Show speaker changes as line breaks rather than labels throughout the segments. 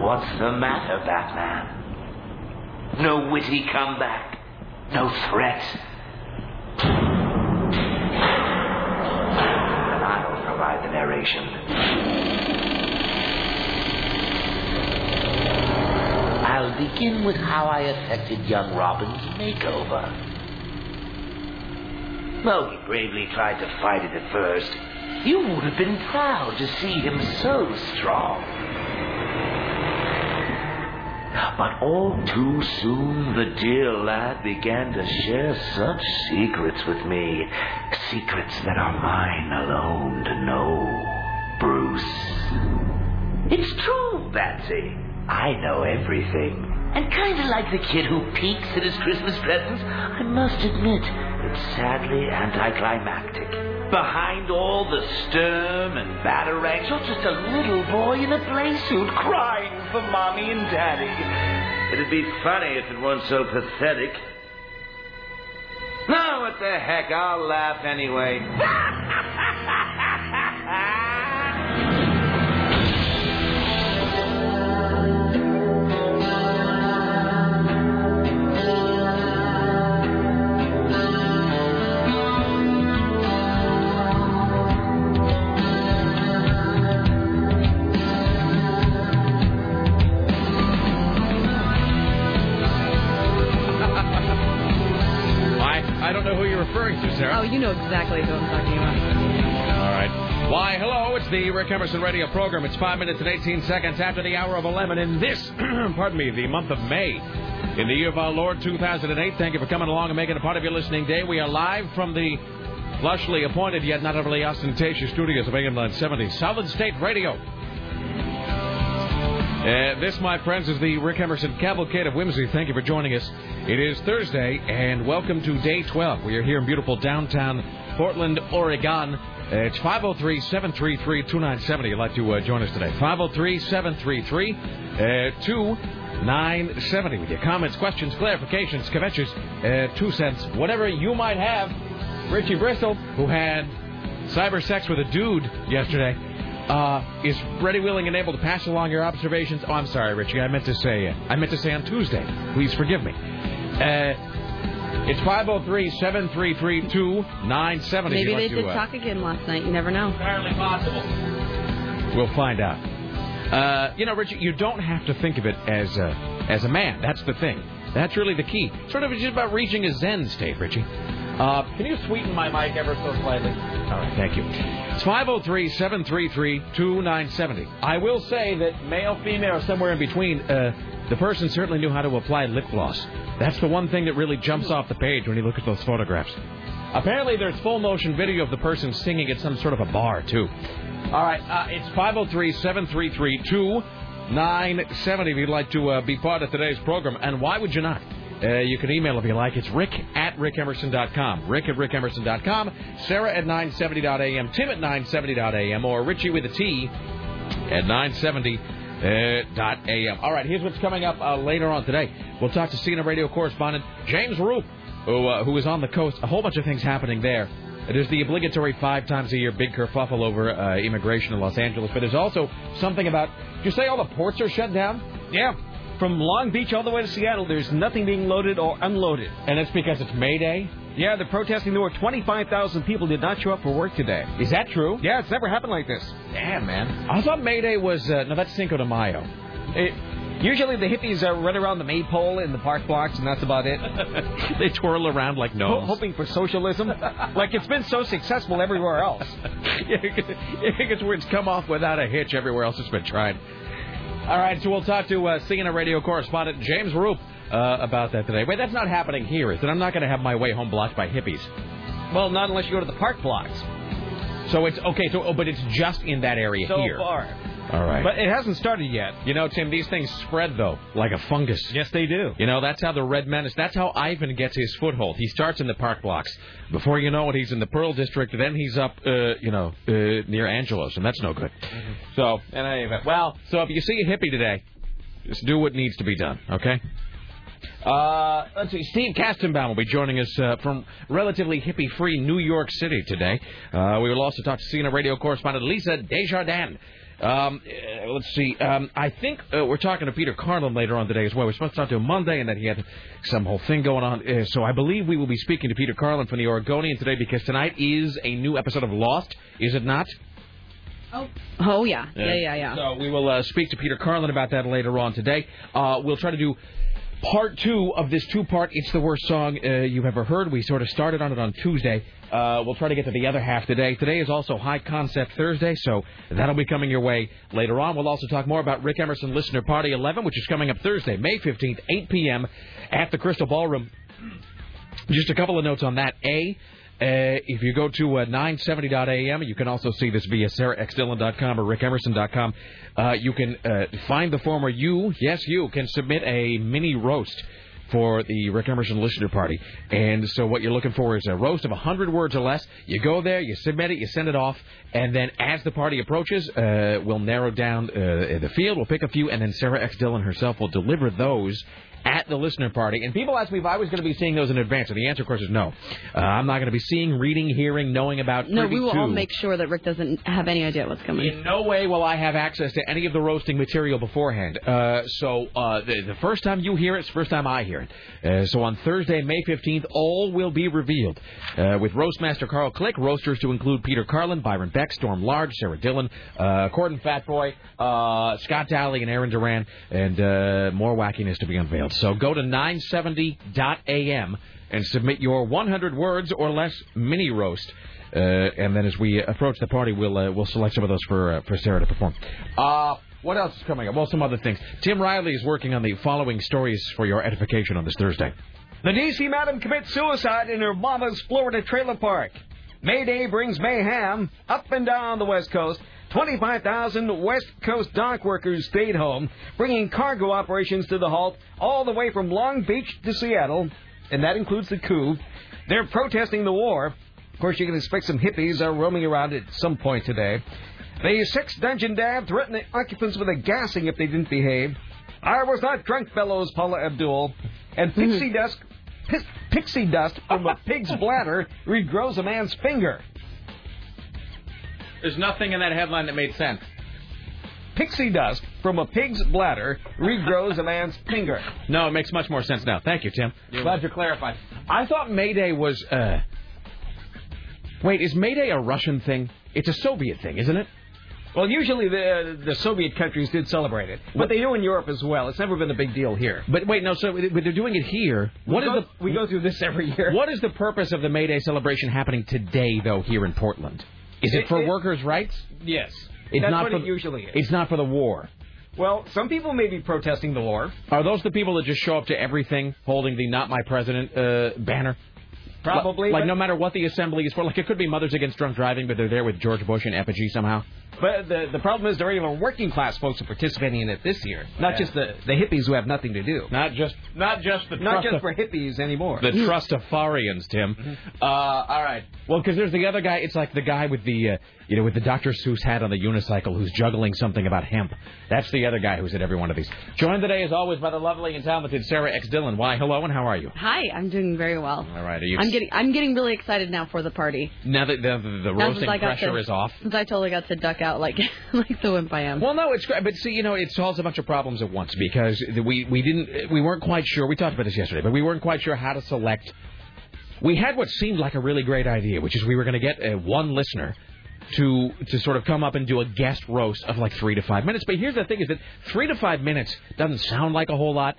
What's the matter, Batman? No witty comeback. No threat. And I'll provide the narration. I'll begin with how I affected young Robin's makeover. Though he bravely tried to fight it at first, you would have been proud to see him so strong. But all too soon the dear lad began to share such secrets with me, secrets that are mine alone to know, Bruce. It's true, Betsy. I know everything. And kind of like the kid who peeks at his Christmas presents, I must admit, it's sadly anticlimactic. Behind all the sturm and batarangs, you're just a little boy in a playsuit crying for mommy and daddy. It'd be funny if it weren't so pathetic. No, what the heck, I'll laugh anyway.
I, I don't know who you're referring to, Sarah.
Oh, you know exactly who I'm talking about.
All right. Why, hello, it's the Rick Emerson radio program. It's five minutes and 18 seconds after the hour of 11 in this, pardon me, the month of May. In the year of our Lord 2008, thank you for coming along and making it part of your listening day. We are live from the lushly appointed yet not overly ostentatious studios of AM 970, Southern State Radio. Uh, this, my friends, is the Rick Emerson Cavalcade of Whimsy. Thank you for joining us. It is Thursday, and welcome to day 12. We are here in beautiful downtown Portland, Oregon. Uh, It's 503 733 2970. You'd like to uh, join us today. 503 733 2970. oh. With your comments, questions, clarifications, kvetches, uh, two cents, whatever you might have. Richie Bristol, who had cyber sex with a dude yesterday uh, is ready, willing, and able to pass along your observations. Oh, I'm sorry, Richie. I meant to say uh, I meant to say on Tuesday. Please forgive me. Uh, it's 503-733-2970.
Maybe
You'd
they
like to,
did
uh,
talk again last night. You never know.
Apparently possible. We'll find out. Uh, you know, Richie, you don't have to think of it as a, as a man. That's the thing. That's really the key. Sort of it's just about reaching a zen state, Richie. Uh, can you sweeten my mic ever so slightly? All right, thank you. It's 503 733 2970. I will say that male, female, or somewhere in between, uh, the person certainly knew how to apply lip gloss. That's the one thing that really jumps off the page when you look at those photographs. Apparently, there's full motion video of the person singing at some sort of a bar, too. All right, uh, it's 503 733 2970 if you'd like to uh, be part of today's program. And why would you not? Uh, you can email if you like. It's rick at rickemerson.com. Rick at rickemerson.com. Sarah at 970.am. Tim at 970.am. Or Richie with a T at 970 uh, dot AM. All right, here's what's coming up uh, later on today. We'll talk to CNN radio correspondent James Roop, who, uh, who is on the coast. A whole bunch of things happening there. There's the obligatory five times a year big kerfuffle over uh, immigration in Los Angeles, but there's also something about. Did you say all the ports are shut down? Yeah.
From Long Beach all the way to Seattle, there's nothing being loaded or unloaded.
And it's because it's May Day?
Yeah, they're protesting. There were 25,000 people did not show up for work today.
Is that true?
Yeah, it's never happened like this.
Damn, man. I thought May Day was. Uh, no, that's Cinco de Mayo.
It, usually the hippies uh, run around the maypole in the park blocks, and that's about it.
they twirl around like
Ho-
gnomes.
hoping for socialism. like, it's been so successful everywhere else.
yeah, it's where it's come off without a hitch everywhere else it's been tried. All right, so we'll talk to uh, CNN radio correspondent James Roop uh, about that today. Wait, that's not happening here, is it? I'm not going to have my way home blocked by hippies.
Well, not unless you go to the park blocks.
So it's okay. So, oh, but it's just in that area
So uh,
here.
far.
All right.
But it hasn't started yet.
you know, Tim, these things spread though, like a fungus.
Yes, they do.
You know, that's how the Red Menace, that's how Ivan gets his foothold. He starts in the park blocks. Before you know it, he's in the Pearl District, then he's up, uh, you know, uh, near Angelos, and that's no good.
Mm-hmm.
So, in any event, well, so if you see a hippie today, just do what needs to be done, okay? Uh, let's see. Steve Kastenbaum will be joining us uh, from relatively hippie-free New York City today. Uh, we will also talk to CNN radio correspondent Lisa Desjardins. Um, uh, let's see. Um, I think uh, we're talking to Peter Carlin later on today as well. We're supposed to talk to him Monday, and then he had some whole thing going on. Uh, so I believe we will be speaking to Peter Carlin from the Oregonian today because tonight is a new episode of Lost, is it not?
Oh. Oh yeah. Yeah yeah yeah.
So we will uh, speak to Peter Carlin about that later on today. Uh, we'll try to do part two of this two-part "It's the Worst Song uh, You've Ever Heard." We sort of started on it on Tuesday. Uh, we'll try to get to the other half today. Today is also High Concept Thursday, so that'll be coming your way later on. We'll also talk more about Rick Emerson Listener Party 11, which is coming up Thursday, May 15th, 8 p.m. at the Crystal Ballroom. Just a couple of notes on that. A, uh, if you go to uh, 970.am, you can also see this via sarahxdillon.com or rickemerson.com. Uh, you can uh, find the form where you, yes, you, can submit a mini roast for the Rick Emerson listener party. And so what you're looking for is a roast of 100 words or less. You go there, you submit it, you send it off, and then as the party approaches, uh, we'll narrow down uh, the field, we'll pick a few, and then Sarah X. Dillon herself will deliver those at the listener party. And people ask me if I was going to be seeing those in advance, and the answer, of course, is no. Uh, I'm not going to be seeing, reading, hearing, knowing about
No, we will all
32.
make sure that Rick doesn't have any idea what's coming.
In no way will I have access to any of the roasting material beforehand. Uh, so uh, the, the first time you hear it, it's the first time I hear it. Uh, so on Thursday, May 15th, all will be revealed uh, with Roastmaster Carl Click, roasters to include Peter Carlin, Byron Beck, Storm Large, Sarah Dillon, uh, Corden Fatboy, uh, Scott Daly, and Aaron Duran, and uh, more wackiness to be unveiled. So go to 970.am and submit your 100 words or less mini roast. Uh, and then as we approach the party, we'll uh, we'll select some of those for uh, for Sarah to perform. Uh, what else is coming up? Well, some other things. Tim Riley is working on the following stories for your edification on this Thursday.
The D.C. madam commits suicide in her mama's Florida trailer park. Mayday brings mayhem up and down the West Coast. 25,000 West Coast dock workers stayed home, bringing cargo operations to the halt all the way from Long Beach to Seattle, and that includes the coup. They're protesting the war. Of course, you can expect some hippies are roaming around at some point today. The six dungeon dad threatened the occupants with a gassing if they didn't behave. I was not drunk, fellows, Paula Abdul. And pixie dust, pis, pixie dust from a pig's bladder regrows a man's finger.
There's nothing in that headline that made sense.
Pixie dust from a pig's bladder regrows a man's finger.
No, it makes much more sense now. Thank you, Tim. Glad you clarified. I thought Mayday was. Uh... Wait, is Mayday a Russian thing? It's a Soviet thing, isn't it?
Well, usually the uh, the Soviet countries did celebrate it, but they do in Europe as well. It's never been a big deal here.
But wait, no. So but they're doing it here. What
we
is
go,
the
we go through this every year?
What is the purpose of the May Day celebration happening today, though, here in Portland? Is it for
It- it-
workers' rights?
Yes,
It's
that's
not
what
for
it
the-
usually is.
It's not for the war.
Well, some people may be protesting the war.
Are those the people that just show up to everything holding the "Not My President" uh, banner?
Probably,
Like,
but-
no matter what the assembly is for, like it could be Mothers Against Drunk Driving, but they're there with George Bush and effigy somehow.
But the the problem is there aren't even working class folks who are participating in it this year. Not
Yeah.
just the the hippies who have nothing to do.
Not just, not just the
Not just for hippies anymore.
The Trustafarians, Tim. Uh, all right. Well, because there's the other guy. It's like the guy with the, uh, you know, with the Dr. Seuss hat on the unicycle who's juggling something about hemp. That's the other guy who's at every one of these. Joined today, as always, by the lovely and talented Sarah X. Dillon. Why, hello, and how are you?
Hi, I'm doing very well.
All right. Are you
I'm getting I'm getting really excited now for the party.
now that the, the, the
Now
roasting
since I got
pressure
to-
is off?
Since I totally got to duck out like like the wimp I am.
Well, no, it's great, but see, you know, it solves a bunch of problems at once because we we didn't we weren't quite sure. We talked about this yesterday, but we weren't quite sure how to select. We had what seemed like a really great idea, which is we were going to get uh, one listener to to sort of come up and do a guest roast of like three to five minutes. But here's the thing: is that three to five minutes doesn't sound like a whole lot,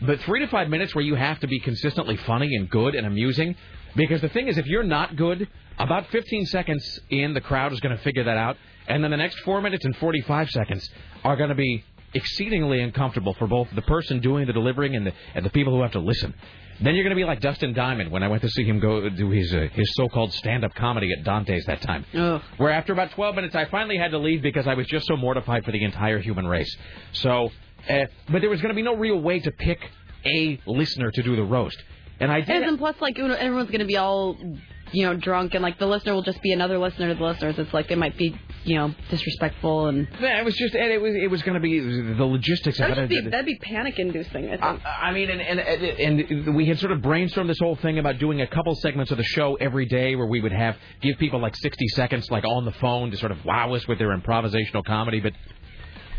but three to five minutes where you have to be consistently funny and good and amusing. Because the thing is, if you're not good, about 15 seconds in, the crowd is going to figure that out. And then the next four minutes and 45 seconds are going to be exceedingly uncomfortable for both the person doing the delivering and the, and the people who have to listen. Then you're going to be like Dustin Diamond when I went to see him go do his uh, his so-called stand-up comedy at Dante's that time.
Ugh.
Where after about 12 minutes, I finally had to leave because I was just so mortified for the entire human race. So, uh, but there was going to be no real way to pick a listener to do the roast, and I did.
And then plus, like you know, everyone's gonna be all, you know, drunk, and like the listener will just be another listener to the listeners. It's like they might be you know, disrespectful and.
Yeah, it was just, and it was, it was going to be the logistics of it.
That'd
Ah,
just be, that'd be panic inducing, I think.
I mean, and, and and and we had sort of brainstormed this whole thing about doing a couple segments of the show every day, where we would have give people like 60 seconds, like on the phone, to sort of wow us with their improvisational comedy. But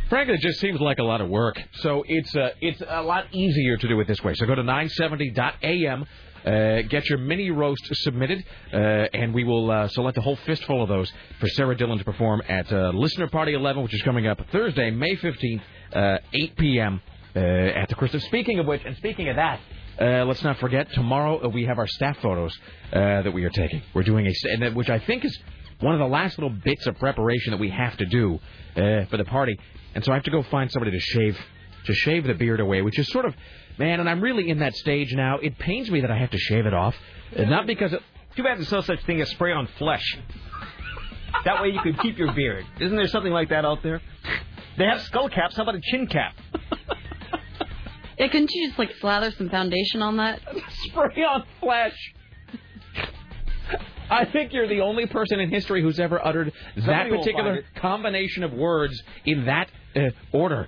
frankly, it just seems like a lot of work. So it's uh, it's a lot easier to do it this way. So go to 970.am. Uh, get your mini roast submitted, uh, and we will uh, select a whole fistful of those for Sarah Dillon to perform at uh, Listener Party 11, which is coming up Thursday, May 15th, uh, 8 p.m. Uh, at the Crystal. Speaking of which, and speaking of that, uh, let's not forget tomorrow uh, we have our staff photos uh, that we are taking. We're doing a, and that, which I think is one of the last little bits of preparation that we have to do uh, for the party. And so I have to go find somebody to shave to shave the beard away, which is sort of man. And I'm really in that stage now. It pains me that I have to shave it off, Uh, not because it,
Too bad there's no such thing as spray on flesh. That way you can keep your beard. Isn't there something like that out there? They have skull caps. How about a chin cap?
yeah, couldn't you just like slather some foundation on that?
Spray on flesh. I think you're the only person in history who's ever uttered that
Somebody will
particular
find
combination of words in that uh, order.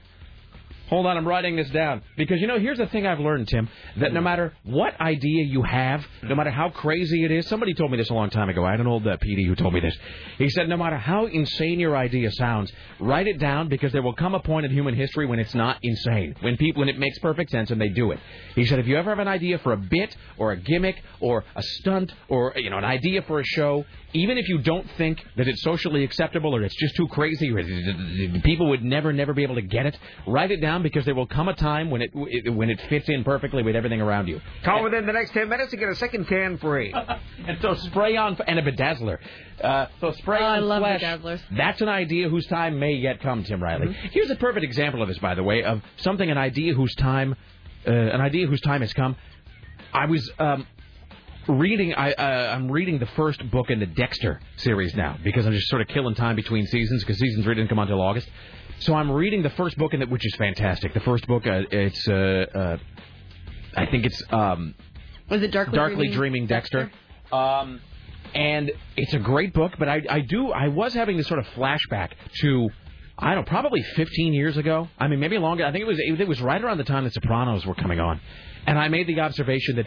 Hold on, I'm writing this down. Because, you know, here's the thing I've learned, Tim, that no matter what idea you have, no matter how crazy it is, somebody told me this a long time ago. I had an old uh, PD who told me this. He said, no matter how insane your idea sounds, write it down because there will come a point in human history when it's not insane, when people, when it makes perfect sense and they do it. He said, if you ever have an idea for a bit or a gimmick or a stunt or, you know, an idea for a show, even if you don't think that it's socially acceptable or it's just too crazy or people would never, never be able to get it, write it down because there will come a time when it, it when it fits in perfectly with everything around you.
Call within the next 10 minutes to get a second tan free.
And so spray on and a bedazzler. Uh, so spray
Oh,
on
I love
flesh.
bedazzlers.
That's an idea whose time may yet come, Tim Riley.
Mm-hmm.
Here's a perfect example of this, by the way, of something an idea whose time, uh, an idea whose time has come. I was um, reading. I, uh, I'm reading the first book in the Dexter series now because I'm just sort of killing time between seasons because seasons three didn't come out until August. So I'm reading the first book in it, which is fantastic. The first book, uh, it's, uh, uh, I think it's um,
Was it darkly,
Darkly Dreaming, Dexter. Um, and it's a great book, but I, I do I was having this sort of flashback to I don't know, probably 15 years ago. I mean, maybe longer. I think it was it was right around the time The Sopranos were coming on, and I made the observation that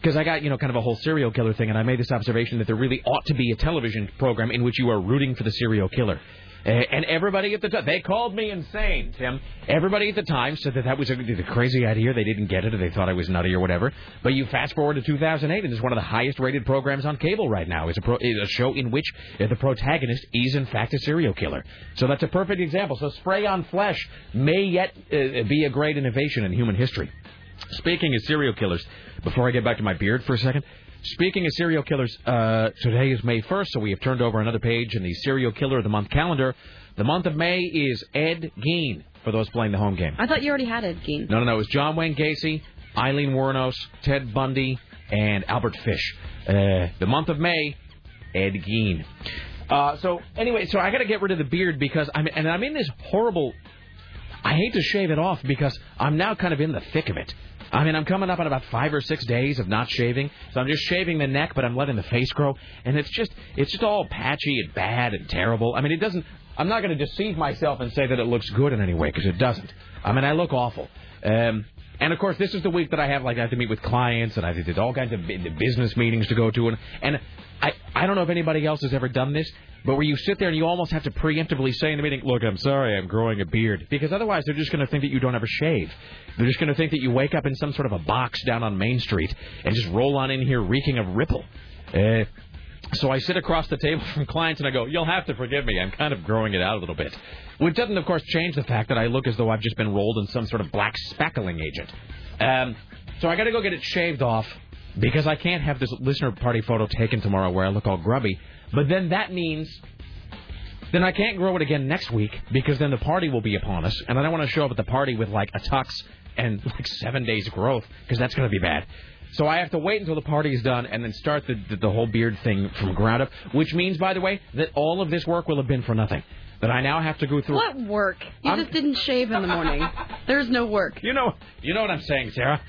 because I got you know kind of a whole serial killer thing, and I made this observation that there really ought to be a television program in which you are rooting for the serial killer. Uh, and everybody at the time, they called me insane, Tim. Everybody at the time said that that was a, the crazy idea. They didn't get it, or they thought I was nutty, or whatever. But you fast forward to 2008, and it's one of the highest-rated programs on cable right now. It's a, pro, it's a show in which uh, the protagonist is, in fact, a serial killer. So that's a perfect example. So spray on flesh may yet uh, be a great innovation in human history. Speaking of serial killers, before I get back to my beard for a second, speaking of serial killers, uh, today is May 1st, so we have turned over another page in the Serial Killer of the Month calendar. The month of May is Ed Gein, for those playing the home game.
I thought you already had Ed Gein.
No, no, no. It was John Wayne Gacy, Eileen Wuornos, Ted Bundy, and Albert Fish. Uh, the month of May, Ed Gein. Uh, so anyway, so I got to get rid of the beard because I'm and I'm in this horrible. I hate to shave it off because I'm now kind of in the thick of it. I mean, I'm coming up on about five or six days of not shaving, so I'm just shaving the neck, but I'm letting the face grow, and it's just it's just all patchy and bad and terrible. I mean, it doesn't. I'm not going to deceive myself and say that it looks good in any way because it doesn't. I mean, I look awful. Um, and of course, this is the week that I have like I have to meet with clients, and I did all kinds of bu- business meetings to go to, and and I I don't know if anybody else has ever done this, but where you sit there and you almost have to preemptively say in the meeting, "Look, I'm sorry, I'm growing a beard," because otherwise they're just going to think that you don't ever shave. They're just going to think that you wake up in some sort of a box down on Main Street and just roll on in here reeking of Ripple. Uh, so I sit across the table from clients and I go, "You'll have to forgive me. I'm kind of growing it out a little bit." Which doesn't, of course, change the fact that I look as though I've just been rolled in some sort of black spackling agent. Um, so I got to go get it shaved off because I can't have this listener party photo taken tomorrow where I look all grubby. But then that means then I can't grow it again next week because then the party will be upon us, and I don't want to show up at the party with like a tux and like seven days growth because that's going to be bad. So I have to wait until the party is done and then start the, the the whole beard thing from ground up, which means, by the way, that all of this work will have been for nothing. That I now have to go through.
What work? You
I'm-
just didn't shave in the morning. There's no work.
You know, you know what I'm saying, Sarah.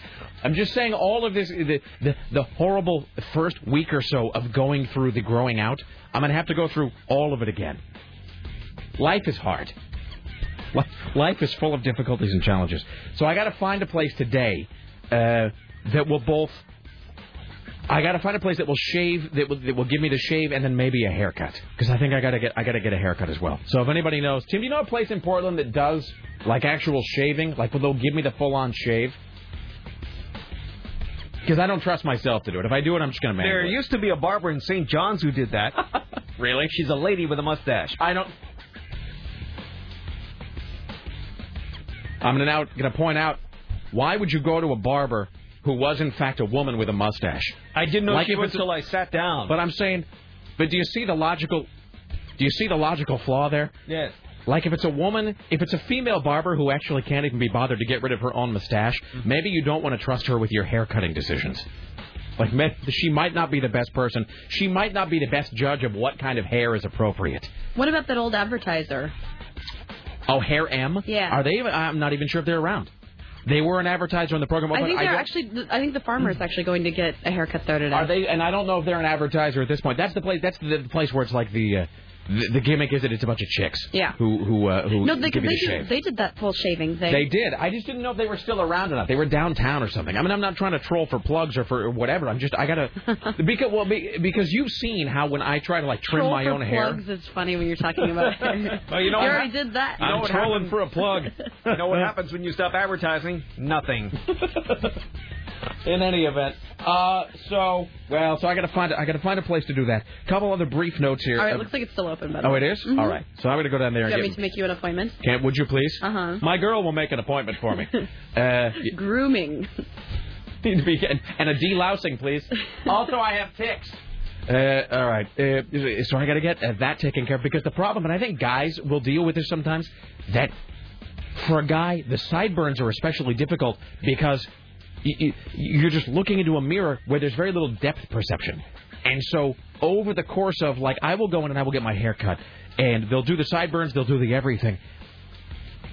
I'm just saying all of this, the, the the horrible first week or so of going through the growing out. I'm gonna have to go through all of it again. Life is hard. Li- Life is full of difficulties and challenges. So I got to find a place today uh, that will both. I got to find a place that will shave, that will, that will give me the shave, and then maybe a haircut. Because I think I got to get, I got to get a haircut as well. So if anybody knows, Tim, do you know a place in Portland that does like actual shaving? Like, will they'll give me the full-on shave? Because I don't trust myself to do it. If I do it, I'm just gonna mangle
There
it.
used to be a barber in St. John's who did that.
really?
She's a lady with a mustache.
I don't. I'm gonna now gonna point out why would you go to a barber who was in fact a woman with a mustache?
I didn't know
Like
she
if
was
it's a-
until I sat down.
But I'm saying, but do you see the logical? Do you see the logical flaw there?
yes.
Like if it's a woman, if it's a female barber who actually can't even be bothered to get rid of her own mustache, maybe you don't want to trust her with your haircutting decisions. Like may- she might not be the best person. She might not be the best judge of what kind of hair is appropriate.
What about that old advertiser?
Oh, Hair M.
Yeah.
Are they? Even, I'm not even sure if they're around. They were an advertiser on the program.
I
but
think they're
don't- Mm.
actually. I think the farmer is actually going to get a haircut there today.
Are they? And I don't know if they're an advertiser at this point. That's the place. That's the, the place where it's like the, uh, the the gimmick is that it's a bunch of chicks.
Yeah.
Who who uh, who
No, they,
give
they,
you the shave.
did, they did that full shaving thing.
They did. I just didn't know if they were still around or not. They were downtown or something. I mean, I'm not trying to troll for plugs or for whatever. I'm just I gotta because well be, because you've seen how when I try to like trim
Troll
my
for
own hair.
plugs is funny when you're talking about hair.
Well, you know, I'm-
already did that.
I'm trolling for a plug.
You know what happens when you stop advertising? Nothing.
In any event, uh, so well, so I gotta find I gotta find a place to do that. Couple other brief notes here.
All right,
Uh,
it looks like it's still open. By the
oh,
way.
it is?
Mhm.
All right. So I'm gonna go down there
Do you
and
want me
get.
to make you an appointment?
Can't, would you please?
Uh-huh.
My girl will make an appointment for me. uh, you
Grooming.
need to be and, and a delousing, please. also, I have ticks. Uh, all right. Uh, so I got to get uh, that taken care of because the problem, and I think guys will deal with this sometimes, that for a guy, the sideburns are especially difficult because y- y- you're just looking into a mirror where there's very little depth perception. And so over the course of, like, I will go in and I will get my hair cut, and they'll do the sideburns, they'll do the everything.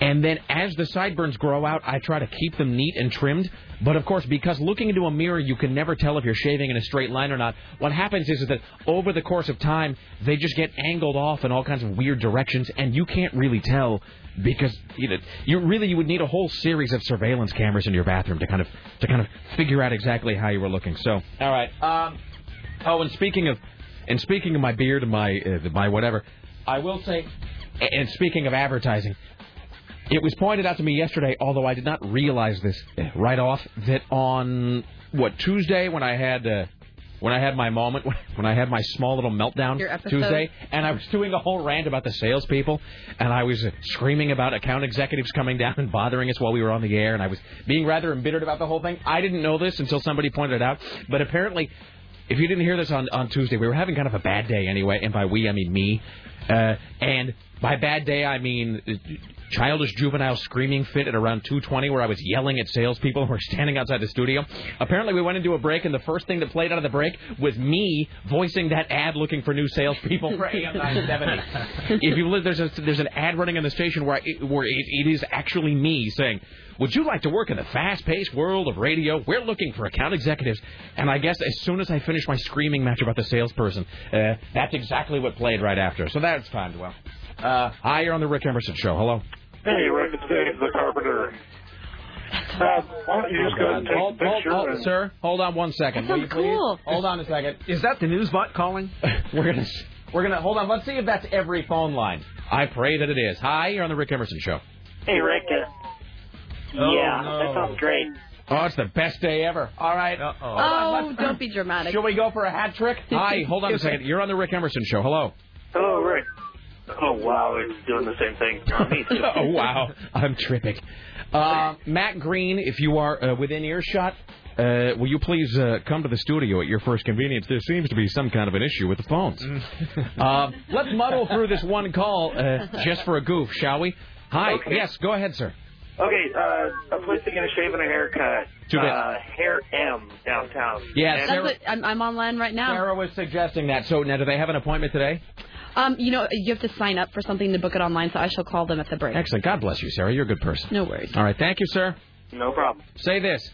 And then as the sideburns grow out, I try to keep them neat and trimmed. But of course, because looking into a mirror, you can never tell if you're shaving in a straight line or not. What happens is, is that over the course of time, they just get angled off in all kinds of weird directions, and you can't really tell because you know you really you would need a whole series of surveillance cameras in your bathroom to kind of to kind of figure out exactly how you were looking. So, all right. Um, oh, and speaking of and speaking of my beard and my uh, my whatever, I will say, and speaking of advertising. It was pointed out to me yesterday, although I did not realize this eh, right off, that on what Tuesday when I had uh, when I had my moment, when I had my small little meltdown
Your episode?
Tuesday, and I was doing a whole rant about the salespeople, and I was uh, screaming about account executives coming down and bothering us while we were on the air, and I was being rather embittered about the whole thing. I didn't know this until somebody pointed it out, but apparently if you didn't hear this on, on Tuesday, we were having kind of a bad day anyway, and by we, I mean me. Uh, and by bad day, I mean uh, childish juvenile screaming fit at around 2.20 where I was yelling at salespeople who were standing outside the studio. Apparently, we went into a break, and the first thing that played out of the break was me voicing that ad looking for new salespeople for AM 970. if you li- there's, a, there's an ad running on the station where, I, where it, it is actually me saying, would you like to work in the fast-paced world of radio? We're looking for account executives. And I guess as soon as I finished my screaming match about the salesperson, uh, that's exactly what played right after. So that's timed well. Uh, hi, you're on the Rick Emerson Show. Hello.
Hey, Rick and Dave, the carpenter. Uh, why don't you just go ahead and take
Hold,
a
hold,
picture?
hold,
and-
sir, hold on one second.
That
will you
sounds
please?
cool.
Hold on a second.
Is that the newsbot calling?
We're gonna s- we're gonna hold on. Let's see if that's every phone line. I pray that it is. Hi, you're on the Rick Emerson Show.
Hey, Rick. Uh,
Oh,
yeah,
no.
that sounds great.
Oh, it's the best day ever. All right.
Uh-oh.
Oh, don't be dramatic.
Should we go for a hat trick?
Oh.
Hi, hold on a second. You're on the Rick Emerson Show. Hello.
Hello, Rick. Oh, wow, it's doing the same thing on me, too.
oh wow, I'm tripping. Uh, Matt Green, if you are uh, within earshot, uh, will you please uh, come to the studio at your first convenience? There seems to be some kind of an issue with the phones. uh, let's muddle through this one call uh, just for a goof, shall we? Hi,
Okay.
yes, go ahead, sir.
Okay, uh, a place to get a shave and a haircut.
Too bad.
Uh, Hair M, downtown.
Yeah,
And-
Sarah-
That's what, I'm, I'm online right now.
Sarah was suggesting that. So now, do they have an appointment today?
Um, you know, you have to sign up for something to book it online, so I shall call them at the break.
Excellent. God bless you, Sarah. You're a good person.
No worries.
All right, thank you, sir.
No problem.
Say this.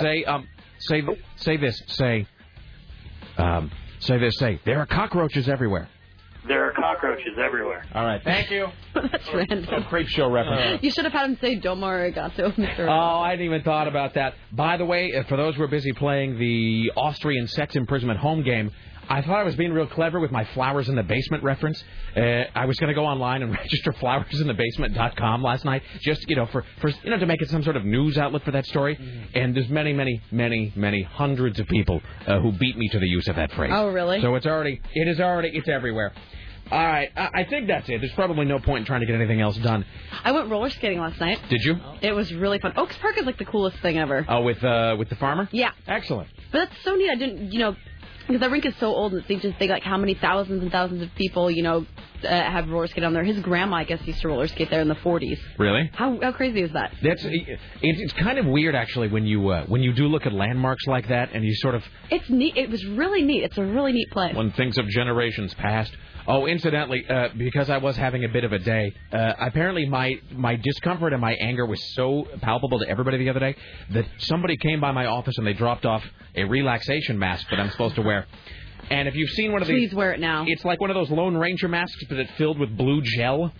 Say um. Say th- say this. Say um. Say this. Say there are cockroaches everywhere.
There are cockroaches everywhere.
All right. Thank you.
That's random.
Creep show reference.
You should have had him say "Domo arigato, Mr.
Oh, I hadn't even thought about that. By the way, uh, for those who are busy playing the Austrian sex imprisonment home game, I thought I was being real clever with my flowers in the basement reference. Uh, I was going to go online and register flowersinthebasement.com last night, just you know, for, for you know, to make it some sort of news outlet for that story.
Mm-hmm.
And there's many, many, many, many hundreds of people uh, who beat me to the use of that phrase.
Oh, really?
So it's already, it is already, it's everywhere. All right, I, I think that's it. There's probably no point in trying to get anything else done.
I went roller skating last night.
Did you?
It was really fun. Oaks Park is like the coolest thing ever.
Oh, with uh, with the farmer.
Yeah.
Excellent.
But that's so neat. I didn't, you know, because the rink is so old, and it's neat to think like how many thousands and thousands of people, you know, uh, have roller skate on there. His grandma, I guess, used to roller skate there in the 40s.
Really?
How how crazy is that?
That's it, it's kind of weird actually when you uh, when you do look at landmarks like that and you sort of
It's neat. It was really neat. It's a really neat place.
when things of generations past. Oh, incidentally, uh, because I was having a bit of a day, uh, apparently my my discomfort and my anger was so palpable to everybody the other day that somebody came by my office and they dropped off a relaxation mask that I'm supposed to wear. And if you've seen one of these,
Please wear it now.
it's like one of those Lone Ranger masks, but it's filled with blue gel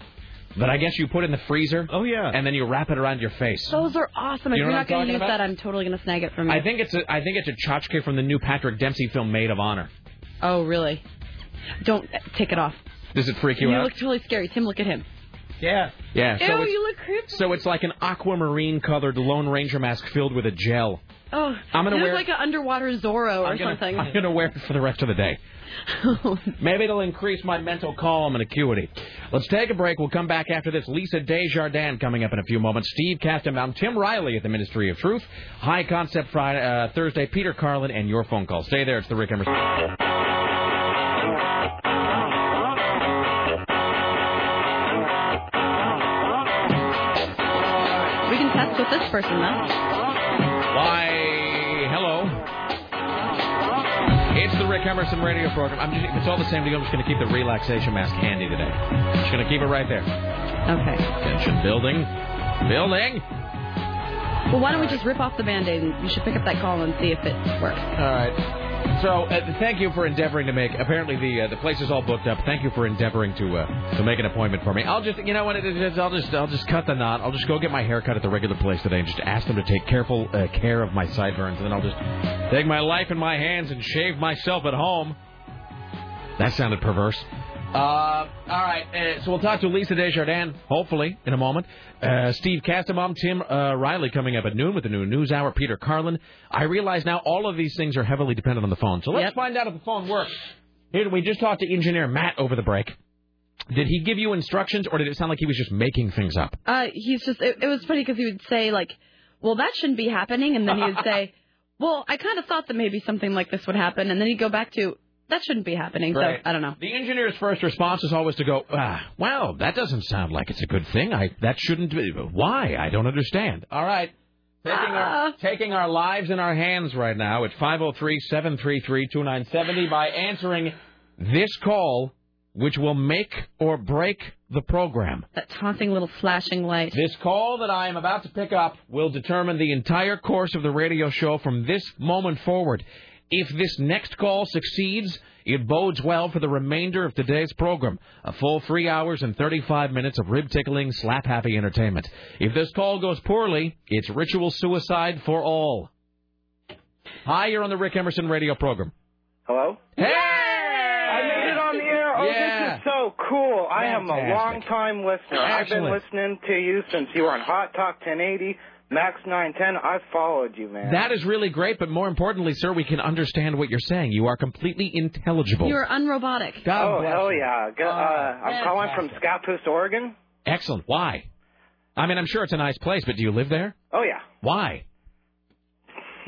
that I guess you put in the freezer. Oh yeah. And then you wrap it around your face.
Those are awesome. If
You know
you're
what
not
I'm
going
talking
to use
about?
that, I'm totally going to snag it from you.
I think it's a I think it's a tchotchke from the new Patrick Dempsey film Maid of Honor.
oh, really? Don't take it off.
Does it freak you,
You
out?
looked really scary. Tim, look at him.
yeah. Yeah. So
Ew,
it's,
you look creepy.
so it's like an aquamarine colored Lone Ranger mask filled with a gel.
Oh,
I'm gonna
you
wear-
look like an underwater Zorro or
I'm gonna,
something.
I'm gonna wear it for the rest of the day. Maybe it'll increase my mental calm and acuity. Let's take a break. We'll come back after this. Lisa Desjardins coming up in a few moments. Steve Castenbaum, Tim Riley at the Ministry of Truth. High Concept Friday, uh, Thursday. Peter Carlin and your phone call. Stay there. It's the Rick Emerson.
we can test with this person though.
Why, hello. It's the Rick Emerson radio program. I'm just, it's all the same to you. I'm just going to keep the relaxation mask handy today. Just going to keep it right there.
Okay.
Attention, building. Building.
Well, why don't we just rip off the band-aid and you should pick up that call and see if it works.
All right. So, uh, thank you for endeavoring to make. Apparently, the uh, the place is all booked up. Thank you for endeavoring to uh, to make an appointment for me. I'll just, you know what, it is, I'll just I'll just cut the knot. I'll just go get my hair cut at the regular place today and just ask them to take careful uh, care of my sideburns, and then I'll just take my life in my hands and shave myself at home. That sounded perverse. Uh, all right, uh, so we'll talk to Lisa Desjardins, hopefully, in a moment. Uh, Steve Kastamom, Tim uh, Riley coming up at noon with the new news hour, Peter Carlin. I realize now all of these things are heavily dependent on the phone, so let's
Yep.
find out if the phone works. Here, we just talked to engineer Matt over the break. Did he give you instructions, or did it sound like he was just making things up?
Uh, he's just. It, it was funny because he would say like, "Well, that shouldn't be happening," and then he would say, "Well, I kind of thought that maybe something like this would happen," and then he'd go back to, "That shouldn't be happening."
Right.
So I don't know.
The engineer's first response is always to go, ah, "Wow, that doesn't sound like it's a good thing. I that shouldn't be. Why? I don't understand." All right. Taking, our,
Ah.
taking our lives in our hands right now at 503-733-2970 by answering this call, which will make or break the program.
That taunting little flashing light.
This call that I am about to pick up will determine the entire course of the radio show from this moment forward. If this next call succeeds, it bodes well for the remainder of today's program. A full three hours and 35 minutes of rib tickling, slap happy entertainment. If this call goes poorly, it's ritual suicide for all. Hi, you're on the Rick Emerson radio program.
Hello?
Hey!
I made it on the air. Oh,
Yeah.
this is so cool. I am a long
Fantastic.
time listener.
Excellent.
I've been listening to you since you were on Hot Talk 1080, Max 910. I followed you, man.
That is really great, but more importantly, sir, we can understand what you're saying. You are completely intelligible.
You're unrobotic.
God
oh,
bless
hell
you.
yeah. Go, uh, I'm calling from
fantastic.
Scappoose, Oregon.
Excellent. Why? I mean, I'm sure it's a nice place, but do you live there?
Oh, yeah.
Why?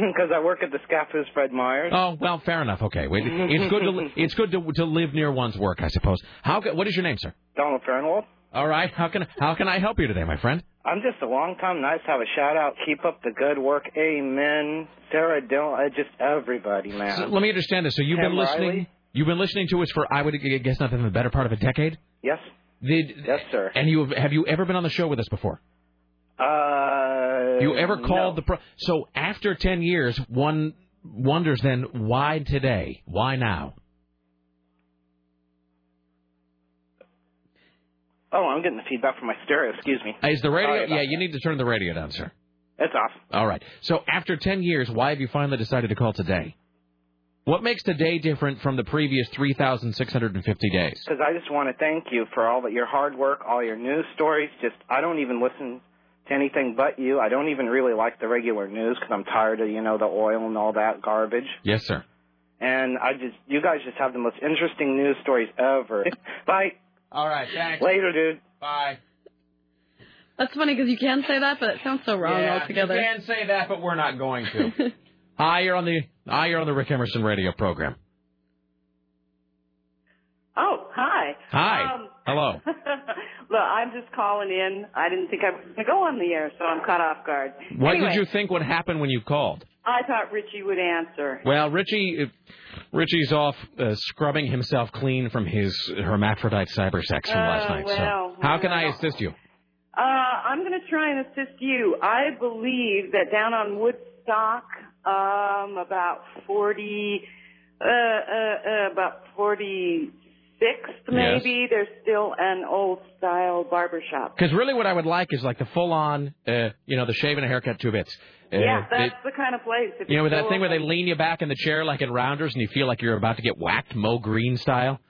Because I work at the Scappoose Fred Myers.
Oh, well, fair enough. Okay, Wait, it's good to li- it's good to, to live near one's work, I suppose. How? ca- What is your name, sir?
Donald Fernwald.
All right. How can how can I help you today, my friend?
I'm just a long time. Nice to have a shout out. Keep up the good work. Amen. Sarah Dillon. uh, Just everybody, man.
So, let me understand this. So you've
Tim
been listening.
Riley?
You've been listening to us for I would guess nothing in the better part of a decade.
yes?
Did,
Yes, sir.
And you have, have you ever been on the show with us before?
Uh,
You ever
no.
called the pro? So after ten years, one wonders then why today? Why now?
Oh, I'm getting the feedback from my stereo. Excuse me.
Is the
Sorry
radio?
about
Yeah, you need to turn the radio down, sir.
that. It's off.
All right. So after 10 years, why have you finally decided to call today? What makes today different from the previous 3,650 days?
Because I just want to thank you for all that your hard work, all your news stories. Just I don't even listen to anything but you. I don't even really like the regular news because I'm tired of you know the oil and all that garbage.
Yes, sir.
And I just you guys just have the most interesting news stories ever. Bye.
All right. Thanks.
Later, dude.
Bye.
That's funny because you can say that, but it sounds so wrong altogether.
You can say that, but we're not going to. Hi, you're on the Hi, you're on the Rick Emerson radio program.
Oh, hi.
Hi. Oh.
Um,
Hello.
look, I'm just calling in. I didn't think I was going to go on the air, so I'm caught off guard.
What
anyway,
did you think would happen when you called?
I thought Richie would answer.
Well, Richie, Richie's off uh, scrubbing himself clean from his hermaphrodite cyber sex from last
Oh,
night.
well,
so, how can I
well.
assist you?
Uh, I'm going to try and assist you. I believe that down on Woodstock, um, about 40, uh, uh, uh, about 46th
Yes.
maybe, there's still an old style barber shop.
Because really, what I would like is like the full on, uh, you know, the shave and a haircut, two bits. Uh,
yeah,
they-
that's the kind of place. If
you know,
it's
with that
still
thing where they
open.
lean you back in the chair like in Rounders, and you feel like you're about to get whacked, Mo Green style.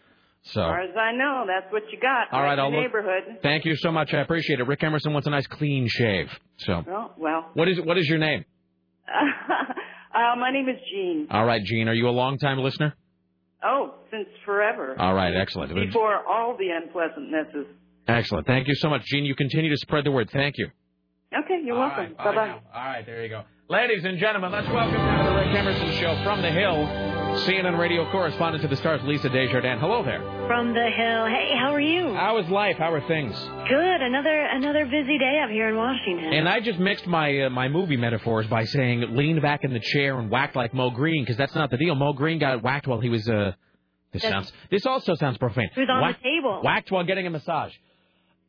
So,
As far as I know, that's what you got.
All
That's
right,
your
I'll look-
neighborhood.
thank you so much. I appreciate it. Rick Emerson wants a nice clean shave. So,
Oh, well.
what is what is your name?
uh, my name is Jean.
All right, Gene, are you a long time listener?
Oh, since forever.
All right, excellent.
Before all the unpleasantnesses.
Excellent. Thank you so much, Gene. You continue to spread the word. Thank you.
Okay, you're welcome.
All right,
bye.
now. All right, there you go. Ladies and gentlemen, let's welcome now to the Rick Emerson Show from the Hill, CNN radio correspondent to the stars, Lisa Desjardins. Hello there.
From the hill. Hey, how are you?
How is life? How are things?
Good. Another another busy day up here in Washington.
And I just mixed my uh, my movie metaphors by saying lean back in the chair and whack like Mo Green because that's not the deal. Mo Green got whacked while he was uh. This
That's-
sounds. This also sounds profane.
He was on the
Whack-
table.
Whacked while getting a massage.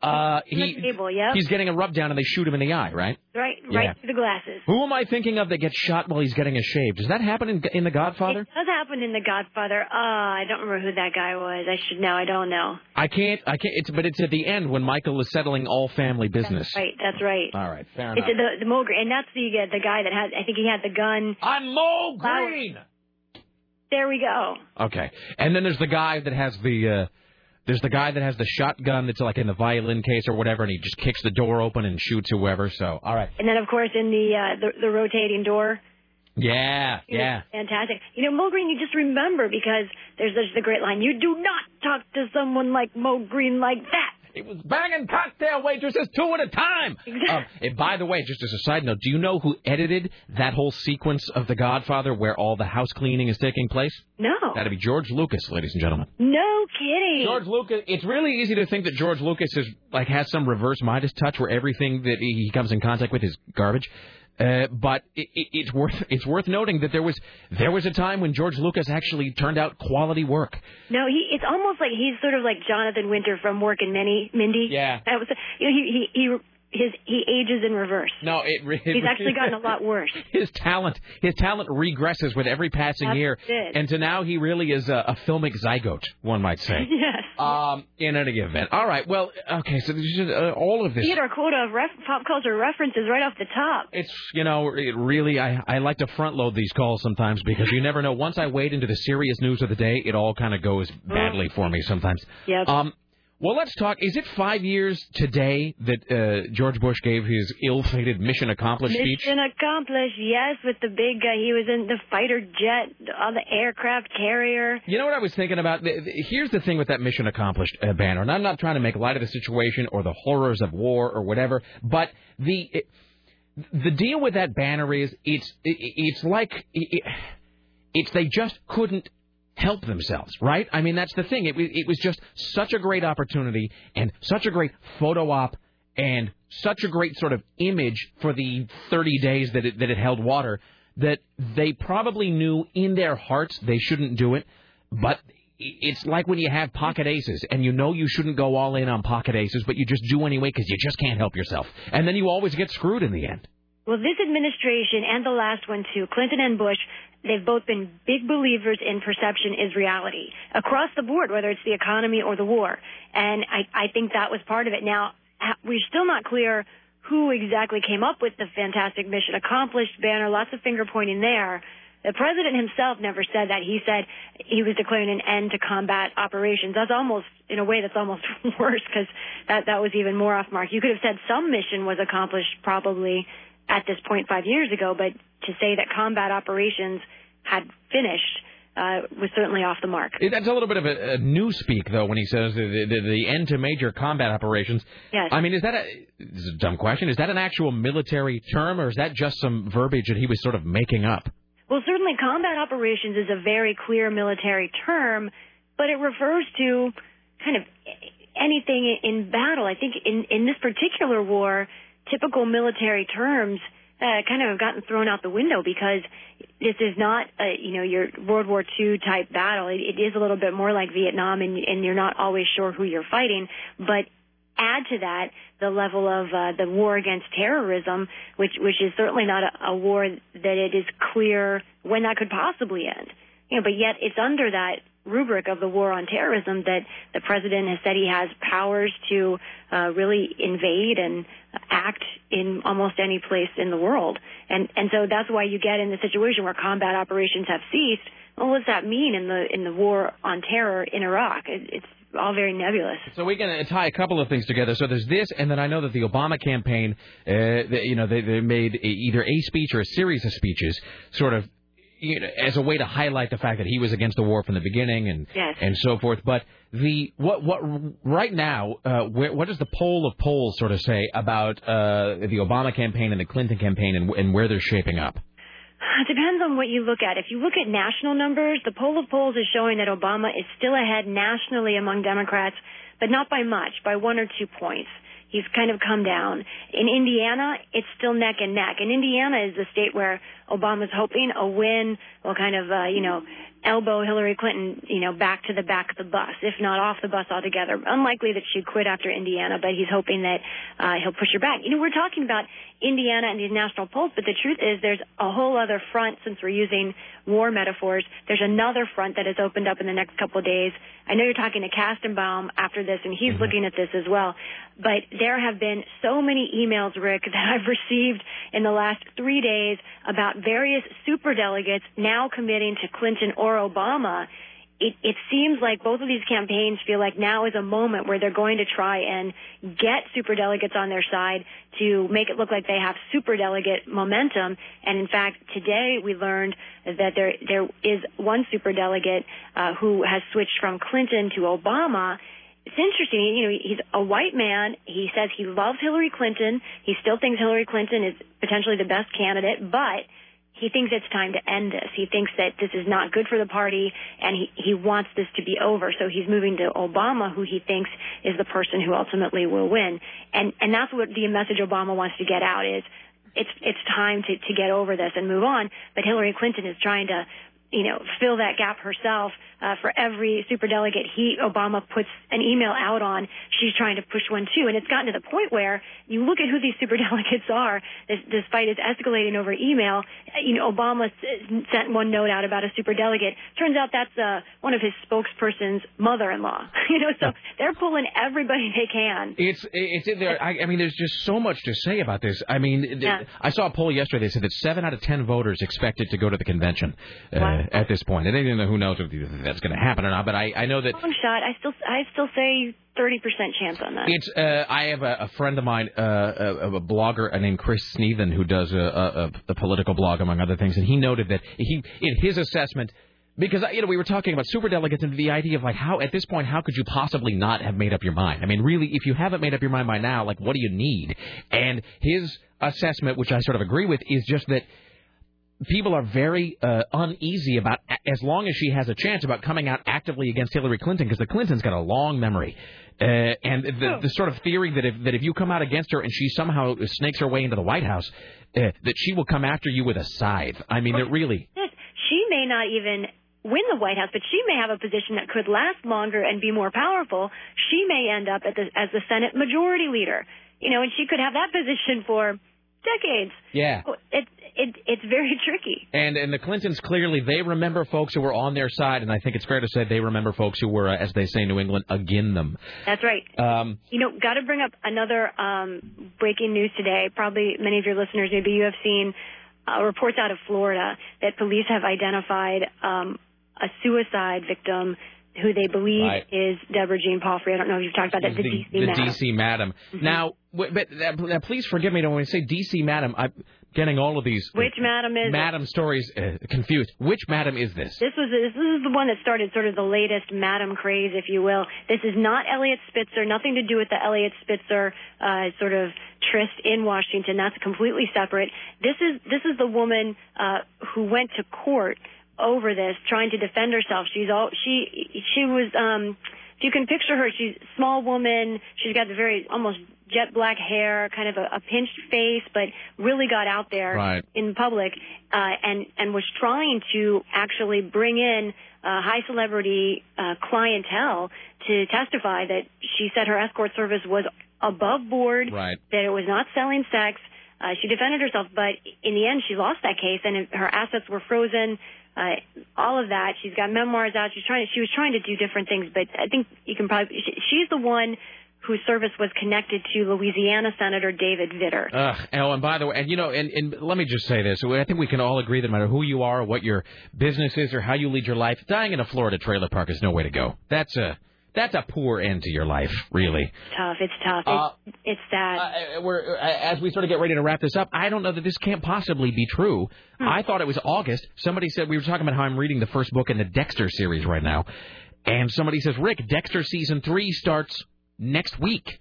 Uh,
On the
he
table, yep.
he's getting a rub down and they shoot him in the eye, right?
right
Yeah.
right through the glasses.
Who am I thinking of that gets shot while he's getting a shave? Does that happen in, in The Godfather?
It does happen in The Godfather. Uh, I don't remember who that guy was. I should know. I don't know.
I can't. I can't. It's but it's at the end when Michael is settling all family business.
Right. That's right.
All right, fair
It's
enough.
the the Mo Green- and that's the uh, the guy that had. I think he had the gun.
I'm Mo
Flower.
Green.
There we go.
Okay, and then there's the guy that has the. Uh, there's the guy that has the shotgun that's like in the violin case or whatever, and he just kicks the door open and shoots whoever. So, all right,
And then of course in the uh, the, the rotating door.
yeah,
It was
yeah.
Fantastic. You know, Mo Green, you just remember because there's there's the great line. You do not talk to someone like Mo Green like that.
It was banging cocktail waitresses two at a time. Um, and by the way, just as a side note, do you know who edited that whole sequence of The Godfather where all the house cleaning is taking place?
No.
That'd be George Lucas, ladies and gentlemen.
No kidding.
George Lucas. It's really easy to think that George Lucas is like has some reverse Midas touch where everything that he he comes in contact with is garbage. Uh, but it, it, it's worth it's worth noting that there was there was a time when George Lucas actually turned out quality work.
No, he. It's almost like he's sort of like Jonathan Winter from Work and Minnie, Mindy.
Yeah.
That was. You know, he he he his he ages in reverse.
No, it, re- it
He's actually gotten a lot worse.
His talent his talent regresses with every passing
That's
year,
it.
and to now he really is a, a filmic zygote, one might say.
Yes.
um, in any event, all right. Well, okay. So this is, uh, all of this.
He had our quota of ref- pop culture references right off the top.
It's you know it really I I like to front load these calls sometimes because you never know. Once I wade into the serious news of the day, it all kind of goes badly for me sometimes.
Yep.
Um. Well, let's talk. Is it five years today that uh, George Bush gave his ill-fated mission accomplished speech?
Mission accomplished. Yes, with the big guy. He was in the fighter jet, on the aircraft carrier.
You know what I was thinking about? Th- th- Here's the thing with that mission accomplished uh, banner, and I'm not trying to make light of the situation or the horrors of war or whatever, but the it- the deal with that banner is it's it- it's like it, it's they just couldn't help themselves, right? I mean, that's the thing. It wa- it was just such a great opportunity and such a great photo op and such a great sort of image for the 30 days that it, that it held water that they probably knew in their hearts they shouldn't do it, but it's like when you have pocket aces and you know you shouldn't go all in on pocket aces, but you just do anyway because you just can't help yourself, and then you always get screwed in the end.
Well, this administration and the last one too, Clinton and Bush, They've both been big believers in perception is reality across the board, whether it's the economy or the war. And I, I think that was part of it. Now, ha- we're still not clear who exactly came up with the fantastic mission accomplished banner, lots of finger pointing there. The president himself never said that. He said he was declaring an end to combat operations. That's almost, in a way, that's almost worse because that, that was even more off mark. You could have said some mission was accomplished probably at this point five years ago, but to say that combat operations had finished uh, was certainly off the mark.
It- That's a little bit of a, a newspeak, though, when he says the, the, the end to major combat operations.
Yes.
I mean, is that a, this is a dumb question? Is that an actual military term, or is that just some verbiage that he was sort of making up?
Well, certainly combat operations is a very clear military term, but it refers to kind of anything in battle. I think in, in this particular war, typical military terms uh, kind of have gotten thrown out the window because this is not, a, you know, your World War II type battle. It, it is a little bit more like Vietnam, and, and you're not always sure who you're fighting. But add to that the level of uh, the war against terrorism, which which is certainly not a, a war that it is clear when that could possibly end. You know, but yet it's under that rubric of the war on terrorism that the president has said he has powers to uh, really invade and act in almost any place in the world, and and so that's why you get in the situation where combat operations have ceased. Well, what does that mean in the in the war on terror in Iraq? It, it's all very nebulous.
So we're going to tie a couple of things together. So there's this, and then I know that the Obama campaign, uh, they, you know, they, they made a, either a speech or a series of speeches, sort of you know, as a way to highlight the fact that he was against the war from the beginning and
Yes.
and so forth. But the what what right now, uh, where, what does the poll of polls sort of say about uh, the Obama campaign and the Clinton campaign and, and where they're shaping up?
It depends on what you look at. If you look at national numbers, the poll of polls is showing that Obama is still ahead nationally among Democrats, but not by much, by one or two points. He's kind of come down. In Indiana, it's still neck and neck. And Indiana is the state where Obama's hoping a win will kind of, uh, you know, elbow Hillary Clinton, you know, back to the back of the bus, if not off the bus altogether. Unlikely that she'd quit after Indiana, but he's hoping that uh, he'll push her back. You know, we're talking about Indiana and these national polls, but the truth is there's a whole other front since we're using war metaphors. There's another front that has opened up in the next couple of days. I know you're talking to Kastenbaum after this, and he's looking at this as well. But there have been so many emails, Rick, that I've received in the last three days about various superdelegates now committing to Clinton or Obama. It, it seems like both of these campaigns feel like now is a moment where they're going to try and get superdelegates on their side to make it look like they have superdelegate momentum. And in fact, today we learned that there there is one superdelegate uh, who has switched from Clinton to Obama it's interesting. You know, he's a white man. He says he loves Hillary Clinton. He still thinks Hillary Clinton is potentially the best candidate, but he thinks it's time to end this. He thinks that this is not good for the party, and he, he wants this to be over. So he's moving to Obama, who he thinks is the person who ultimately will win. And and that's what the message Obama wants to get out is it's it's time to to get over this and move on. But Hillary Clinton is trying to you know fill that gap herself. Uh, for every superdelegate he Obama puts an email out on, she's trying to push one too. And it's gotten to the point where you look at who these superdelegates are. This, this fight is escalating over email. Uh, You know, Obama s- sent one note out about a superdelegate. Turns out that's uh, one of his spokesperson's mother-in-law. You know, so they're pulling everybody they can.
It's it's in there. I, I mean, there's just so much to say about this. I mean, th-
Yeah.
I saw a poll yesterday that said that seven out of ten voters expected to go to the convention uh, at this point. And you know, who knows if that's going to happen or not? But I I know that
Long shot. I still I still say 30% chance on that.
It's. Uh, I have a, a friend of mine, uh, a, a blogger named Chris Sneathen, who does a, a, a political blog among other things, and he noted that he, in his assessment, because you know we were talking about superdelegates and the idea of like how at this point how could you possibly not have made up your mind? I mean, really, if you haven't made up your mind by now, like what do you need? And his assessment, which I sort of agree with, is just that people are very uh, uneasy about as long as she has a chance about coming out actively against Hillary Clinton because the Clintons got a long memory. Uh, and the, the sort of theory that if that if you come out against her and she somehow snakes her way into the White House, uh, that she will come after you with a scythe. I mean, that really.
this, she may not even win the White House, but she may have a position that could last longer and be more powerful. She may end up at the, as the Senate Majority Leader, you know, and she could have that position for decades. Oh,
Yeah.
It, it, it's very tricky.
And and the Clintons clearly they remember folks who were on their side, and I think it's fair to say they remember folks who were, uh, as they say in New England, again them.
That's right.
Um,
You know, got to bring up another um, breaking news today. Probably many of your listeners, maybe you have seen uh, reports out of Florida that police have identified um, a suicide victim who they believe
Right.
is Deborah Jean Palfrey. I don't know if you've talked about that. The, DC
the
madam. Mm-hmm.
DC madam. Now, w- but uh, pl- uh, please forgive me. When I say DC madam, I'm getting all of these uh,
Which madam is it?
madam stories uh, confused. Which madam is this?
This was this is the one that started sort of the latest madam craze, if you will. This is not Elliot Spitzer, nothing to do with the Elliot Spitzer uh, sort of tryst in Washington. That's completely separate. This is this is the woman uh, who went to court over this, trying to defend herself. She's all she she was. Um, if you can picture her, she's a small woman. She's got the very almost jet black hair, kind of a, a pinched face, but really got out there
Right.
in public uh, and and was trying to actually bring in uh, high celebrity uh, clientele to testify that she said her escort service was above board,
Right.
that it was not selling sex. Uh, she defended herself, but in the end, she lost that case, and her assets were frozen. Uh, all of that. She's got memoirs out. She's trying. She was trying to do different things, but I think you can probably. She, she's the one whose service was connected to Louisiana Senator David Vitter.
Ugh, oh, and by the way, and you know, and, and let me just say this. I think we can all agree that no matter who you are, what your business is, or how you lead your life, dying in a Florida trailer park is no way to go. That's a that's a poor end to your life, really.
tough. It's tough. it's, it's sad.
we're as we sort of get ready to wrap this up, I don't know that this can't possibly be true.
Hmm.
I thought it was August. Somebody said we were talking about how I'm reading the first book in the Dexter series right now, and somebody says, Rick, Dexter season three starts next week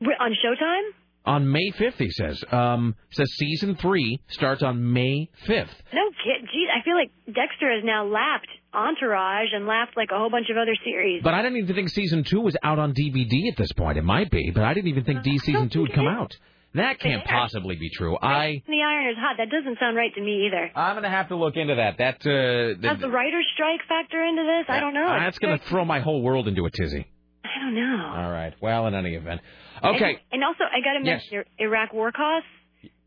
on Showtime.
on May 5th. He says, um, says season three starts on May 5th.
No kid. Geez, I feel like Dexter has now lapped Entourage and lapped like a whole bunch of other series.
But I didn't even think season two was out on DVD at this point. It might be, but I didn't even think
Uh,
D season two would come out. That can't possibly be true. I
And the Iron is hot. That doesn't sound right to me either.
I'm gonna have to look into that. That uh,
Does the writer's strike factor into this? I don't know.
Uh, that's going to throw my whole world into a tizzy.
I don't know.
All right. Well, in any event. Okay.
And, and also, I got to
Yes.
mention your Iraq war costs.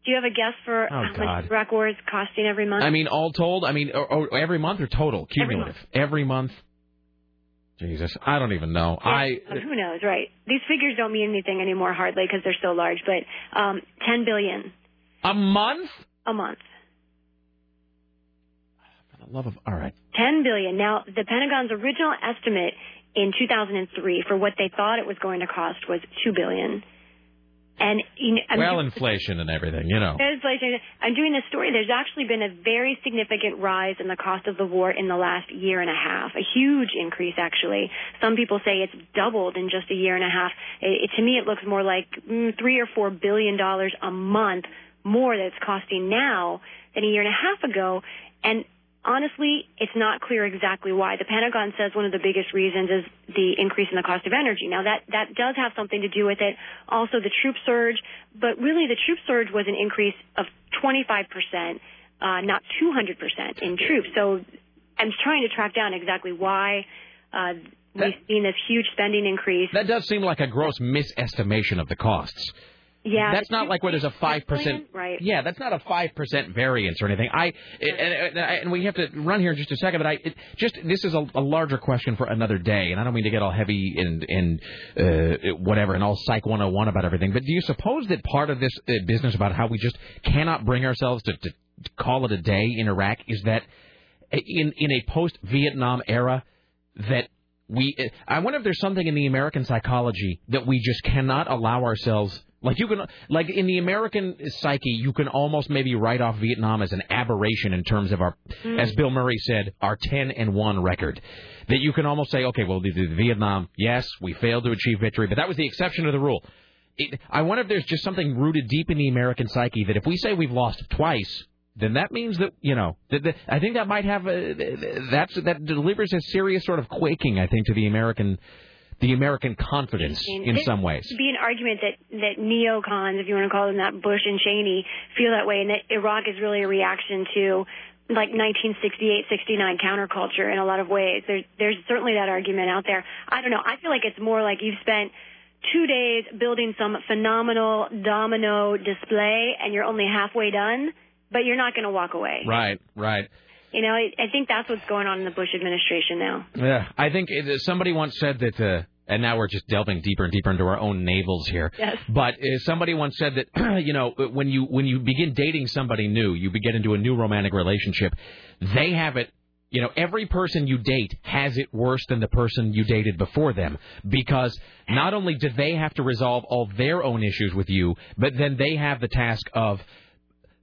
Do you have a guess for
Oh,
how
God.
much Iraq war is costing every month?
I mean, all told, I mean, or, or every month or total, cumulative, every month. Jesus, I don't even know. I
Um, who knows, right? These figures don't mean anything anymore, hardly, because they're so large. But um, ten billion
a month.
a month.
For the love of all right.
10 billion. Now, the Pentagon's original estimate in 2003 for what they thought it was going to cost was 2 billion. And you know, I'm
well,
doing-
inflation and everything, you know.
there's like- I'm doing this story. There's actually been a very significant rise in the cost of the war in the last year and a half. A huge increase, actually. Some people say it's doubled in just a year and a half. It, it, to me, it looks more like mm, three or four billion dollars a month more that it's costing now than a year and a half ago. And honestly, it's not clear exactly why. The Pentagon says one of the biggest reasons is the increase in the cost of energy. Now that that does have something to do with it. Also the troop surge, but really the troop surge was an increase of 25%, uh, not 200% in troops. So I'm trying to track down exactly why uh, we've seen this huge spending increase.
That does seem like a gross misestimation of the costs.
Yeah,
that's
the
not
troop
like where there's a five percent.
Right.
Yeah, that's not a five percent variance or anything. I and, and, and we have to run here in just a second, but I it, just this is a, a larger question for another day, and I don't mean to get all heavy and and uh, whatever and all psych 101 about everything. But do you suppose that part of this uh, business about how we just cannot bring ourselves to, to to call it a day in Iraq is that in in a post Vietnam era that we I wonder if there's something in the American psychology that we just cannot allow ourselves like you can like in the American psyche you can almost maybe write off Vietnam as an aberration in terms of our as Bill Murray said our 10 and 1 record that you can almost say okay well the, the Vietnam yes we failed to achieve victory but that was the exception to the rule it, I wonder if there's just something rooted deep in the American psyche that if we say we've lost twice, then that means that you know. That, that, I think that might have a, that's that delivers a serious sort of quaking. I think to the American, the American confidence in
There
some ways.
should be an argument that that neocons, if you want to call them that, Bush and Cheney feel that way, and that Iraq is really a reaction to like 1968, 69 counterculture in a lot of ways. There's there's certainly that argument out there. I don't know. I feel like it's more like you've spent two days building some phenomenal domino display, and you're only halfway done. but you're not going to walk away.
Right, right.
You know, I, I think that's what's going on in the Bush administration now.
Yeah, I think it, uh, somebody once said that, uh, and now we're just delving deeper and deeper into our own navels here.
Yes.
But uh, somebody once said that you know uh, when you when you begin dating somebody new, you begin into a new romantic relationship. They have it. You know, every person you date has it worse than the person you dated before them because not only do they have to resolve all their own issues with you, but then they have the task of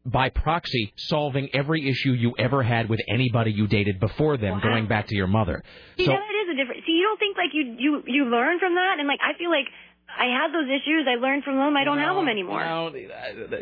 by proxy solving every issue you ever had with anybody you dated before them going back to your mother.
You
so
know, that is a different. See, you don't think like you you you learn from that, and like I feel like I had those issues. I learned from them. I don't have them anymore.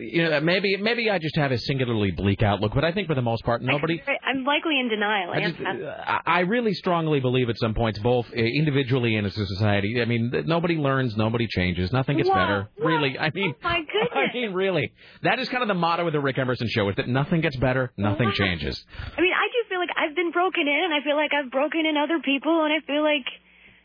you know, maybe maybe I just have a singularly bleak outlook, but I think for the most part, nobody.
I'm likely in denial.
I, just, uh,
Yes,
I I really strongly believe at some points, both uh, individually and as a society. I mean, th- nobody learns, nobody changes, nothing gets
Wow,
better.
wow.
Really, I mean,
oh My
I
goodness.
mean, really, that is kind of the motto of the Rick Emerson Show: is that nothing gets better, nothing changes.
I mean, I do feel like I've been broken in, and I feel like I've broken in other people, and I feel like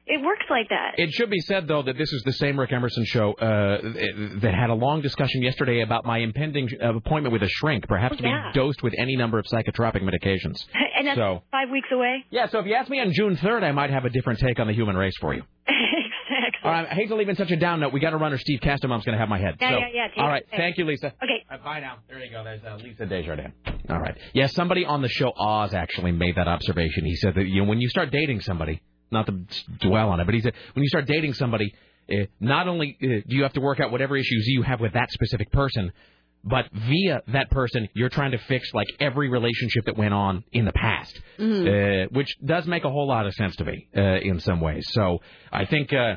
it works like that.
It should be said though that this is the same Rick Emerson show uh, th- that had a long discussion yesterday about my impending uh, appointment with a shrink, perhaps
Oh,
to
yeah.
be dosed with any number of psychotropic medications.
And that's
So-
five weeks away.
Yeah, so if you ask me on June 3rd, I might have a different take on the human race for you.
exactly.
All right, I hate to leave in such a down note. We got a runner, Steve Castamont's going to have my head.
Yeah,
so,
yeah, yeah, take
All right,
it.
thank you, Lisa.
Okay.
bye now. There you go. There's uh, Lisa Desjardins. All right. Yeah, somebody on the show Oz actually made that observation. He said that you know when you start dating somebody, not to dwell on it, but he said when you start dating somebody, eh, not only eh, do you have to work out whatever issues you have with that specific person, but via that person you're trying to fix like every relationship that went on in the past, Eh, which does make a whole lot of sense to me uh, in some ways. So I think. Uh,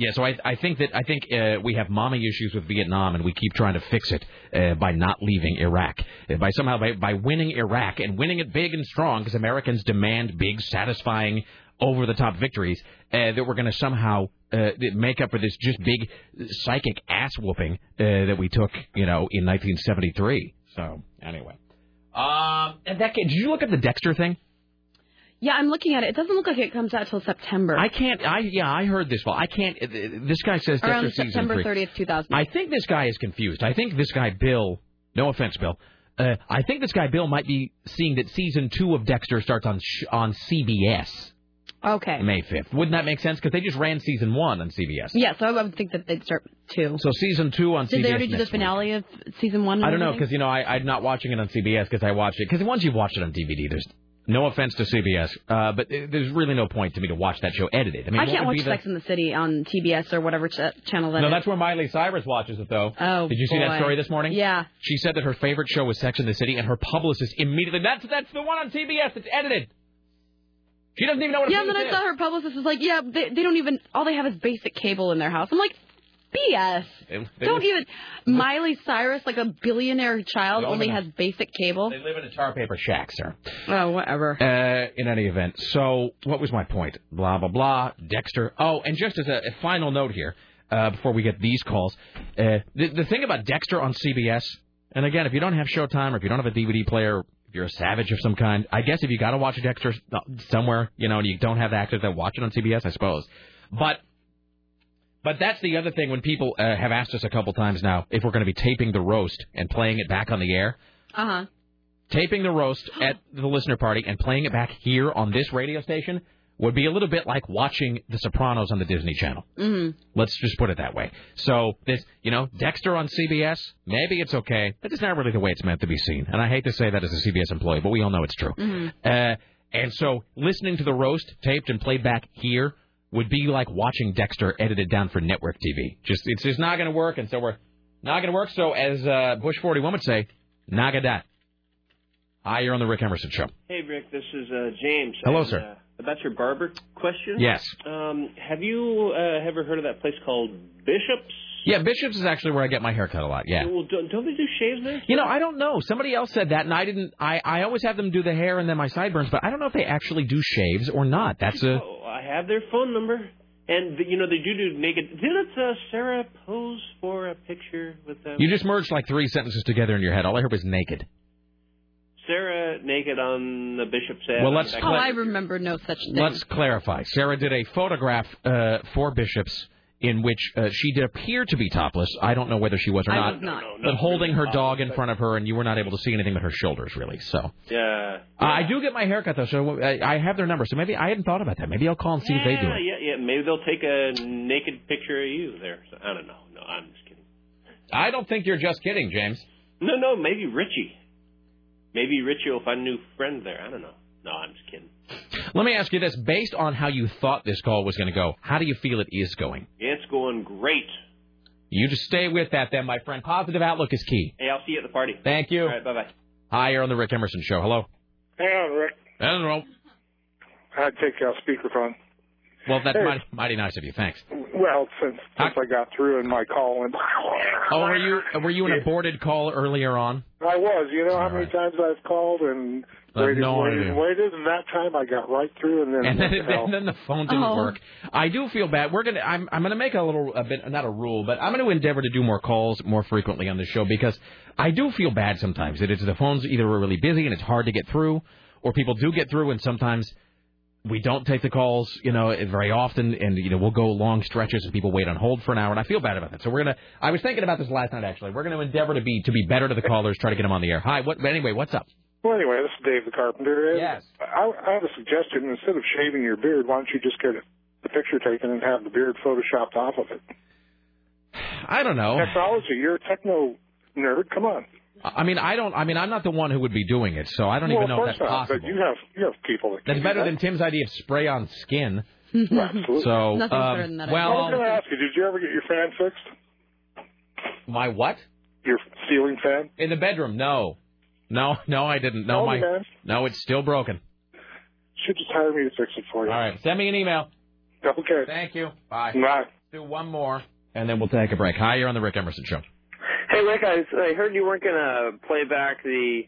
yeah, so I, I think that I think uh, we have mommy issues with Vietnam, and we keep trying to fix it uh, by not leaving Iraq, uh, by somehow by, by winning Iraq and winning it big and strong, because Americans demand big, satisfying, over-the-top victories. Uh, that we're going to somehow uh, make up for this just big psychic ass whooping uh, that we took, you know, in 1973. So anyway, um, and that kid, did you look at the Dexter thing?
Yeah, I'm looking at it. It doesn't look like it comes out till September.
I can't. I yeah, I heard this. Well, I can't. uh, This guy says Dexter
around
season
September
three.
30th, 2000.
I think this guy is confused. I think this guy Bill. No offense, Bill. Uh, I think this guy Bill might be seeing that season two of Dexter starts on sh- on CBS
Okay.
May fifth. Wouldn't that make sense? Because they just ran season one on CBS.
Yeah, so I would think that they'd start two.
So season two on
Did
CBS.
they already do the
next week.
finale of season one? and
I don't know
everything?
because you know I, I'm not watching it on CBS because I watched it because once you've watched it on DVD, there's no offense to CBS, uh, but uh, there's really no point to me to watch that show edited. I mean,
I
what
can't
would
watch
be the-
Sex in the City on TBS or whatever ch- channel that
No,
is.
that's where Miley Cyrus watches it though.
Oh,
Did you see that
boy.
story this morning?
Yeah.
She said that her favorite show was Sex in the City, and her publicist immediately that's that's the one on TBS that's edited. She doesn't even know what.
Yeah,
it
and then I
is.
saw her publicist was like, "Yeah, they, they don't even all they have is basic cable in their house." I'm like, "BS."
They- they
Don't
live-
even Miley Cyrus, like a billionaire child,
They live
only
in a-
has basic cable.
They live in a tar paper shack, sir.
Oh, whatever.
Uh, in any event, so what was my point? Blah blah blah. Dexter. Oh, and just as a, a final note here, uh, before we get these calls, uh, the, the thing about Dexter on CBS, and again, if you don't have Showtime or if you don't have a DVD player, if you're a savage of some kind, I guess if you got to watch Dexter s- somewhere, you know, and you don't have access to watch it on CBS, I suppose. But but that's the other thing when people uh, have asked us a couple times now if we're going to be taping the roast and playing it back on the air
Uh huh.
taping the roast at the listener party and playing it back here on this radio station would be a little bit like watching The Sopranos on the Disney Channel.
Mm-hmm.
Mm.
Let's just put it that way. So this, you know, Dexter on CBS, maybe it's okay, but it's not really the way it's meant to be seen. And I hate to say that as a CBS employee, but we all know it's true.
Mm-hmm.
Mhm.
Uh, and so listening to the roast taped and played back here would be like watching Dexter edited down for network TV. Just it's just not going to work, and so we're not going to work. So as uh, Bush 41 would say, naga dat. Hi, you're on the Rick Emerson Show.
Hey, Rick. This is uh, James.
Hello,
And,
sir.
Uh, about your barber question.
Yes.
Um, have you uh, ever heard of that place called Bishop's?
Yeah, Bishop's is actually where I get my hair cut a lot. Yeah.
Well, don't, don't they do shaves there?
You know, I don't know. Somebody else said that, and I didn't. I, I always have them do the hair and then my sideburns, but I don't know if they actually do shaves or not. That's a.
Oh, I have their phone number, and you know they do do naked. Didn't uh, Sarah pose for a picture with them?
You just merged like three sentences together in your head. All I heard was naked.
Sarah naked on the Bishop's head.
Well,
on the
let's
back-
Oh, I remember no such thing.
Let's clarify. Sarah did a photograph uh, for Bishop's in which uh, she did appear to be topless. I don't know whether she was or
I
not,
was not. No, no, no,
but holding her
really
dog in
topless.
front of her, and you were not able to see anything but her shoulders, really. So uh,
Yeah.
I do get my haircut though, so I I have their number. So maybe I hadn't thought about that. Maybe I'll call and see if they do
Yeah,
it.
yeah, yeah. Maybe they'll take a naked picture of you there. So, I don't know. No, I'm just kidding.
I don't think you're just kidding, James.
No, no. Maybe Richie. Maybe Richie will find a new friend there. I don't know. No, I'm just kidding.
Let me ask you this: based on how you thought this call was going to go, how do you feel it is going?
It's going great.
You just stay with that, then, my friend. Positive outlook is key.
Hey, I'll see you at the party.
Thank you.
All right, bye bye.
Hi, you're on the Rick Emerson Show. Hello.
Hang on, Rick.
Hello.
I'd take your speakerphone.
Well, that's
Hey.
mighty, mighty nice of you. Thanks.
Well, since since I got through and my call went.
Oh, were you were you an aborted call earlier on?
I was. You know how many times I've called and
I have
waited,
no
waited,
idea.
and waited, and that time I got right through, and then
And
what
then,
the hell?
then, then the phone didn't
Oh.
work. I do feel bad. We're gonna. I'm. I'm gonna make a little. A bit. Not a rule, but I'm gonna endeavor to do more calls more frequently on the show because I do feel bad sometimes that it's the phones either are really busy and it's hard to get through, or people do get through and sometimes we don't take the calls, you know, very often, and you know we'll go long stretches and people wait on hold for an hour, and I feel bad about that. So we're gonna. I was thinking about this last night actually. We're gonna endeavor to be to be better to the callers, try to get them on the air. Hi. What? But anyway, what's up?
Well, anyway, this is Dave the Carpenter. And
Yes.
I, I have a suggestion. Instead of shaving your beard, why don't you just get the picture taken and have the beard photoshopped off of it?
I don't know.
Technology. You're a techno nerd. Come on.
I mean, I don't. I mean, I'm not the one who would be doing it, so I don't
well,
even know
of course
if that's
not,
possible.
But you have you have people that.
That's
can do
better than Tim's idea of spray on skin.
Absolutely.
So,
Nothing's
um,
better than that, I
well,
I was going to ask you, did you ever get your fan fixed?
my what?
Your ceiling fan?
In the bedroom? No, no, no, I didn't. No,
Oh,
my,
man.
no, it's still broken.
Should just hire me to fix it for you.
All right, send me an email.
Okay.
Thank you. Bye.
Bye.
Do one more. And then we'll take a break. Hi, you're on the Rick Emerson Show.
Hey, Rick, I, I heard you weren't going to play back the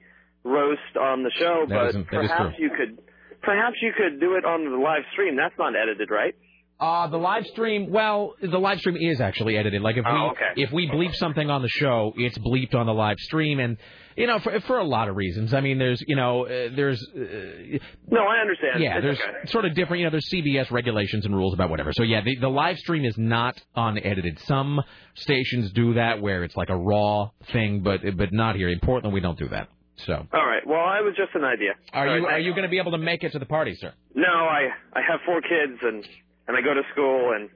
roast on the show,
That
but
isn't- that is
perhaps you could perhaps you could do it on the live stream. That's not edited, right?
Uh, the live stream, well, the live stream is actually edited. Like if we
Oh, okay.
if we bleep something on the show, it's bleeped on the live stream, and you know for for a lot of reasons. I mean, there's you know uh, there's uh,
No, I understand.
yeah
It's
there's
okay.
sort of different you know there's CBS regulations and rules about whatever. So yeah, the, the live stream is not unedited. Some stations do that where it's like a raw thing, but but not here in Portland we don't do that. So
All right. Well, I was just an idea.
are
All
you
right,
are you going to be able to make it to the party, sir?
thanks. No, I I have four kids and and I go to school and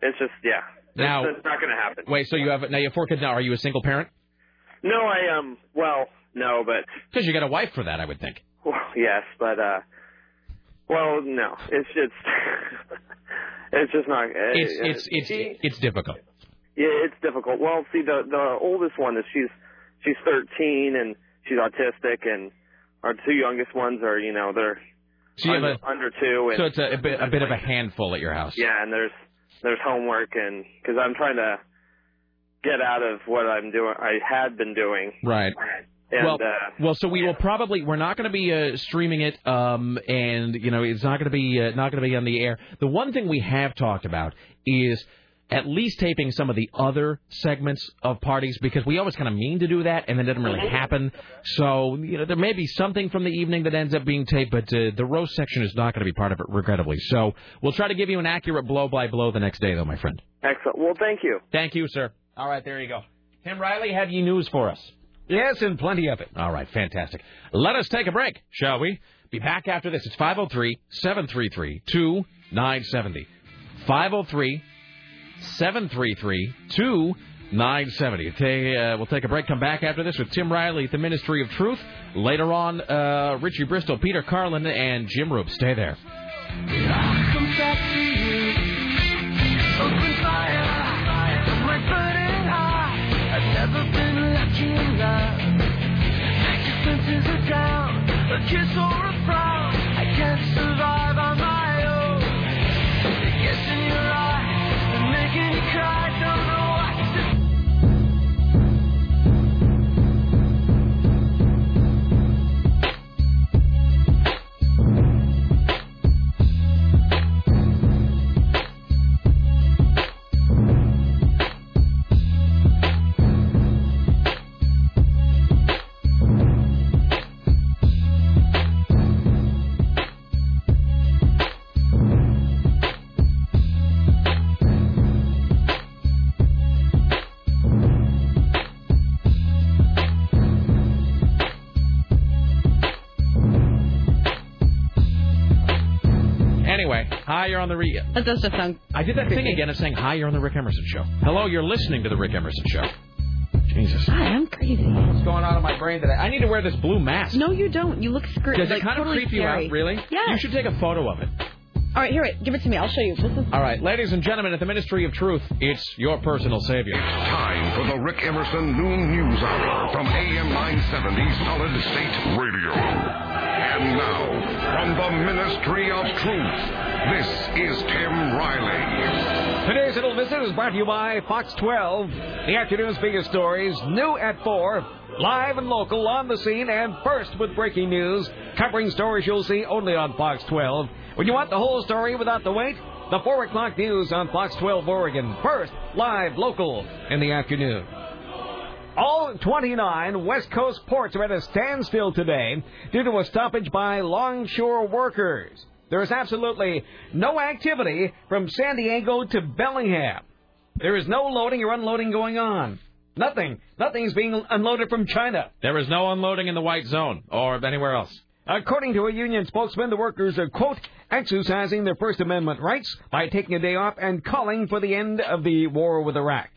it's just yeah.
Now-
it's, it's not going to happen.
Wait, so you have now you have four kids now. Are you a single parent?
No, I um well no, but
Because you got a wife for that, I would think.
Well, yes, but uh, well, no, it's just it's just not.
It's
uh,
it's it's it's difficult.
yeah, it's difficult. Well, see, the the oldest one is she's she's 13 and she's autistic, and our two youngest ones are you know they're
So you have
under,
a-
under two, and
So it's a, a bit a bit of a handful at your house.
yeah, and there's there's homework, and because I'm trying to get out of what I'm doing, I had been doing,
Right.
and
well,
uh,
well, so we will probably we're not going to be uh, streaming it, um, and you know it's not going to be uh, not going to be on the air. The one thing we have talked about is at least taping some of the other segments of parties because we always kind of mean to do that and then it doesn't really happen. So you know there may be something from the evening that ends up being taped, but uh, the roast section is not going to be part of it, regrettably. So we'll try to give you an accurate blow by blow the next day, though, my friend.
excellent. Well, thank you.
Thank you, sir. All right, there you go. Tim Riley, have you news for us?
Yes, and plenty of it.
All right, fantastic. Let us take a break, shall we? Be back after this. It's 503 733 2970. 503 733 2970. They, uh, We'll take a break, come back after this with Tim Riley at the Ministry of Truth. Later on, uh, Richie Bristol, Peter Carlin, and Jim Rube. Stay there. Hi, you're on the re.
That does just sound.
I did that thing again of saying hi, you're on the Rick Emerson show. Hello, you're listening to the Rick Emerson show. Jesus.
I am crazy.
What's going on in my brain today? I need to wear this blue mask.
No, you don't. You look screwed.
Does
like,
it kind
totally
of creep
scary.
you out, really?
Yeah.
You should take a photo of it.
All right, here, wait. Give it to me. I'll show you. This is.
All right, ladies and gentlemen, at the Ministry of Truth, it's your personal savior.
Time for the Rick Emerson Noon News Hour from AM 970 Solid State Radio. And now, from the Ministry of Truth, this is Tim Riley.
Today's Little Visit is brought to you by Fox 12. The afternoon's biggest stories, new at 4, live and local, on the scene, and first with breaking news, covering stories you'll see only on Fox 12. When you want the whole story without the wait, the 4 o'clock news on Fox 12 Oregon. First, live, local, in the afternoon. All 29 West Coast ports are at a standstill today due to a stoppage by longshore workers. There is absolutely no activity from San Diego to Bellingham. There is no loading or unloading going on. Nothing. Nothing is being unloaded from China.
There is no unloading in the white zone or anywhere else.
According to a union spokesman, the workers are, quote, exercising their First Amendment rights by taking a day off and calling for the end of the war with Iraq.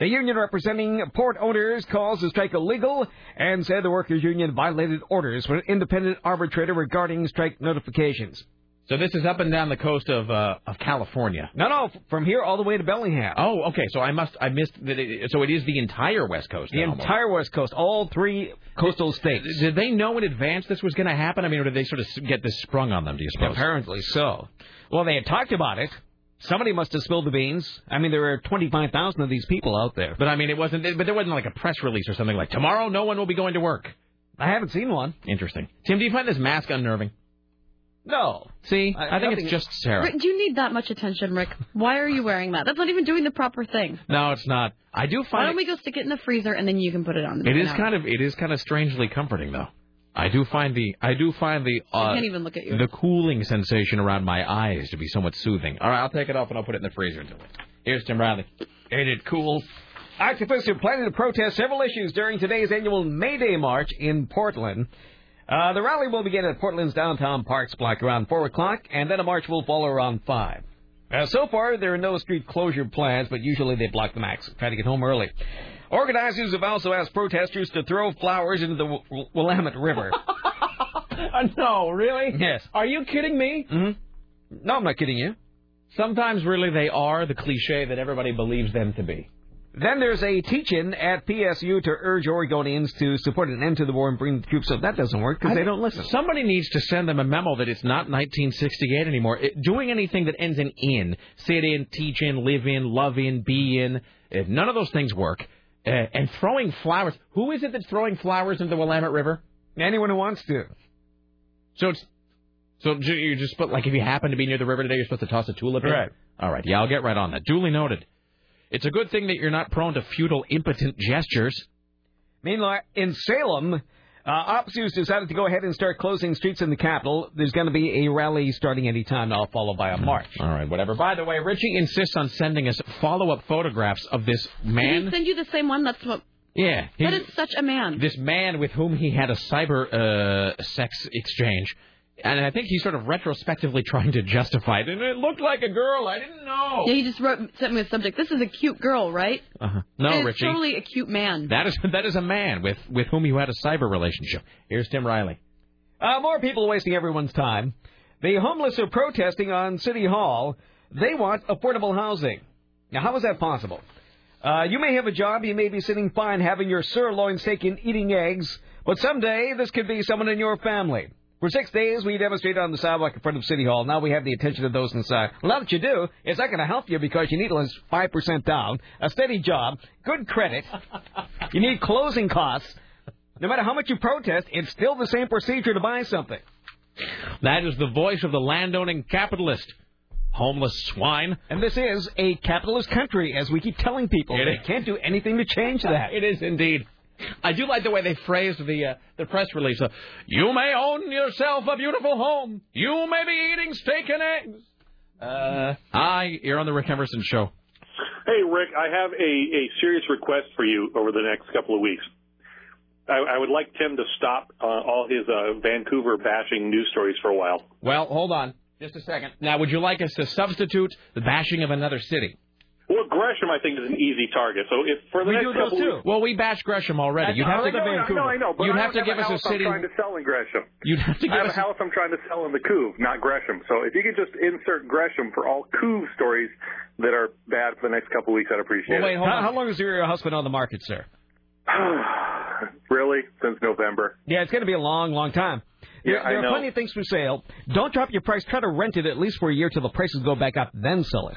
The union representing port owners calls the strike illegal and said the workers' union violated orders from an independent arbitrator regarding strike notifications.
So this is up and down the coast of uh, of California.
No, no, from here all the way to Bellingham.
Oh, okay. So I must I missed that. It, so it is the entire West Coast.
The
now almost.
entire West Coast, all three coastal states.
Did they know in advance this was going to happen? I mean, or did they sort of s- get this sprung on them? Do you suppose?
Apparently so. Well, they had talked about it. Somebody must have spilled the beans. I mean, there are 25,000 of these people out there.
But I mean, it wasn't. But there wasn't like a press release or something like tomorrow no one will be going to work.
I haven't seen one.
Interesting. Tim, do you find this mask unnerving?
No.
See,
I-
I, think
nothing-
it's just Sarah.
Rick, you need that much attention, Rick. Why are you wearing that? That's not even doing the proper thing.
No, it's not. I do
Why
find
don't we go stick it in the freezer and then you can put it on?
It is kind of it is kind of strangely comforting though. I do find the I do find the uh,
can't even look at yours.
the cooling sensation around my eyes to be somewhat soothing. All right, I'll take it off and I'll put it in the freezer until then. Here's Tim Riley. Ain't it cool?
Activists are planning to protest several issues during today's annual May Day March in Portland. Uh, the rally will begin at Portland's downtown Parks block around 4 o'clock, and then a march will follow around 5. Uh, so far, there are no street closure plans, but usually they block the max, try to get home early. Organizers have also asked protesters to throw flowers into the Wil- Willamette River.
no, really?
Yes.
Are you kidding me?
Mm-hmm. No, I'm not kidding you.
Mm, Sometimes really they are the cliche that everybody believes them to be.
Then there's a teach-in at PSU to urge Oregonians to support an end to the war and bring the troops up. That doesn't work because they don't listen.
Somebody needs to send them a memo that it's not 1968 anymore. It, doing anything that ends in in, sit in, teach in, live in, love in, be in, if none of those things work, uh, and throwing flowers. Who is it that's throwing flowers into the Willamette River?
Anyone who wants to.
So it's so ju- you just put like if you happen to be near the river today, you're supposed to toss a tulip in.
Right.
All right. Yeah, I'll get right on that. Duly noted. It's a good thing that you're not prone to futile, impotent gestures.
Meanwhile, in Salem, uh, OPSU's decided to go ahead and start closing streets in the capital. There's going to be a rally starting any time now, followed by a march.
All right, whatever. By the way, Richie insists on sending us follow-up photographs of this
Did he
man.
send you the same one? That's what.
Yeah. he-
That is such a man.
this man with whom he had a cyber uh, sex exchange. And I think he's sort of retrospectively trying to justify it. And it looked like a girl. I didn't know.
Yeah, he just wrote sent me a subject. This is a cute girl, right?
Uh-huh. No,
it's
Richie.
totally a cute man.
That is that is a man with, with whom you had a cyber relationship. Here's Tim Riley.
Uh, more people wasting everyone's time. The homeless are protesting on City Hall. They want affordable housing. Now, how is that possible? Uh, you may have a job, you may be sitting fine having your sirloin steak and eating eggs, but someday this could be someone in your family. For six days, we demonstrated on the sidewalk in front of City Hall. Now we have the attention of those inside. Well, now that you do, it's not going to help you because you need at least 5% down, a steady job, good credit, you need closing costs. No matter how much you protest, it's still the same procedure to buy something.
That is the voice of the landowning capitalist. Homeless swine.
And this is a capitalist country, as we keep telling people.
It
they
is.
can't do anything to change that.
It is indeed. I do like the way they phrased the uh, the press release. Uh, you may own yourself a beautiful home. You may be eating steak and eggs. Uh, hi, you're on the Rick Emerson show.
Hey, Rick, I have a, a serious request for you over the next couple of weeks. I, I would like Tim to stop uh, all his uh, Vancouver bashing news stories for a while.
Well, hold on. Just a second. Now, would you like us to substitute the bashing of another city?
Well, Gresham, I think, is an easy target. So if for the next couple weeks,
Well, we bashed Gresham already. You'd have to
no, no, no, I know, but
You'd
I
have to
don't
give
a
us a
house
city.
I'm trying to sell in Gresham.
You'd have to give
I have
us
a house I'm trying to sell in the Couve, not Gresham. So if you could just insert Gresham for all Couve stories that are bad for the next couple weeks, I'd appreciate
Well, wait,
it.
hold on. How long is your husband on the market, sir?
really? Since November.
Yeah, it's going to be a long, long time.
Yeah,
there, there
I
are
know.
plenty of things for sale. Don't drop your price. Try to rent it at least for a year till the prices go back up, then sell it.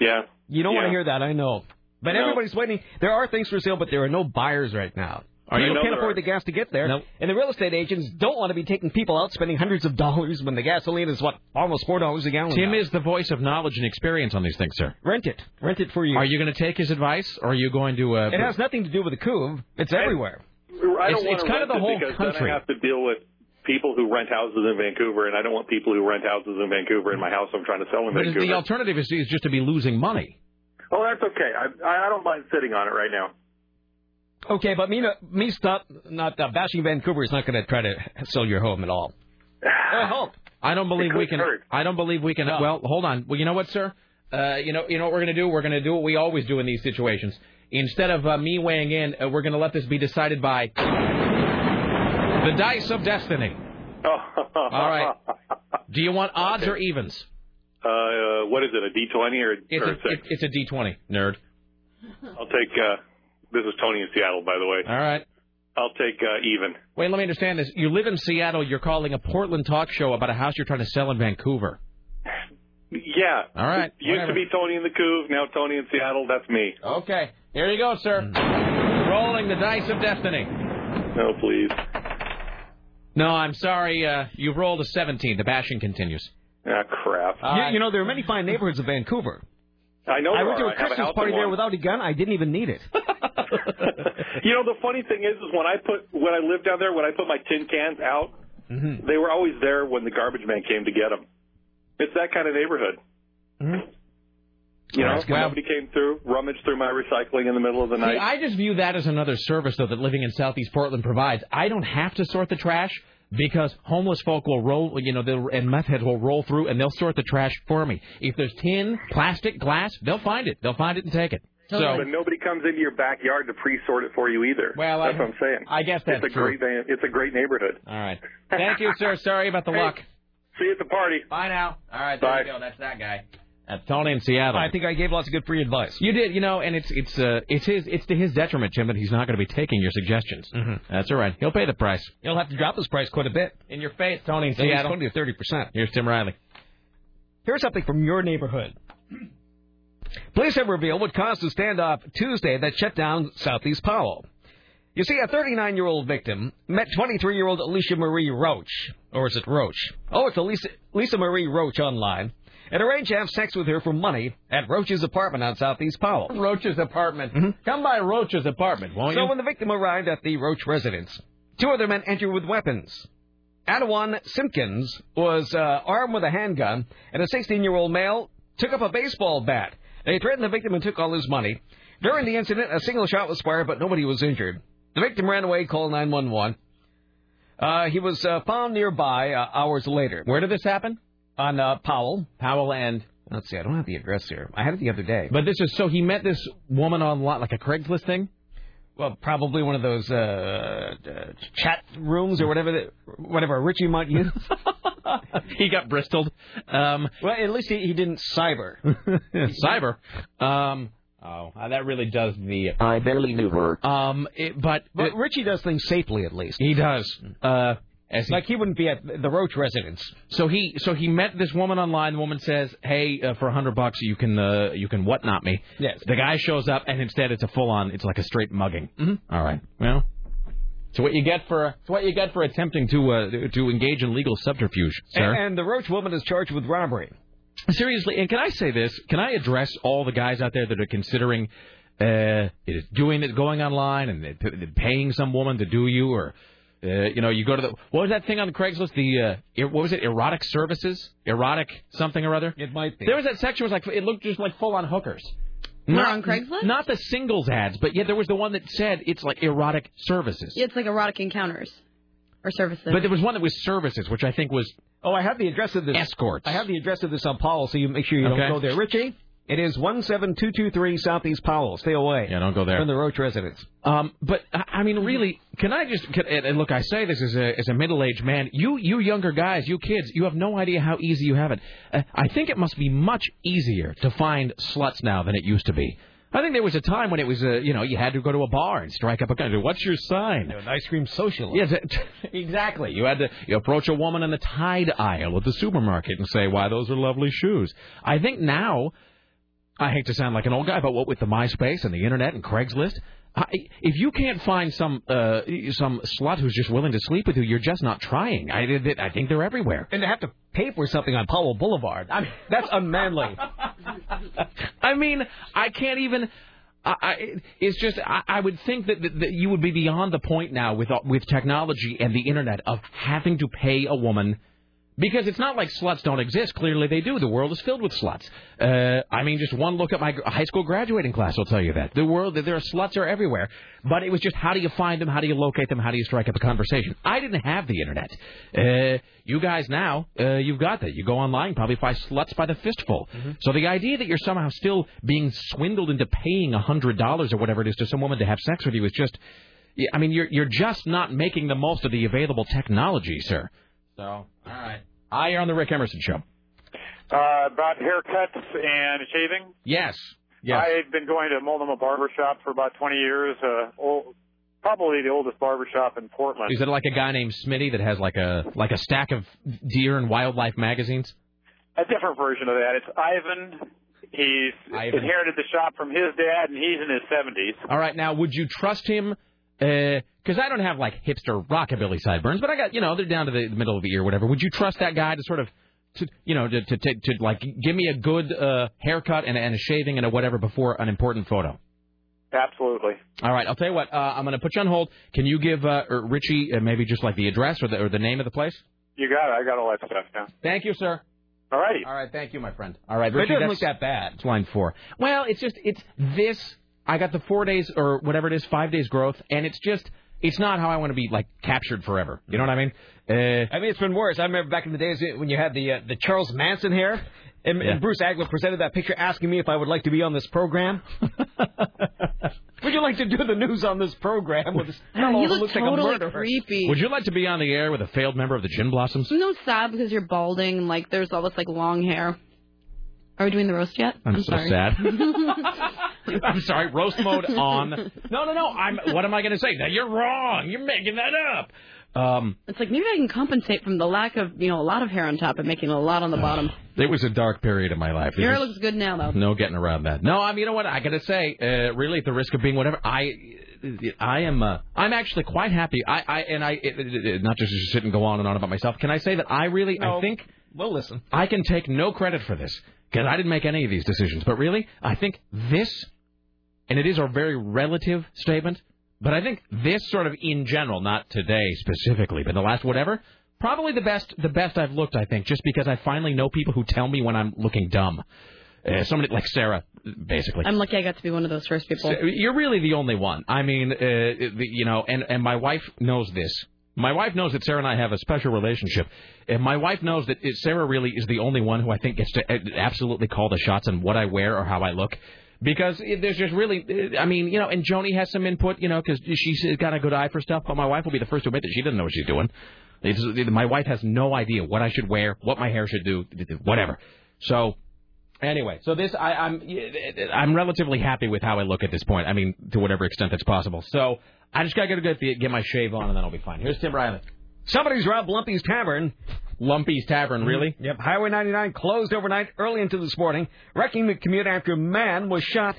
Yeah.
You don't want
Yeah.
to hear that, I know. But
No.
everybody's waiting. There are things for sale, but there are no buyers right now.
Oh,
Are you-
People
I know
can't
there
afford
are.
the gas to get there.
Nope.
And the real estate agents don't want to be taking people out spending hundreds of dollars when the gasoline is, what, almost $4 a gallon?
Tim
now.
is the voice of knowledge and experience on these things, sir.
Rent it. Rent it for you.
Are you going to take his advice, or are you going to? Uh,
It has nothing to do with the couve. It's everywhere.
I don't
It's-
want
it's
to
kind
rent
of the
it
whole
because
country.
Then I have to deal with people who rent houses in Vancouver, and I don't want people who rent houses in Vancouver in my house. I'm trying to sell in
but
Vancouver.
the alternative is, is just to be losing money.
Oh, that's okay. I I don't mind sitting on it right now.
Okay, but me, not- me stop, not uh, bashing Vancouver is not going to try to sell your home at all.
Oh,
I hope.
I don't believe
It
we
could
can.
hurt.
I don't believe we can. Well, hold on. Well, you know what, sir? Uh, you know, you know what we're going to do. We're going to do what we always do in these situations. Instead of uh, me weighing in, uh, we're going to let this be decided by the dice of destiny. All right. Do you want odds or evens?
uh, uh, what is it? A D20 or,
It's
or
a,
a six?
it- it's a D twenty, nerd.
I'll take. Uh, this is Tony in Seattle, by the way.
All right.
I'll take uh, even.
Wait, let me understand this. You live in Seattle. You're calling a Portland talk show about a house you're trying to sell in Vancouver.
Yeah.
All right.
It used
Whatever.
to be Tony in the Couve, now Tony in Seattle. That's me. Mm-hmm.
Okay. Here you go, sir. Rolling the dice of destiny.
No, please.
No, I'm sorry. Uh, you've rolled a 17. The bashing continues.
Ah, crap.
you, you know, there are many fine neighborhoods of Vancouver.
I know.
I
there
went to
are. I
a
have a
Christmas
house
party
in
there
one.
without a gun. I didn't even need it.
You know, the funny thing is, is when I put when I lived down there, when I put my tin cans out,
Mm-hmm.
they were always there when the garbage man came to get them. It's that kind of neighborhood. You know,
That's good.
somebody came through, rummaged through my recycling in the middle of the
See,
night.
I just view that as another service, though, that living in Southeast Portland provides. I don't have to sort the trash because homeless folk will roll, you know, they'll, and meth heads will roll through and they'll sort the trash for me. If there's tin, plastic, glass, they'll find it. They'll find it and take it.
but nobody comes into your backyard to pre-sort it for you either.
Well, I-
that's what I'm saying.
I guess that's
it's a
true.
great na- it's a great neighborhood.
All right. Thank you, sir. Sorry about the
Hey.
luck.
See you at the party.
Bye now. All right, there
Bye.
you go. That's that guy. That's Tony in Seattle.
I think I gave lots of good free advice.
You did, you know, and it's it's uh it's his it's to his detriment, Jim, that he's not going to be taking your suggestions.
Mm-hmm.
That's all right. He'll pay the price.
You'll have to drop this price quite a bit.
In your face, Tony in
At least
Seattle.
20 to 30%.
Here's Tim Riley.
Here's something from your neighborhood. Police have revealed what caused the standoff Tuesday that shut down Southeast Powell. You see, a 39 year old victim met 23 year old Alicia Marie Roach. Or is it Roach? Oh, it's Lisa, Lisa Marie Roach online. And arranged to have sex with her for money at Roach's apartment on Southeast Powell. Mm-hmm.
Roach's apartment. Come by Roach's apartment, won't
So when the victim arrived at the Roach residence, two other men entered with weapons. Adewan Simpkins was uh, armed with a handgun, and a 16-year-old male took up a baseball bat. They threatened the victim and took all his money. During the incident, a single shot was fired, but nobody was injured. The victim ran away, called 911. Uh, he was uh, found nearby uh, hours later.
Where did this happen?
On uh, Powell.
Powell and.
Let's see, I don't have the address here. I had it the other day.
But this is so he met this woman online, like a Craigslist thing.
Well, probably one of those uh, uh, chat rooms or whatever, that, whatever Richie might use.
he got bristled. Um,
well, at least he, he didn't cyber.
cyber. Um, oh,
uh,
that really does the.
I barely knew her.
Um, it, but,
But
it-
Richie does things safely, at least.
he does. Uh, as he
Like he wouldn't be at the Roach residence.
So he so he met this woman online. The woman says, "Hey, uh, for a hundred bucks, you can uh, you can whatnot me."
Yes.
The guy shows up, and instead, it's a full on. It's like a straight mugging. Mm-hmm. right. Well, it's what you get for it's what you get for attempting to uh, to engage in legal subterfuge,
A-
sir.
And, the Roach woman is charged with robbery.
Seriously, and can I say this? Can I address all the guys out there that are considering uh, doing it, going online, and they're p- they're paying some woman to do you, or uh, you know, you go to the what was that thing on Craigslist? The uh, er- what was it? Erotic services, erotic something or other.
It might be.
There was that section was like it looked just like full on hookers.
Not on Craigslist?
Not the singles ads, but yeah, there was the one that said it's like erotic services.
It's like erotic encounters. or services.
But there was one that was services, which I think was
Oh, I have the address of this.
Escorts.
I have the address of this on Powell, so you make sure you
Okay.
don't go there. Richie, it is 17223 Southeast Powell. Stay away. Yeah,
don't go there.
From the Roach residence.
Um, but I I
Mm-hmm.
mean, really, can I just can, and and look? I say this as a as a middle aged man. You you younger guys, you kids, you have no idea how easy you have it. Uh, I think it must be much easier to find sluts now than it used to be. I think there was a time when it was uh, you know you had to go to a bar and strike up a gun. What's your sign?
An ice cream socialist.
Yeah, that- exactly. You had to you approach a woman in the tide aisle at the supermarket and say, "Why, those are lovely shoes." I think now, I hate to sound like an old guy, but what with the MySpace and the internet and Craigslist, I, if you can't find some uh, some slut who's just willing to sleep with you, you're just not trying. I I think they're everywhere.
And they have to pay for something on Powell Boulevard. I mean, that's unmanly.
I mean, I can't even. I, I, it's just I, I would think that, that, that you would be beyond the point now with with technology and the internet of having to pay a woman because it's not like sluts don't exist. Clearly, they do. The world is filled with sluts. Uh, I mean, just one look at my gr- high school graduating class will tell you that the world there are sluts are everywhere. But it was just how do you find them? How do you locate them? How do you strike up a conversation? I didn't have the internet. Uh, you guys now uh, you've got that. You go online, you probably find sluts by the fistful. So the idea that you're somehow still being swindled into paying a hundred dollars or whatever it is to some woman to have sex with you is just. yeah, I mean, you're you're just not making the most of the available technology, sir. So, all right. I are on the Rick Emerson show.
Uh, about haircuts and shaving.
Yes. Yes.
I've been going to Multnomah Barber Shop for about 20 years. Uh, old, probably the oldest barber shop in Portland.
Is it like a guy named Smitty that has like a like a stack of deer and wildlife magazines?
a different version of that. It's Ivan. He's
Ivan.
inherited the shop from his dad, and he's in his 70s.
All right, now would you trust him? Because I don't have like hipster rockabilly sideburns, but I got you know they're down to the middle of the ear, whatever. Would you trust that guy to sort of, to, you know, to, to to to like give me a good uh, haircut and, and a shaving and a whatever before an important photo?
Absolutely.
All right, I'll tell you what. Uh, I'm going to put you on hold. Can you give uh, er, Richie uh, maybe just like the address or the or the name of the place?
You got it. I got all that stuff now.
Thank you, sir.
All right.
All right. Thank you, my friend. All right,
But it
Richie,
doesn't
that's-
look that bad.
It's line four. Well, it's just it's this. I got the four days or whatever it is, five days growth, and it's just it's not how I want to be like captured forever. You know what I mean? Uh,
I mean, it's been worse. I remember back in the days when you had the uh, the Charles Manson hair, and,
Yeah.
and Bruce Agler presented that picture asking me if I would like to be on this program. would you like to do the news on this program with this fellow
you
who
look
looks
totally
like a murderer?
creepy.
Would you like to be on the air with a failed member of the Gin Blossoms?
No, sad because you're balding and like there's all this like long hair. Are we doing the roast yet?
I'm,
I'm
so
sorry.
sad. I'm sorry. Roast mode on. No, no, no. I'm. What am I going to say? Now you're wrong. You're making that up. Um,
It's like maybe I can compensate from the lack of you know a lot of hair on top and making a lot on the bottom.
it was a dark period in my life. It
Your hair
was-
looks good now though.
No getting around that. No, I mean, you know what? I gotta say, uh, really, at the risk of being whatever, I, I am, uh, I'm actually quite happy. I, I, and I, it, it, it- not just to sit and go on and on about myself. Can I say that I really, I think
Well, listen.
I can take no credit for this because I didn't make any of these decisions. But really, I think this, and it is a very relative statement, but I think this sort of in general, not today specifically, but the last whatever, probably the best, the best I've looked. I think just because I finally know people who tell me when I'm looking dumb. Uh, somebody like Sarah, basically.
I'm lucky I got to be one of those first people.
So, you're really the only one. I mean, uh, the- you know, and and my wife knows this. My wife knows that Sarah and I have a special relationship, and my wife knows that it- Sarah really is the only one who I think gets to uh, absolutely call the shots on what I wear or how I look. Because it- there's just really, uh, I mean, you know, and Joni has some input, you know, because she's got a good eye for stuff. But my wife will be the first to admit that she doesn't know what she's doing. It's, my wife has no idea what I should wear, what my hair should do, whatever. So Anyway, so this I, I'm I'm relatively happy with how I look at this point. I mean, to whatever extent that's possible. So I just gotta get get, the, get my shave on, and then I'll be fine. Here's Tim Riley.
Somebody's robbed Lumpy's Tavern. Mm-hmm.
Lumpy's Tavern, really?
Yep. Highway 99 closed overnight early into this morning, wrecking the commute after a man was shot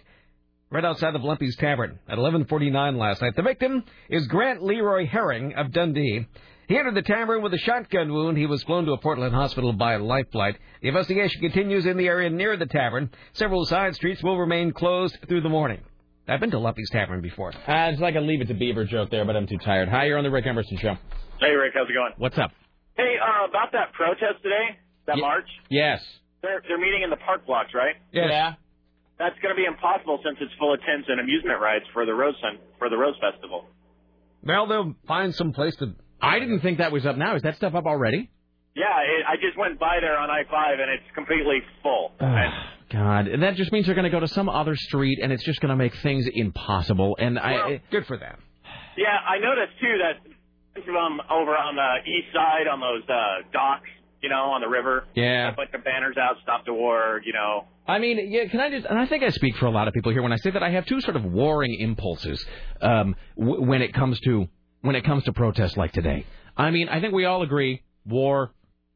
right outside of Lumpy's Tavern at 11:49 last night. The victim is Grant Leroy Herring of Dundee. He entered the tavern with a shotgun wound. He was flown to a Portland hospital by life flight. The investigation continues in the area near the tavern. Several side streets will remain closed through the morning. I've been to Lumpy's Tavern before.
Uh, it's like a leave it to Beaver joke there, but I'm too tired. Hi, you're on the Rick Emerson show.
Hey, Rick, how's it going?
What's up?
Hey, uh, about that protest today, that march,
Yes.
they're, they're meeting in the park blocks, right?
Yeah.
That's going to be impossible since it's full of tents and amusement rides for the Rose Sun, for the Rose Festival.
Well, they'll find some place to
I didn't think that was up now. Is that stuff up already?
Yeah, it, I just went by there on I five and it's completely full.
God, and that just means they're going to go to some other street, and it's just going to make things impossible. And I good for them.
Yeah, I noticed too that bunch of them over on the east side on those uh, docks, you know, on the river.
Yeah.
A bunch of banners out, stop the war, you know.
I mean, yeah, can I just, and I think I speak for a lot of people here when I say that I have two sort of warring impulses um, w- when it comes to when it comes to protests like today. I mean, I think we all agree war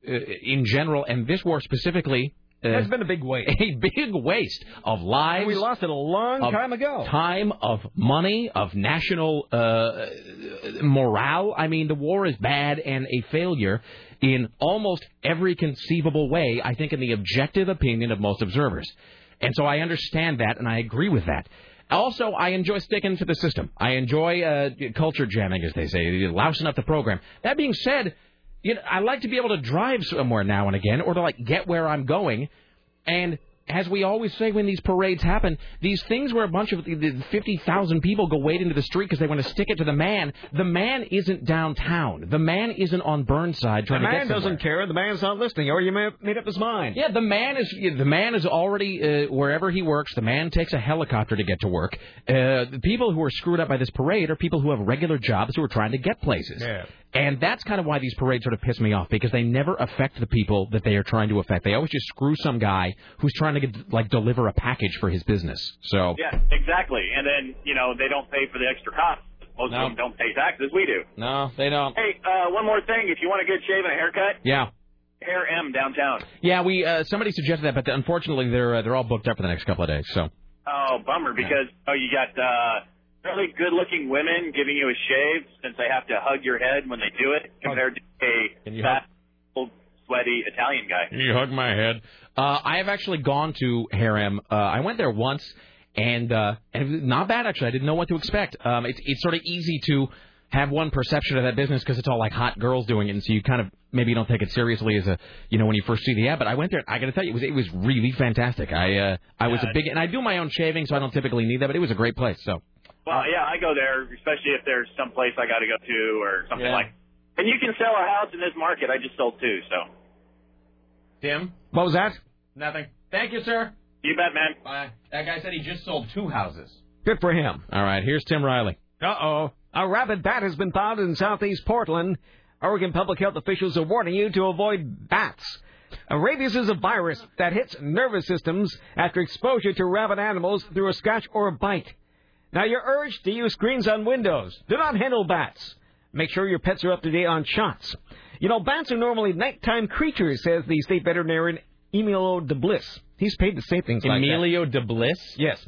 uh, in general, and this war specifically. Uh,
That's been a big waste.
A big waste of lives.
We lost it a long
of
time ago.
Time of money, of national uh, morale. I mean, the war is bad and a failure in almost every conceivable way, I think, in the objective opinion of most observers. And so I understand that and I agree with that. Also, I enjoy sticking to the system. I enjoy uh, culture jamming, as they say, lousing up the program. That being said, you know, I like to be able to drive somewhere now and again, or to like get where I'm going. And as we always say when these parades happen, these things where a bunch of the- the 50,000 people go wade into the street because they want to stick it to the man, the man isn't downtown. The man isn't on Burnside
The
trying to
man
get somewhere.
doesn't care. The man's not listening, or you may have made up his mind.
Yeah, the man is the man is already uh, wherever he works. The man takes a helicopter to get to work. Uh, the people who are screwed up by this parade are people who have regular jobs who are trying to get places.
Yeah.
And that's kind of why these parades sort of piss me off because they never affect the people that they are trying to affect. They always just screw some guy who's trying to get, like deliver a package for his business. So
Yeah, exactly. And then, you know, they don't pay for the extra cost. Most
No. Mm.
of them don't pay taxes. We do.
no, they don't.
Hey, uh, one more thing. If you want a good shave and a haircut,
Yeah.
Hair M downtown.
Yeah, we uh, somebody suggested that, but unfortunately they're uh, they're all booked up for the next couple of days. So
Oh, bummer because oh, you got uh, really good-looking women giving you a shave since they have to hug your head when they do it, compared to
Can you
a fat, old, sweaty Italian guy.
You hug my head. Uh, I have actually gone to Harem. Uh, I went there once, and, uh, and it was not bad actually. I didn't know what to expect. Um, it's it's sort of easy to have one perception of that business because it's all like hot girls doing it, and so you kind of maybe don't take it seriously as a you know when you first see the ad. But I went there. and I got to tell you, it was it was really fantastic. I uh, I was a big and I do my own shaving, so I don't typically need that, but it was a great place. So
Well, yeah, I go there, especially if there's some place I got to go to or something like. And you can sell a house in this market. I just sold two, so
Tim,
what was that?
nothing. Thank you, sir.
You bet, man.
Bye. That guy said he just sold two houses.
Good for him.
All right, here's Tim Riley.
Uh oh. A rabid bat has been found in southeast Portland. Oregon public health officials are warning you to avoid bats. Uh, Rabies is a virus that hits nervous systems after exposure to rabid animals through a scratch or a bite. Now you're urged to use screens on windows. Do not handle bats. Make sure your pets are up to date on shots. You know, bats are normally nighttime creatures, says the state veterinarian Emilio de Bliss. He's paid to say things like that.
Emilio de Bliss?
Yes.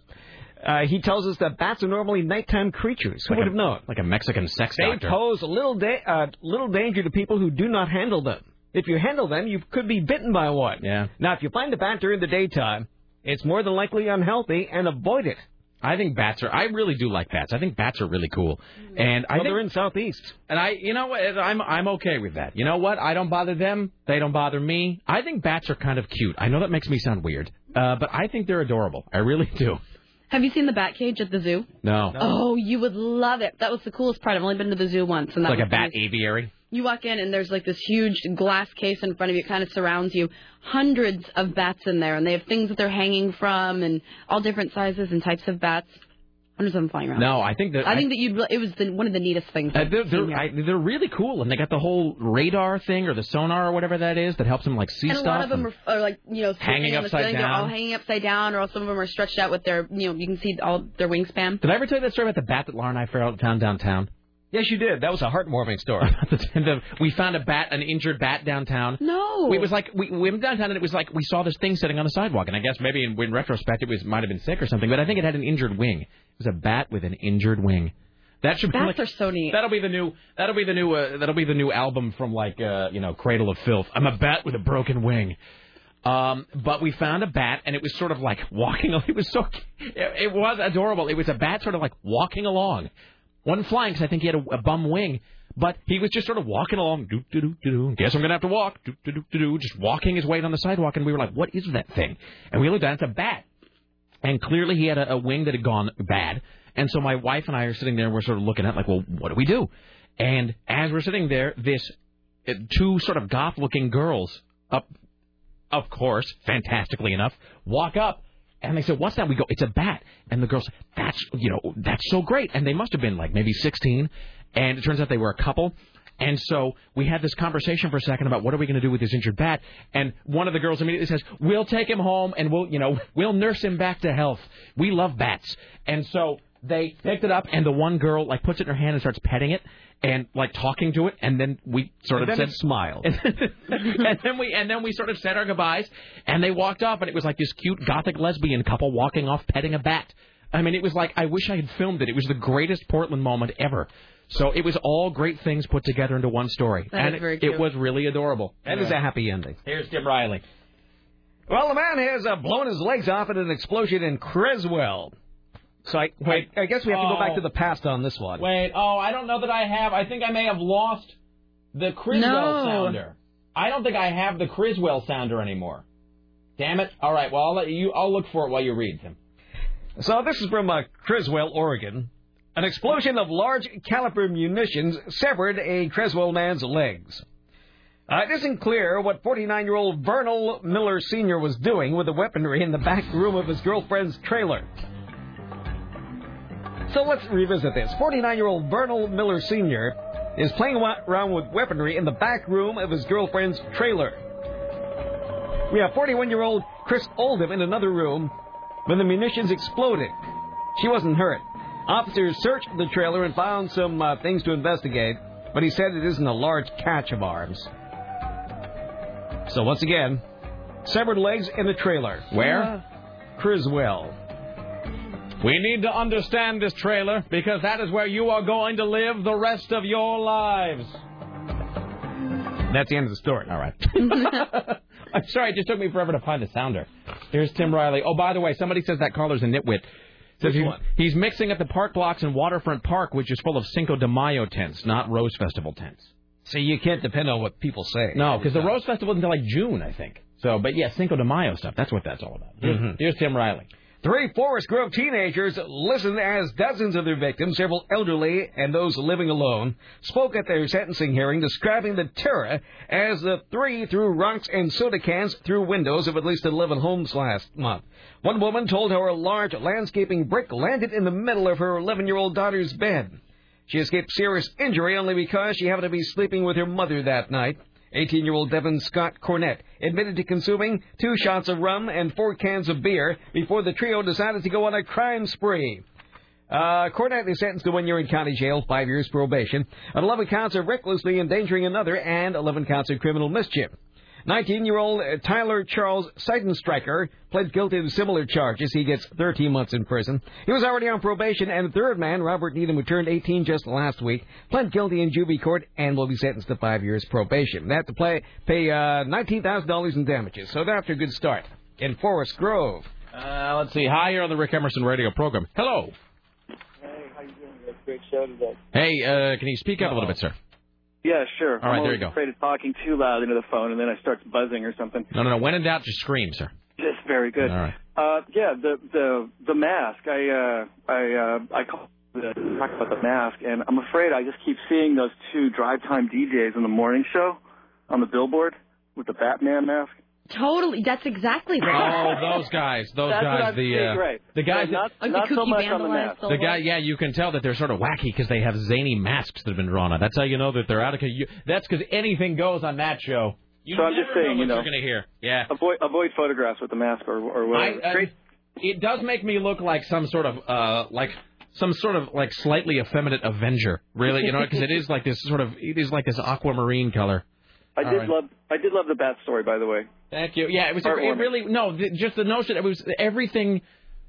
Uh, he tells us that bats are normally nighttime creatures. Who would have known?
Like a Mexican sex
They
doctor.
pose a little da- uh, little danger to people who do not handle them. If you handle them, you could be bitten by one.
Yeah.
Now, if you find a bat during the daytime, it's more than likely unhealthy, and avoid it.
I think bats are. I really do like bats. I think bats are really cool, and I
Well,
think
they're in southeast.
And I, you know what, I'm I'm okay with that. You know what? I don't bother them. They don't bother me. I think bats are kind of cute. I know that makes me sound weird, uh, but I think they're adorable. I really do.
Have you seen the bat cage at the zoo?
No,
Oh, you would love it. That was the coolest part. I've only been to the zoo once, and
it's
that
like
was
a bat aviary.
You walk in and there's like this huge glass case in front of you, kind of surrounds you. Hundreds of bats in there, and they have things that they're hanging from, and all different sizes and types of bats. Hundreds of them flying around.
No, I think that
I think that you'd. re- It was the, one of the neatest things.
Uh,
I've
they're
seen
they're,
here.
I, they're really cool, and they got the whole radar thing or the sonar or whatever that is that helps them like see
and a
stuff.
lot of them
and-
are, are like you know sitting
Hanging
on the
upside
ceiling, They're all
down.
hanging upside down, or some of them are stretched out with their you know you can see all their wingspan.
Did I ever tell you that story about the bat that Laura and I found downtown?
Yes, you did. That was a heartwarming story.
And the- we found a bat, an injured bat downtown.
No.
It was like we, we went downtown and it was like we saw this thing sitting on the sidewalk, and I guess maybe in, in retrospect it was might have been sick or something, but I think it had an injured wing. It was a bat with an injured wing. That should be
Bats
like,
are so neat.
That'll be the new. That'll be the new. Uh, that'll be the new album from like uh, you know Cradle of Filth. I'm a bat with a broken wing. Um, but we found a bat, and it was sort of like walking. It was so. It, it was adorable. It was a bat, sort of like walking along, wasn't flying because I think he had a, a bum wing. But he was just sort of walking along. Doo, doo, doo, doo, doo. Guess I'm gonna have to walk. Doo, doo, doo, doo, doo, just walking his way down the sidewalk, and we were like, "What is that thing?" And we looked down. It's a bat. And clearly he had a, a wing that had gone bad. And so my wife and I are sitting there and we're sort of looking at it like, well, what do we do? And as we're sitting there, this uh, two sort of goth-looking girls up, of course, fantastically enough, walk up. And they said, "What's that?" We go, "It's a bat." And the girls, "That's you know, that's so great." And they must have been like maybe 16, and it turns out they were a couple. And so we had this conversation for a second about what are we going to do with this injured bat. And one of the girls immediately says, "We'll take him home and we'll, you know, we'll nurse him back to health. We love bats." And so they picked it up, and the one girl like puts it in her hand and starts petting it and like talking to it, and then we sort
And
of
then
said
it smiled.
and then we and then we sort of said our goodbyes, and they walked off, and it was like this cute gothic lesbian couple walking off petting a bat. I mean, it was like I wish I had filmed it. It was the greatest Portland moment ever. So it was all great things put together into one story,
That
and
is very
it-
cute.
it was really adorable.
That is a happy ending.
Here's Jim Riley.
Well, the man has uh, blown his legs off in an explosion in Creswell. So I, wait, I, I guess we have to go back
Oh.
to the past on this one.
Wait, oh, I don't know that I have. I think I may have lost the Criswell
No.
sounder. I don't think I have the Criswell sounder anymore. Damn it! All right, well I'll let you. I'll look for it while you read them.
So this is from uh, Creswell, Oregon. An explosion of large caliber munitions severed a Creswell man's legs. Uh, it isn't clear what 49-year-old Vernal Miller Sr. was doing with the weaponry in the back room of his girlfriend's trailer. So let's revisit this. 49-year-old Vernal Miller Sr. is playing wa- around with weaponry in the back room of his girlfriend's trailer. We have 41-year-old Chris Oldham in another room when the munitions exploded. She wasn't hurt. Officers searched the trailer and found some uh, things to investigate, but he said it isn't a large catch of arms. So once again, severed legs in the trailer.
Where?
Criswell.
We need to understand this trailer because that is where you are going to live the rest of your lives.
That's the end of the story. All right.
I'm sorry, it just took me forever to find the sounder. Here's Tim Riley. Oh, by the way, somebody says that caller's a nitwit. Says
Which
he's,
one?
he's mixing up the park blocks in Waterfront Park, which is full of Cinco de Mayo tents, not Rose Festival tents.
So you can't depend on what people say.
No, because the Rose Festival isn't until like June, I think. So, but yeah, Cinco de Mayo stuff. That's what that's all about.
Mm-hmm.
Here's Tim Riley.
Three Forest Grove teenagers listened as dozens of their victims, several elderly and those living alone, spoke at their sentencing hearing describing the terror as the three threw rocks and soda cans through windows of at least 11 homes last month. One woman told how a large landscaping brick landed in the middle of her 11 year old daughter's bed. She escaped serious injury only because she happened to be sleeping with her mother that night. 18 year old Devin Scott Cornett admitted to consuming two shots of rum and four cans of beer before the trio decided to go on a crime spree. Uh, Cornett is sentenced to one year in county jail, five years probation, and 11 counts of recklessly endangering another, and 11 counts of criminal mischief. 19 year old uh, Tyler Charles Seidenstreicher pled guilty to similar charges. He gets 13 months in prison. He was already on probation, and the third man, Robert Needham, who turned 18 just last week, pled guilty in juvie court and will be sentenced to five years probation. They have to play, pay uh, $19,000 in damages, so that's a good start in Forest Grove.
Uh, let's see. Hi, you're on the Rick Emerson radio program. Hello.
Hey, how you doing? That's a great show today.
Hey, uh, can you speak up a little bit, sir?
Yeah, sure.
All right,
I'm
there you
always
go.
afraid of talking too loud into the phone, and then I start buzzing or something.
No, no, no. When in doubt, just scream, sir.
Just very good.
All right.
Uh, yeah, the the the mask. I uh, I uh, I call the talk about the mask, and I'm afraid I just keep seeing those two drive time DJs in the morning show on the billboard with the Batman mask.
Totally. That's exactly
Oh,
right.
those guys, those
That's what
guys,
I'm
the
saying,
uh,
right.
the guys,
Yeah, not-
Like
not
the
so
kooky
much on the
vandalized
mask.
that, the guy, yeah, you can tell that they're sort of wacky because they have zany masks that have been drawn on. That's how you know that they're out of. You, that's because anything goes on that show. You
so I'm
never
just saying,
know
you
what
know,
you're gonna hear. Yeah.
Avoid avoid photographs with the mask or or
I,
whatever.
uh, it does make me look like some sort of uh, like some sort of like slightly effeminate Avenger, really, you know, because it is like this sort of it is like this aquamarine color.
I
All
did
right.
love I did love the bat story, by the way.
Thank you. Yeah, it was. It
Heartwarming.
really no, th- just the notion. It was everything.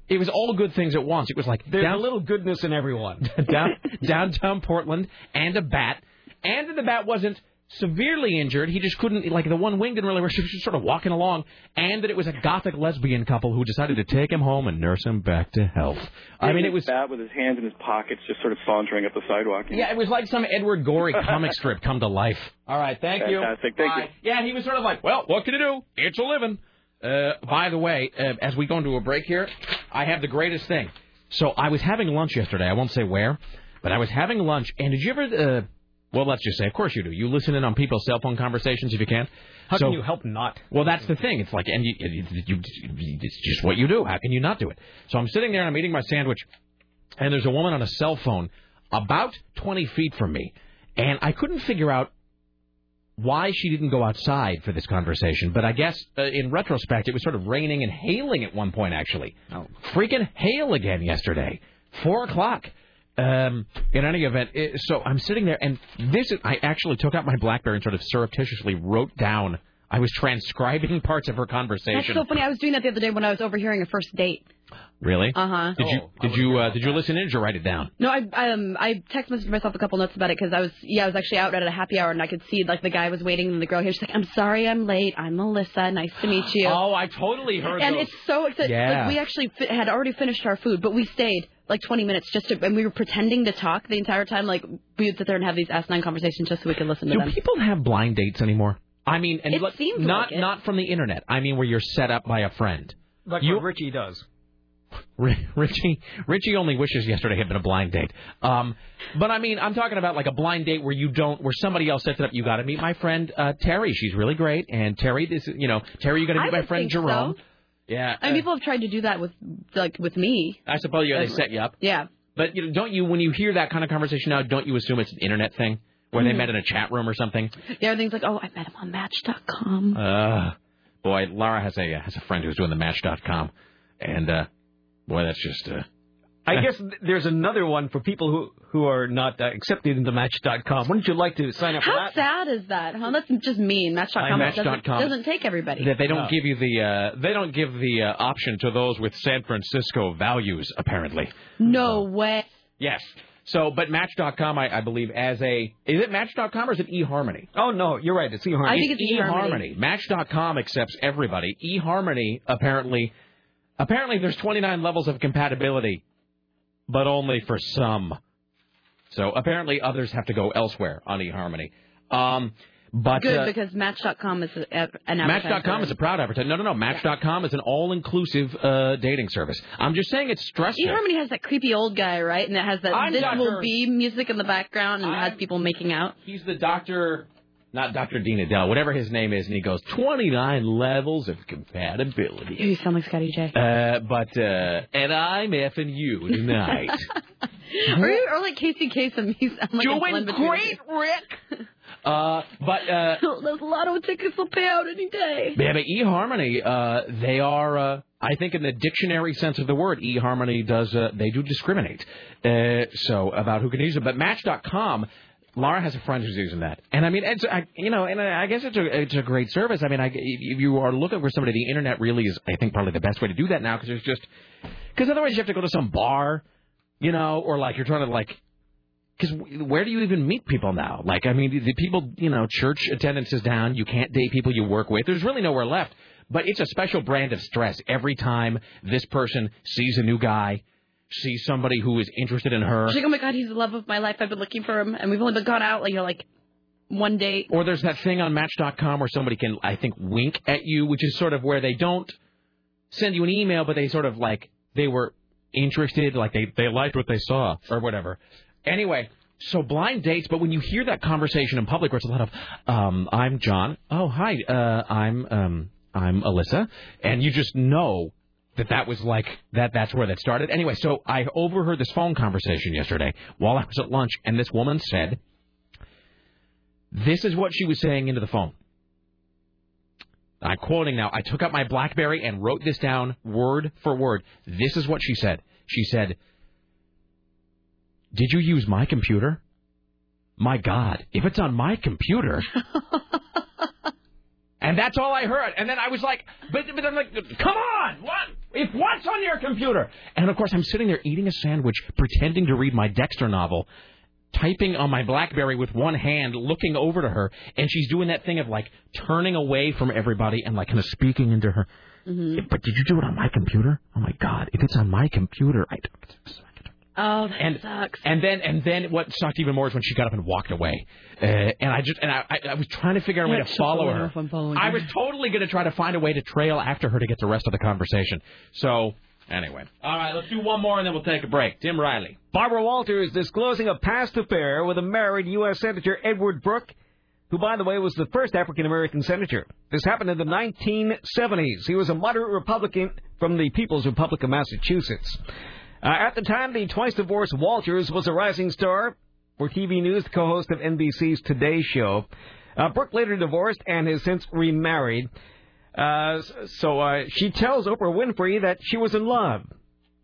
It was all good things at once. It was like
There's
down,
a little goodness in everyone.
down, downtown Portland and a bat, and the bat wasn't severely injured. He just couldn't like the one wing didn't really work. She was just sort of walking along, and that it was a gothic lesbian couple who decided to take him home and nurse him back to health. I mean, it was.
bat with his hands in his pockets, just sort of sauntering up the sidewalk.
Yeah, it was like some Edward Gorey comic strip come to life. All right, thank you.
Fantastic, thank
Bye. Yeah, he was sort of like, well, what can you do? It's a living. Uh, by the way, uh, as we go into a break here, I have the greatest thing. So I was having lunch yesterday. I won't say where, but I was having lunch. And did you ever? Uh, Well, let's just say, of course you do. You listen in on people's cell phone conversations if you can.
How
So-
can you help not?
Well, that's the thing. It's like, and you, you, you, it's just what you do. How can you not do it? So I'm sitting there and I'm eating my sandwich, and there's a woman on a cell phone about 20 feet from me, and I couldn't figure out why she didn't go outside for this conversation. But I guess uh, in retrospect, it was sort of raining and hailing at one point, actually. Oh. Freaking hail again yesterday. Four o'clock. Um, in any event, it, so I'm sitting there, and this is, I actually took out my Blackberry and sort of surreptitiously wrote down. I was transcribing parts of her
That's
conversation.
so funny. I was doing that the other day when I was overhearing a first date.
Really?
Uh-huh.
Did you did you uh, did you listen in or did you write it down?
No, I um I text messaged myself a couple notes about it because I was yeah I was actually out at a happy hour and I could see like the guy was waiting and the girl here she's like I'm sorry I'm late I'm Melissa nice to meet you
Oh, I totally heard
and
those.
it's so exciting
Yeah.
like we actually fi- had already finished our food but we stayed like 20 minutes just to and we were pretending to talk the entire time like we would sit there and have these asinine conversations just so we could listen to
Do
them
people have blind dates anymore? I mean, and
It
let-
seems
not
like it.
not from the internet. I mean, where you're set up by a friend.
Like what Richie does.
Ri- Richie Richie only wishes yesterday had been a blind date. Um, but I mean, I'm talking about like a blind date where you don't, where somebody else sets it up. You got to meet my friend uh, Terry. She's really great. And Terry, this, is- you know, Terry, you got to
I
meet my
would
friend
think
Jerome.
so.
Yeah.
I mean people have tried to do that with like with me
I suppose yeah, they set you up.
yeah
But you know, don't you when you hear that kind of conversation now, don't you assume it's an internet thing where they
Mhm.
met in a chat room or something?
yeah everything's like oh I met him on Match.com
Uh, boy, Lara has a uh, has a friend who's doing the Match.com, and uh, boy, that's just uh,
I guess th- there's another one for people who who are not uh, accepted into Match.com. Wouldn't you like to sign up for
how
that?
sad is that huh that's just mean Match.com
I-
doesn't,
Match.com.
doesn't take everybody
that they don't give you the uh, they don't give the uh, option to those with San Francisco values apparently.
No way.
Yes. So, but Match.com, I, I believe, as a is it Match.com or is it eHarmony?
Oh no, you're right. It's eHarmony.
I think it's eHarmony.
eHarmony. Match.com accepts everybody. eHarmony apparently apparently there's 29 levels of compatibility, but only for some. So apparently others have to go elsewhere on eHarmony. Um, but
Good
uh,
because Match.com is a- an advertiser.
Match.com is a proud advertiser. No, no, no. Match.com is an all-inclusive uh, dating service. I'm just saying it's stressful.
eHarmony has that creepy old guy, right? And it has that
I'm
"This
Dr.
Will Be" music in the background, and it has people making out.
He's the doctor, not Dr. Dean Adele, whatever his name is, and he goes 29 levels of compatibility.
You sound like Scotty J.
Uh, but uh, and I'm effing you tonight.
or, you- or like Casey Kasem. You sound like a
Doing
blend between
great,
the two. Rick.
uh, but uh,
Those lotto tickets will pay out any day.
Yeah, but eHarmony, uh, they are, uh, I think, in the dictionary sense of the word, eHarmony does, uh, they do discriminate. Uh, so about who can use it. But Match.com, Laura has a friend who's using that, and I mean, it's, I, you know, and I I guess it's a, it's a great service. I mean, I, if you are looking for somebody, the internet really is, I think, probably the best way to do that now because there's just, because otherwise you have to go to some bar, you know, or like you're trying to like because where do you even meet people now? Like, I mean, the people, you know, church attendance is down. You can't date people you work with. There's really nowhere left. But it's a special brand of stress every time this person sees a new guy, sees somebody who is interested in her.
She's like, oh my god, he's the love of my life. I've been looking for him, and we've only been gone out like you know, like one date.
Or there's that thing on Match.com where somebody can, I think, wink at you, which is sort of where they don't send you an email, but they sort of like they were interested, like they they liked what they saw or whatever. Anyway, so blind dates. But when you hear that conversation in public, where it's a lot of, um, I'm John. Oh hi, uh, I'm um, I'm Alyssa, and you just know that that was like that that's where that started. Anyway, so I overheard this phone conversation yesterday while I was at lunch, and this woman said. This is what she was saying into the phone. I'm quoting now. I took out my Blackberry and wrote this down word for word. This is what she said. She said, Did you use my computer? My God, if it's on my computer. and that's all I heard. And then I was like, But, but I'm like, Come on! What? If what's on your computer? And of course, I'm sitting there eating a sandwich, pretending to read my Dexter novel, typing on my Blackberry with one hand, looking over to her, and she's doing that thing of like turning away from everybody and like kind of speaking into her. But did you do it on my computer? Oh my God! If it's on my computer, I don't.
Oh, that
And
sucks.
and then and then what sucked even more is when she got up and walked away. Uh, and I just and I, I I was trying to figure out a way
Yeah,
to
she'll
follow
follow
her.
her if I'm following
I
her.
was totally going to try to find a way to trail after her to get the rest of the conversation. So Anyway. Uh, All right, let's do one more and then we'll take a break. Tim Riley.
Barbara Walters disclosing a past affair with a married U.S. Senator Edward Brooke, who, by the way, was the first African American senator. This happened in the 1970s. He was a moderate Republican from the People's Republic of Massachusetts. Uh, at the time, the twice divorced Walters was a rising star for TV News, co host of NBC's Today Show. Uh, Brooke later divorced and has since remarried. Uh, so uh, she tells Oprah Winfrey that she was in love.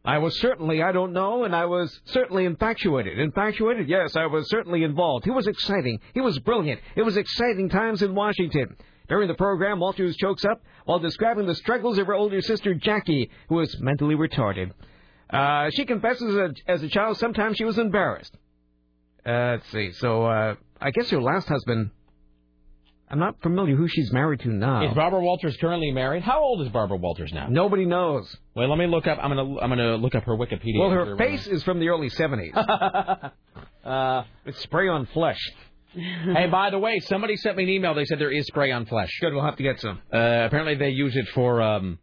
I was certainly, I don't know, and I was certainly infatuated. Infatuated? Yes, I was certainly involved. He was exciting. He was brilliant. It was exciting times in Washington. During the program, Walters chokes up while describing the struggles of her older sister Jackie, who is mentally retarded. Uh, she confesses that as a child, sometimes she was embarrassed. Uh, let's see. So uh, I guess her last husband. I'm not familiar who she's married to now.
Is Barbara Walters currently married? How old is Barbara Walters now?
Oh. Nobody knows.
Well, let me look up. I'm gonna I'm gonna look up her Wikipedia.
well, her face is from the early 70s.
Uh,
it's spray on flesh.
hey, by the way, somebody sent me an email. They said there is spray on flesh.
Good, we'll have to get some.
Uh, apparently, they use it for um,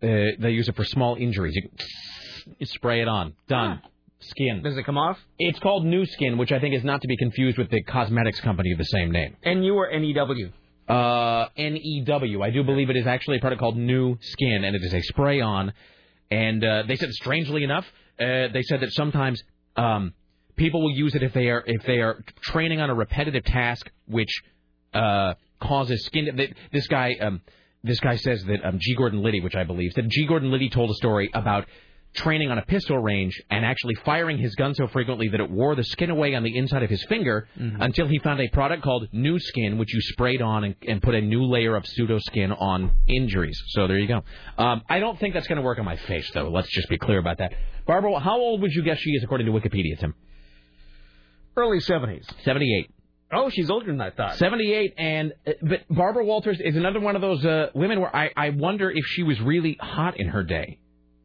uh, they use it for small injuries. You, can you spray it on. Done. Skin.
Ah. Does it come off?
It's called New Skin, which I think is not to be confused with the cosmetics company of the same name.
And you were NEW.
Uh, NEW. I do believe it is actually a product called New Skin, and it is a spray on. And uh, they said, strangely enough, uh, they said that sometimes um, people will use it if they are if they are training on a repetitive task which uh, causes skin. th- This guy um, this guy says that um, G. Gordon Liddy, which I believe, that G. Gordon Liddy told a story about training on a pistol range and actually firing his gun so frequently that it wore the skin away on the inside of his finger until he found a product called New Skin, which you sprayed on and, and put a new layer of pseudo skin on injuries. So there you go. Um, I don't think that's going to work on my face, though. Let's just be clear about that. Barbara, how old would you guess she is according to Wikipedia, Tim?
Early 70s.
78.
Oh, she's older than I thought.
78 and uh, but Barbara Walters is another one of those uh, women where I, I wonder if she was really hot in her day.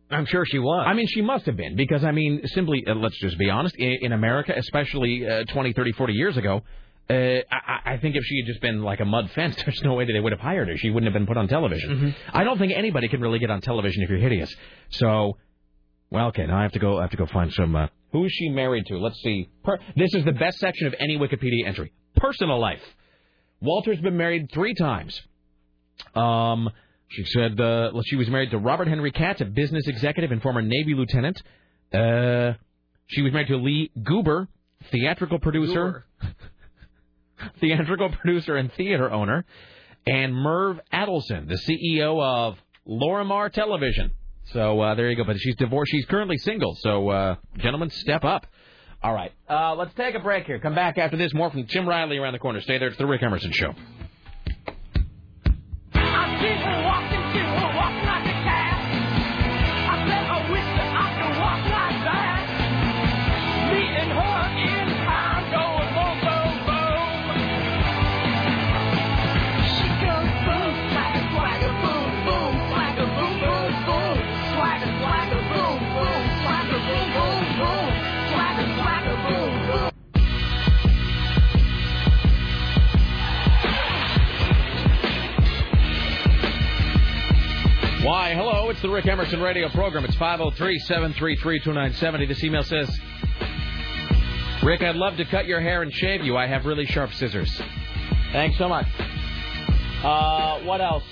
I'm sure she was.
I mean, she must have been because I mean, simply uh, let's just be honest. In, in America, especially uh, 20, 30, 40 years ago, uh, I, I I think if she had just been like a mud fence, there's no way that they would have hired her. She wouldn't have been put on television.
Mm-hmm.
I don't think anybody can really get on television if you're hideous. So, well, okay, now I have to go. I have to go find some. Uh, who is she married to? Let's see. Per- this is the best section of any Wikipedia entry. Personal life. Walter's been married three times. Um, she said uh, well, she was married to Robert Henry Katz, a business executive and former Navy lieutenant. Uh, she was married to Lee Goober, theatrical producer, theatrical producer and theater owner, and Merv Adelson, the CEO of Lorimar Television. So uh, there you go. But she's divorced. She's currently single. So uh, gentlemen, step up. All right, uh, let's take a break here. Come back after this. More from Tim Riley around the corner. Stay there. It's the Rick Emerson Show. Why, hello, it's the Rick Emerson radio program. It's 503 733 2970. This email says Rick, I'd love to cut your hair and shave you. I have really sharp scissors. Thanks so much. Uh, what else?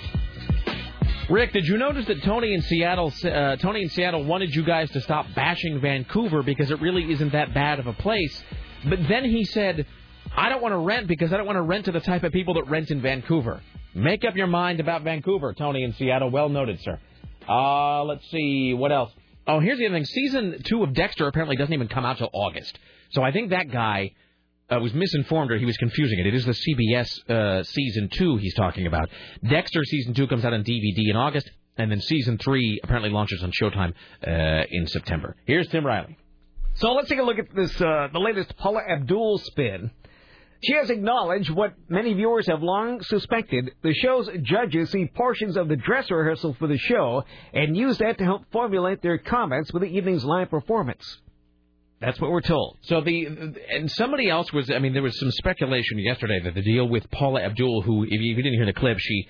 Rick, did you notice that Tony in Seattle, uh, Tony in Seattle wanted you guys to stop bashing Vancouver because it really isn't that bad of a place? But then he said, "I don't want to rent because I don't want to rent to the type of people that rent in Vancouver." Make up your mind about Vancouver, Tony in Seattle. Well noted, sir. Uh, let's see what else. Oh, here's the other thing. Season two of Dexter apparently doesn't even come out till August, so I think that guy uh, was misinformed or he was confusing it. It is the CBS uh, season two he's talking about. Dexter season two comes out on DVD in August, and then season three apparently launches on Showtime uh, in September. Here's Tim Riley.
So let's take a look at this, uh, the latest Paula Abdul spin. She has acknowledged what many viewers have long suspected. The show's judges see portions of the dress rehearsal for the show and use that to help formulate their comments for the evening's live performance. That's what we're told.
So the and somebody else was. I mean, there was some speculation yesterday that the deal with Paula Abdul, who if you if you didn't hear the clip, she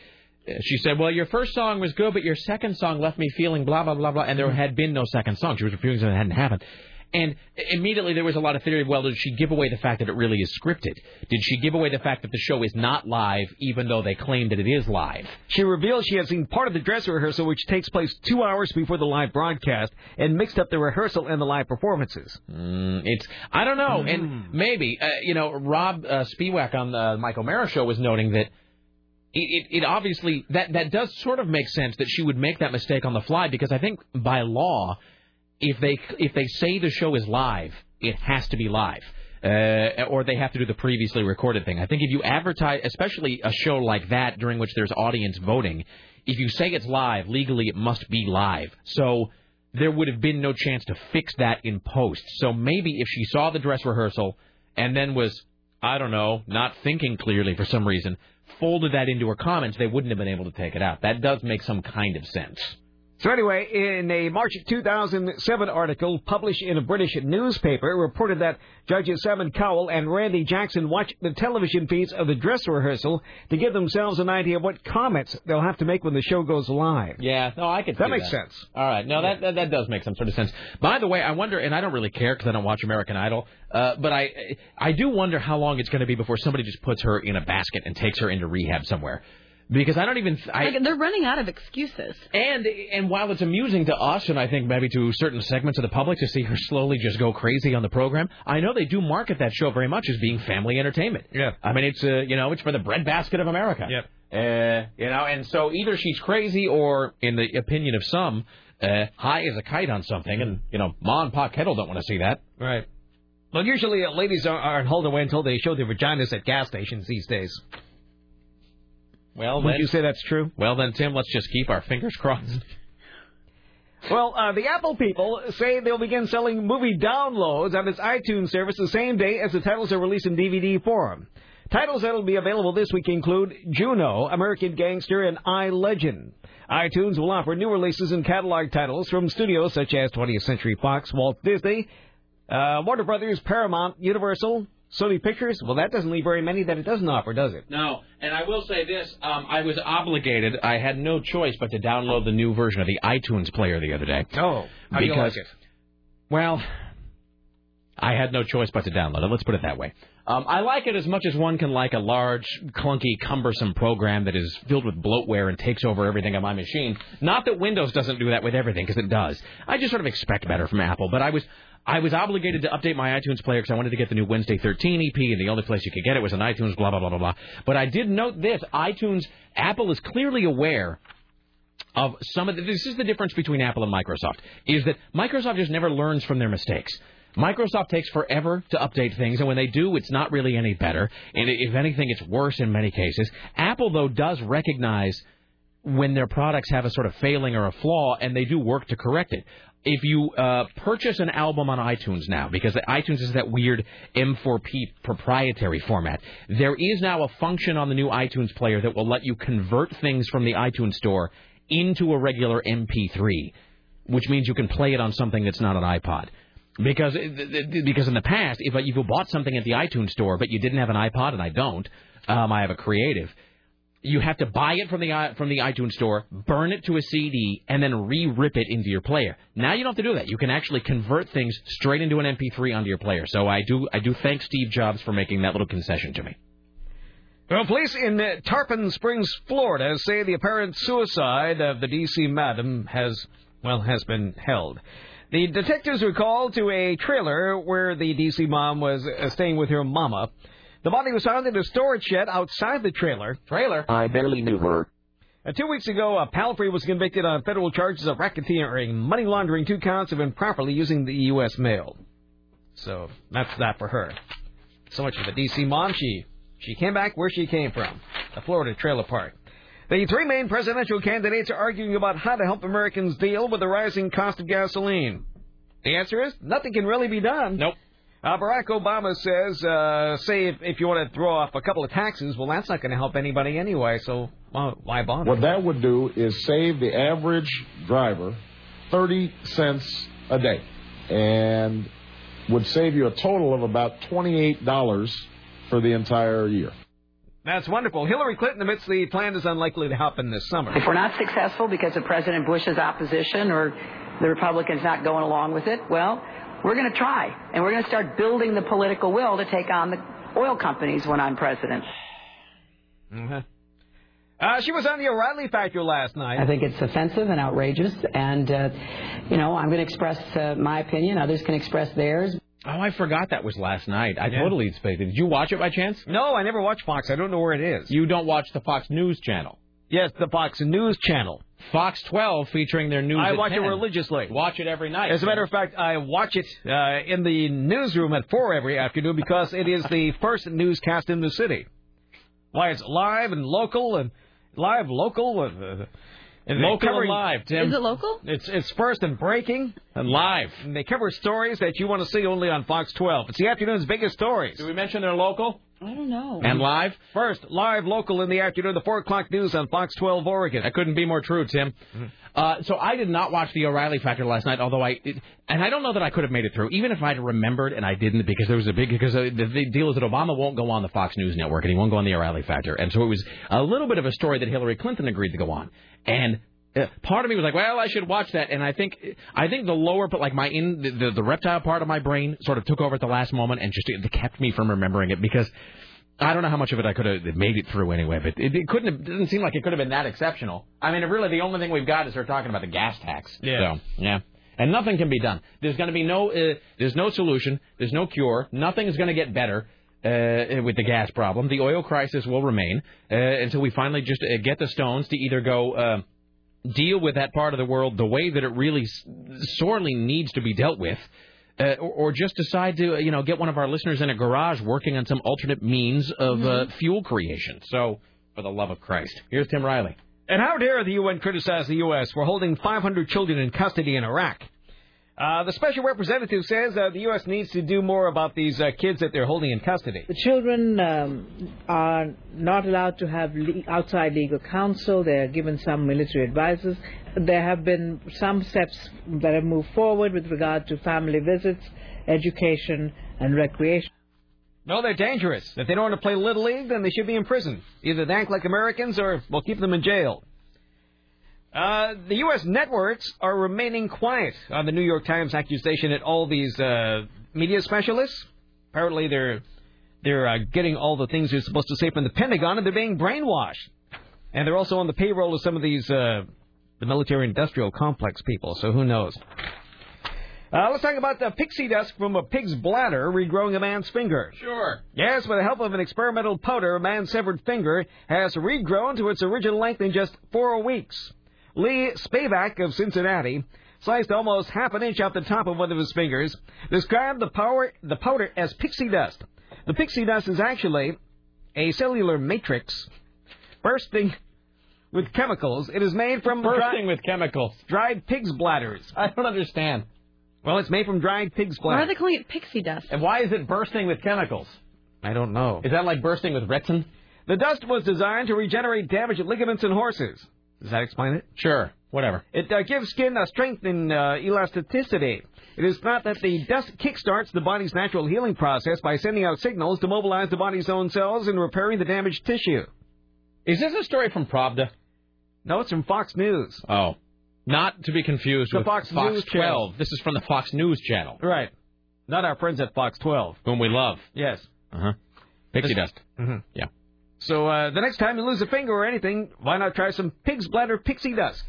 she said, "Well, your first song was good, but your second song left me feeling blah blah blah blah." And
Mm-hmm.
there had been no second song. She was refusing that it hadn't happened. And immediately there was a lot of theory. Well, did she give away the fact that it really is scripted? Did she give away the fact that the show is not live, even though they claim that it is live?
She reveals she has seen part of the dress rehearsal, which takes place two hours before the live broadcast, and mixed up the rehearsal and the live performances.
Mm, it's I don't know, and maybe uh, you know Rob uh, Spiewak on the Michael Mara show was noting that it, it, it obviously that that does sort of make sense that she would make that mistake on the fly because I think by law, if they if they say the show is live, it has to be live. Uh, or they have to do the previously recorded thing. I think if you advertise, especially a show like that during which there's audience voting, if you say it's live, legally it must be live. So there would have been no chance to fix that in post. So maybe if she saw the dress rehearsal and then was, I don't know, not thinking clearly for some reason, folded that into her comments, they wouldn't have been able to take it out. That does make some kind of sense.
So anyway, in a March 2007 article published in a British newspaper, it reported that judges Simon Cowell and Randy Jackson watched the television feeds of the dress rehearsal to give themselves an idea of what comments they'll have to make when the show goes live.
Yeah, no, I could.
That
see
makes
that.
sense.
All right, no, that, that that does make some sort of sense. By the way, I wonder, and I don't really care because I don't watch American Idol, uh, but I I do wonder how long it's going to be before somebody just puts her in a basket and takes her into rehab somewhere, because I don't even. I,
Like, they're running out of excuses.
And and while it's amusing to us, and I think maybe to certain segments of the public, to see her slowly just go crazy on the program, I know they do market that show very much as being family entertainment. Yeah. I mean, it's uh, you know, it's for the breadbasket of America. Yep. Uh, you know, and so either she's crazy, or in the opinion of some, uh, high as a kite on something, and you know, Ma and Pa Kettle don't want to see that.
Right. Well, usually uh, ladies are, aren't hauled away until they show their vaginas at gas stations these days.
Well,
Would
then,
you say that's true?
Well, then, Tim, let's just keep our fingers crossed.
Well, uh, the Apple people say they'll begin selling movie downloads on its iTunes service the same day as the titles are released in DVD form. Titles that'll be available this week include Juno, American Gangster, and I Legend. iTunes will offer new releases and catalog titles from studios such as 20th Century Fox, Walt Disney, uh, Warner Brothers, Paramount, Universal, Sony Pictures. Well, that doesn't leave very many that it doesn't offer, does it?
No, and I will say this: um, I was obligated. I had no choice but to download the new version of the iTunes player the other day.
Oh, how do you like it?
Well, I had no choice but to download it. Let's put it that way. Um, I like it as much as one can like a large, clunky, cumbersome program that is filled with bloatware and takes over everything on my machine. Not that Windows doesn't do that with everything, because it does. I just sort of expect better from Apple. But I was I was obligated to update my iTunes player because I wanted to get the new Wednesday 13 EP, and the only place you could get it was on iTunes. Blah blah blah blah blah. But I did note this: iTunes, Apple is clearly aware of some of the, this is the difference between Apple and Microsoft is that Microsoft just never learns from their mistakes. Microsoft takes forever to update things, and when they do, it's not really any better. And i- if anything, it's worse in many cases. Apple, though, does recognize when their products have a sort of failing or a flaw, and they do work to correct it. If you uh, purchase an album on iTunes now, because the iTunes is that weird M4P proprietary format, there is now a function on the new iTunes player that will let you convert things from the iTunes store into a regular MP3, which means you can play it on something that's not an iPod. Because th- th- because in the past, if you bought something at the iTunes store but you didn't have an iPod, and I don't, um, I have a creative. You have to buy it from the i- from the iTunes store, burn it to a CD, and then re-rip it into your player. Now you don't have to do that. You can actually convert things straight into an MP3 onto your player. So I do I do thank Steve Jobs for making that little concession to me.
Well, police in uh, Tarpon Springs, Florida, say the apparent suicide of the D.C. madam has, well, has been held. The detectives were called to a trailer where the D.C. mom was uh, staying with her mama. The body was found in a storage shed outside the trailer. Trailer.
I barely knew her.
Uh, two weeks ago, uh, Palfrey was convicted on federal charges of racketeering, money laundering, two counts of improperly using the U.S. mail. So that's that for her. So much for the D.C. mom. She she came back where she came from, the Florida trailer park. The three main presidential candidates are arguing about how to help Americans deal with the rising cost of gasoline. The answer is nothing can really be done. Nope. Uh, Barack Obama says, uh, say if, if you want to throw off a couple of taxes, well, that's not going to help anybody anyway, so well, why bother?
What that would do is save the average driver 30 cents a day and would save you a total of about $28 for the entire year.
That's wonderful. Hillary Clinton admits the plan is unlikely to happen this summer.
If we're not successful because of President Bush's opposition or the Republicans not going along with it, well, we're going to try. And we're going to start building the political will to take on the oil companies when I'm president.
Mhm. Uh, she was on the O'Reilly Factor last night.
I think it's offensive and outrageous, and uh, you know I'm going to express uh, my opinion. Others can express theirs.
Oh, I forgot that was last night. I totally expected. Did you watch it by chance?
No, I never watch Fox. I don't know where it is.
You don't watch the Fox News channel.
Yes, the Fox News channel.
Fox 12 featuring their news.
I
at
watch it
10.
religiously.
Watch it every night.
As a matter of fact, I watch it uh, in the newsroom at 4 every afternoon because it is the first newscast in the city. Why, it's live and local and live, local. And, uh, and they
Local
cover-
and live, Tim. Is it local?
It's, it's first and breaking.
And live.
And they cover stories that you want to see only on Fox 12. It's the afternoon's biggest stories.
Did we mention they're local?
I don't know.
And live?
First, live local in the afternoon, the 4 o'clock news on Fox 12 Oregon.
That couldn't be more true, Tim. Uh, so I did not watch the O'Reilly Factor last night, although I it, and I don't know that I could have made it through, even if I'd remembered and I didn't, because there was a big because uh, the, the deal is that Obama won't go on the Fox News network and he won't go on the O'Reilly Factor, and so it was a little bit of a story that Hillary Clinton agreed to go on, and. Uh, part of me was like, well, I should watch that, and I think, I think the lower, but like my in the, the, the reptile part of my brain sort of took over at the last moment and just it kept me from remembering it because I don't know how much of it I could have made it through anyway, but it, it couldn't. Have, it doesn't seem like it could have been that exceptional. I mean, really, the only thing we've got is her talking about the gas tax.
Yeah.
So, yeah. And nothing can be done. There's going to be no. Uh, there's no solution. There's no cure. Nothing is going to get better uh, with the gas problem. The oil crisis will remain uh, until we finally just uh, get the stones to either go. Uh, deal with that part of the world the way that it really s- sorely needs to be dealt with, uh, or, or just decide to you know get one of our listeners in a garage working on some alternate means of uh, fuel creation. So, for the love of Christ, here's Tim Riley.
And how dare the UN criticize the U.S. for holding 500 children in custody in Iraq? Uh, the special representative says uh, the U.S. needs to do more about these uh, kids that they're holding in custody.
The children um, are not allowed to have le- outside legal counsel. They are given some military advisors. There have been some steps that have moved forward with regard to family visits, education, and recreation.
No, they're dangerous. If they don't want to play Little League, then they should be in prison. Either they act like Americans or we'll keep them in jail. Uh, the U.S. networks are remaining quiet on the New York Times accusation at all these uh, media specialists. Apparently, they're they're uh, getting all the things they're supposed to say from the Pentagon, and they're being brainwashed. And they're also on the payroll of some of these uh, the military-industrial complex people. So who knows? Uh, let's talk about the pixie dust from a pig's bladder regrowing a man's finger.
Sure.
Yes, with the help of an experimental powder, a man's severed finger has regrown to its original length in just four weeks. Lee Spivak of Cincinnati sliced almost half an inch off the top of one of his fingers, described the, power, the powder as pixie dust. The pixie dust is actually a cellular matrix bursting with chemicals. It is made from
Bursting with chemicals.
Dried pig's bladders.
I don't understand.
Well, it's made from dried pig's
Why
bladder.
are they calling it pixie dust?
And why is it bursting with chemicals?
I don't know.
Is that like bursting with retin?
The dust was designed to regenerate damaged ligaments in horses. Does that explain it?
Sure. Whatever.
It uh, gives skin a strength and uh, elasticity. It is thought that the dust kickstarts the body's natural healing process by sending out signals to mobilize the body's own cells and repairing the damaged tissue.
Is this a story from Pravda?
No, it's from Fox News.
Oh, not to be confused
The
with
Fox News
12.
channel.
This is from the Fox News channel,
Right. Not our friends at Fox 12.
whom we love.
Yes.
Uh huh. Pixie dust.
Mm-hmm.
Hmm, Yeah.
So uh, the next time you lose a finger or anything, why not try some pig's bladder pixie dust?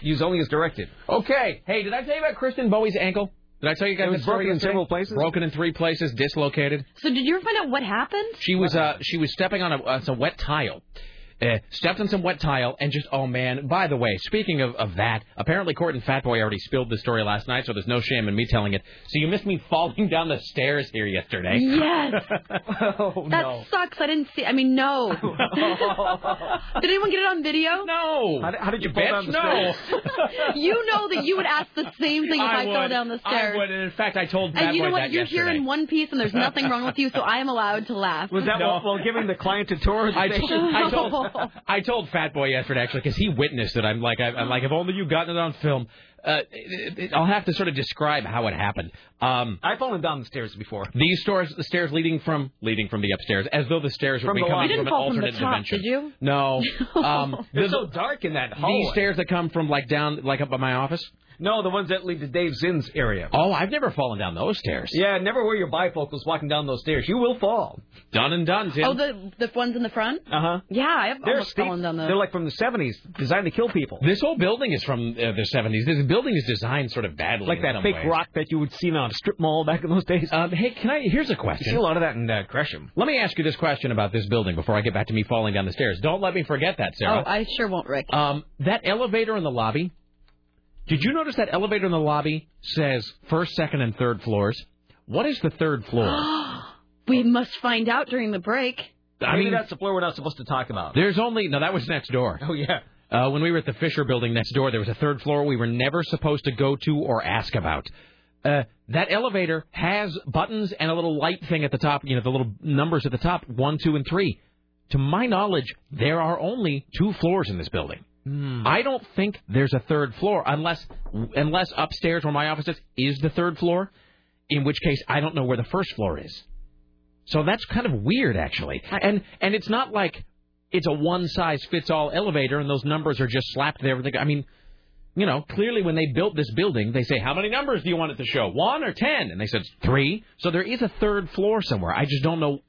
Use only as directed.
Okay. Hey, did I tell you about Kristen Bowie's ankle? Did I tell you guys
It was
that story
broken in
yesterday?
several places?
Broken in three places, dislocated.
So did you ever find out what happened?
She was uh, she was stepping on a, uh, some wet tile. Uh, stepped on some wet tile and just oh man. By the way, speaking of, of that, apparently Court and Fatboy already spilled the story last night, so there's no shame in me telling it. So you missed me falling down the stairs here yesterday.
Yes.
oh
That sucks. I didn't see. I mean, no. Did anyone get it on video?
No.
How, how did you
You
fall
bitch,
down the
no.
stairs?
You know that you would ask the same thing if I, fell
would.
down the
I
stairs.
would. And in fact, I told Fatboy
And you know what?
that
You're
yesterday.
here in one piece, and there's nothing wrong with you, so I am allowed to laugh.
Was that
No.
while, while giving the client a tour? Of the
I
station?
told, I told
terrible.
I told Fat Boy yesterday actually because he witnessed it. I'm like, I, I'm like, if only you gotten it on film. Uh, it, it, I'll have to sort of describe how it happened. Um,
I've fallen down the stairs before.
These stairs, the stairs leading from leading from the upstairs, as though the stairs
From
would
the
be coming
lobby. You
from
didn't
an
fall from the
alternate
top,
dimension.
did you?
No. Um,
It's
the-
so dark in that hallway.
these stairs that come from like down, like up by my office.
No, the ones that lead to Dave Zinn's area.
Oh, I've never fallen down those stairs.
Yeah, never wear your bifocals walking down those stairs. You will fall.
Done and done, Tim.
Oh, the the ones in the front.
Uh huh.
Yeah, I've
They're
almost
steep.
fallen down those.
They're like from the 70s, designed to kill people.
This whole building is from uh, the 70s. This building is designed sort of badly.
Like
in
that
some
fake
ways.
rock that you would see on a strip mall back in those days.
Um, hey, can I? Here's a question.
You see a lot of that in uh, Gresham.
Let me ask you this question about this building before I get back to me falling down the stairs. Don't let me forget that, Sarah.
Oh, I sure won't, Rick.
Um, that elevator in the lobby. Did you notice that elevator in the lobby says first, second, and third floors? What is the third floor?
we must find out during the break.
I
Maybe
mean-
that's the floor we're not supposed to talk about.
There's only no. That was next door.
Oh yeah.
Uh, when we were at the Fisher building next door, there was a third floor we were never supposed to go to or ask about. Uh, that elevator has buttons and a little light thing at the top. You know the little numbers at the top, one, two, and three. To my knowledge, there are only two floors in this building.
Hmm.
I don't think there's a third floor unless unless upstairs where my office is is the third floor, in which case I don't know where the first floor is. So that's kind of weird actually. And and it's not like it's a one size fits all elevator and those numbers are just slapped there. I mean, you know, clearly when they built this building, they say how many numbers do you want it to show? 1 or 10? And they said 3. So there is a third floor somewhere. I just don't know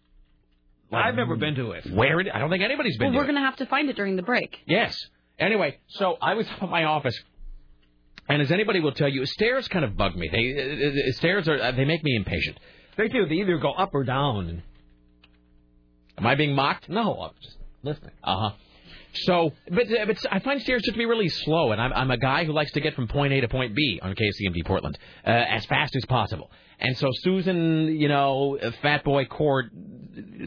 I've never been to it.
where it I don't think anybody's been
Well,
to
we're
it.
gonna have to find it during the break.
Yes. Anyway, so I was up at my office, and as anybody will tell you, stairs kind of bug me. They uh, uh, stairs are uh, they make me impatient.
They do. They either go up or down.
Am I being mocked?
No, I'm just listening.
Uh huh. So, but uh, but I find stairs just to be really slow, and I'm I'm a guy who likes to get from point A to point B on KCMD Portland uh, as fast as possible. And so Susan, you know, uh, Fat Boy Cord,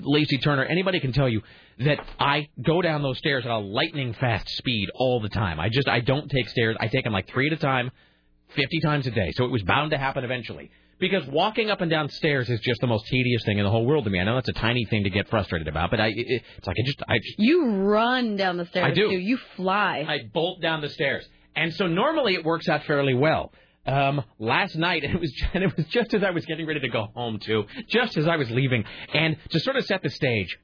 Lacey Turner, anybody can tell you that I go down those stairs at a lightning fast speed all the time. I just I don't take stairs. I take them like three at a time, fifty times a day. So it was bound to happen eventually. Because walking up and down stairs is just the most tedious thing in the whole world to me. I know that's a tiny thing to get frustrated about, but I it, it- it's like I just I just
You run down the stairs.
I do.
too. You fly.
I bolt down the stairs. And so normally it works out fairly well. Um, last night it was and it was just as I was getting ready to go home too, just as I was leaving. And to sort of set the stage,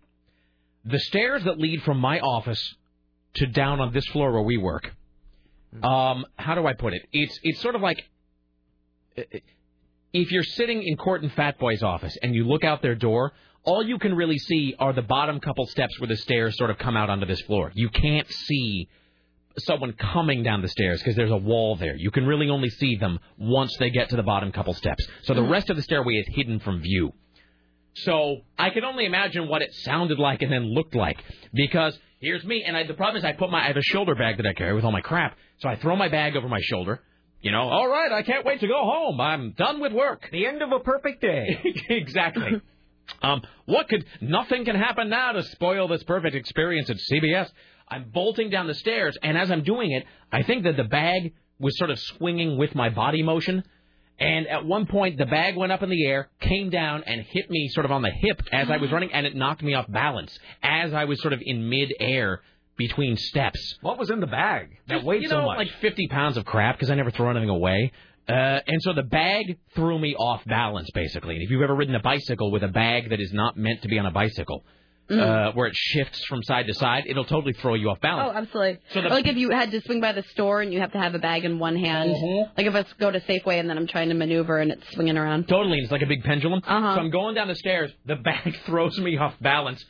the stairs that lead from my office to down on this floor where we work. Um, how do I put it? It's it's sort of like if you're sitting in Court and Fat Boy's office and you look out their door, all you can really see are the bottom couple steps where the stairs sort of come out onto this floor. You can't see someone coming down the stairs because there's a wall there. You can really only see them once they get to the bottom couple steps. So the rest of the stairway is hidden from view. So I can only imagine what it sounded like and then looked like because here's me and I, the problem is I put my I have a shoulder bag that I carry with all my crap. So I throw my bag over my shoulder. You know, all right, I can't wait to go home. I'm done with work.
The end of a perfect day.
exactly. Um, what could nothing can happen now to spoil this perfect experience at CBS? I'm bolting down the stairs, and as I'm doing it, I think that the bag was sort of swinging with my body motion. And at one point, the bag went up in the air, came down, and hit me sort of on the hip as I was
Mm-hmm.
running, and it knocked me off balance as I was sort of in midair between steps.
What was in the bag that
Just,
weighed
you
so
know,
much?
Like 50 pounds of crap because I never throw anything away. Uh, and so the bag threw me off balance, basically. And if you've ever ridden a bicycle with a bag that is not meant to be on a bicycle,
Mm.
uh, where it shifts from side to side, it'll totally throw you off balance.
Oh, absolutely.
So the-
Or like if you had to swing by the store and you have to have a bag in one hand.
Mm-hmm.
Like if I go to Safeway and then I'm trying to maneuver and it's swinging around.
Totally, it's like a big pendulum. So I'm going down the stairs. The bag throws me off balance,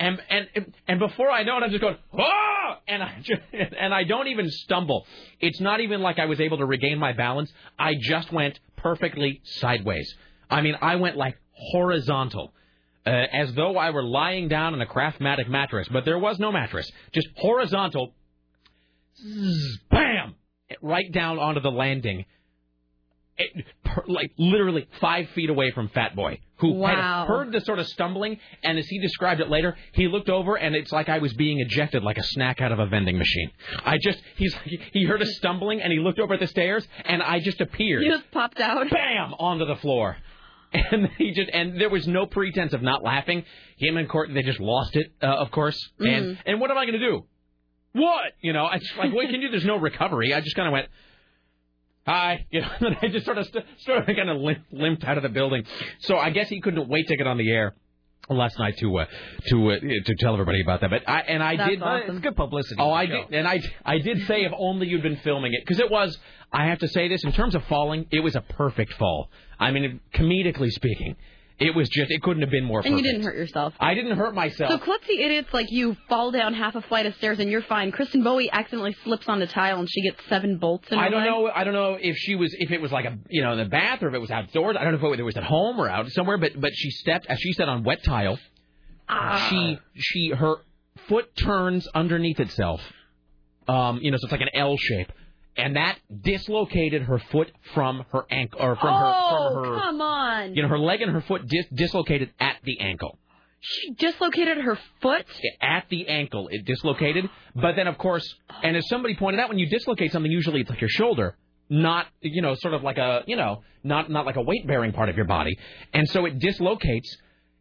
and and and before I know it, I'm just going ah, and I just, and I don't even stumble. It's not even like I was able to regain my balance. I just went perfectly sideways. I mean, I went like horizontal. Uh, as though I were lying down on a Craftmatic mattress, but there was no mattress, just horizontal, zzz, bam, right down onto the landing, it, per, like literally five feet away from Fat Boy, who
Wow.
had heard the sort of stumbling, and as he described it later, he looked over and it's like I was being ejected like a snack out of a vending machine. I just he's he heard a stumbling and he looked over at the stairs and I just appeared,
You just popped out.
bam, onto the floor. and he just and there was no pretense of not laughing. Him and Courtney, they just lost it, uh, of course. And
Mm-hmm.
Mhm.
and what am I going to do? What you know? I just like what can you do? There's no recovery. I just kind of went. Hi, you know, and I just sort of st- sort of kind of limp, limped out of the building. So I guess he couldn't wait to get on the air last night to uh, to uh, to tell everybody about that. But I and I
That's
did.
awesome. It's
good publicity. Oh, I did, and I I did say if only you'd been filming it because it was. I have to say this in terms of falling, it was a perfect fall. I mean, comedically speaking, it was just it couldn't have been more.
And you
perfect.
didn't hurt yourself.
I didn't hurt
So
myself.
klutzy idiots like you fall down half a flight of stairs and you're fine. Kristen Bowie accidentally slips on the tile and she gets seven bolts in her
I don't
leg.
know. I don't know if she was, if it was like a, you know, in the bath or if it was outdoors. I don't know if it was at home or out somewhere. But but she stepped, as she said, on wet tile.
Ah.
She she her foot turns underneath itself. Um, you know, so it's like an L shape, and that dislocated her foot from her ankle or from
oh,
her from her.
come on.
You know, her leg and her foot dis- dislocated at the ankle.
she dislocated her foot.
At the ankle, it dislocated. But then, of course, and as somebody pointed out, when you dislocate something, usually it's like your shoulder, not you know, sort of like a you know, not not like a weight bearing part of your body. And so it dislocates.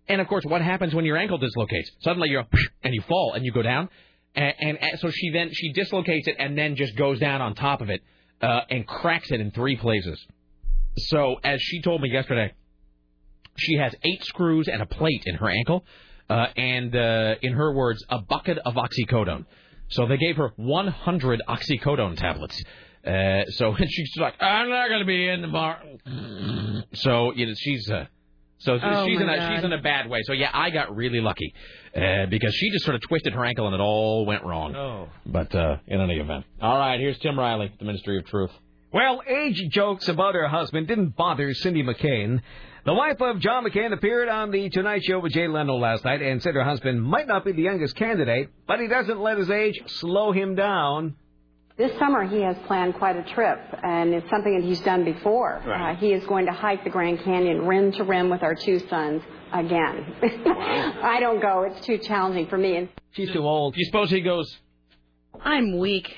And of course, what happens when your ankle dislocates? Suddenly you're and you fall and you go down. And, and, and so she then she dislocates it and then just goes down on top of it uh, and cracks it in three places. So as she told me yesterday, she has eight screws and a plate in her ankle, uh, and uh, in her words, a bucket of oxycodone. So they gave her 100 oxycodone tablets. Uh, so she's like, I'm not going to be in tomorrow. So you know, she's uh, so
Oh,
she's in
my
a
God.
she's in a bad way. So yeah, I got really lucky uh, because she just sort of twisted her ankle and it all went wrong.
Oh.
But uh, in any event, all right. Here's Tim Riley, the Ministry of Truth.
Well, age jokes about her husband didn't bother Cindy McCain. The wife of John McCain appeared on The Tonight Show with Jay Leno last night and said her husband might not be the youngest candidate, but he doesn't let his age slow him down.
This summer, he has planned quite a trip, and it's something that he's done before.
Right.
Uh, he is going to hike the Grand Canyon rim to rim with our two sons again. I don't go, it's too challenging for me. And
She's too old.
Do you suppose he goes?
I'm weak.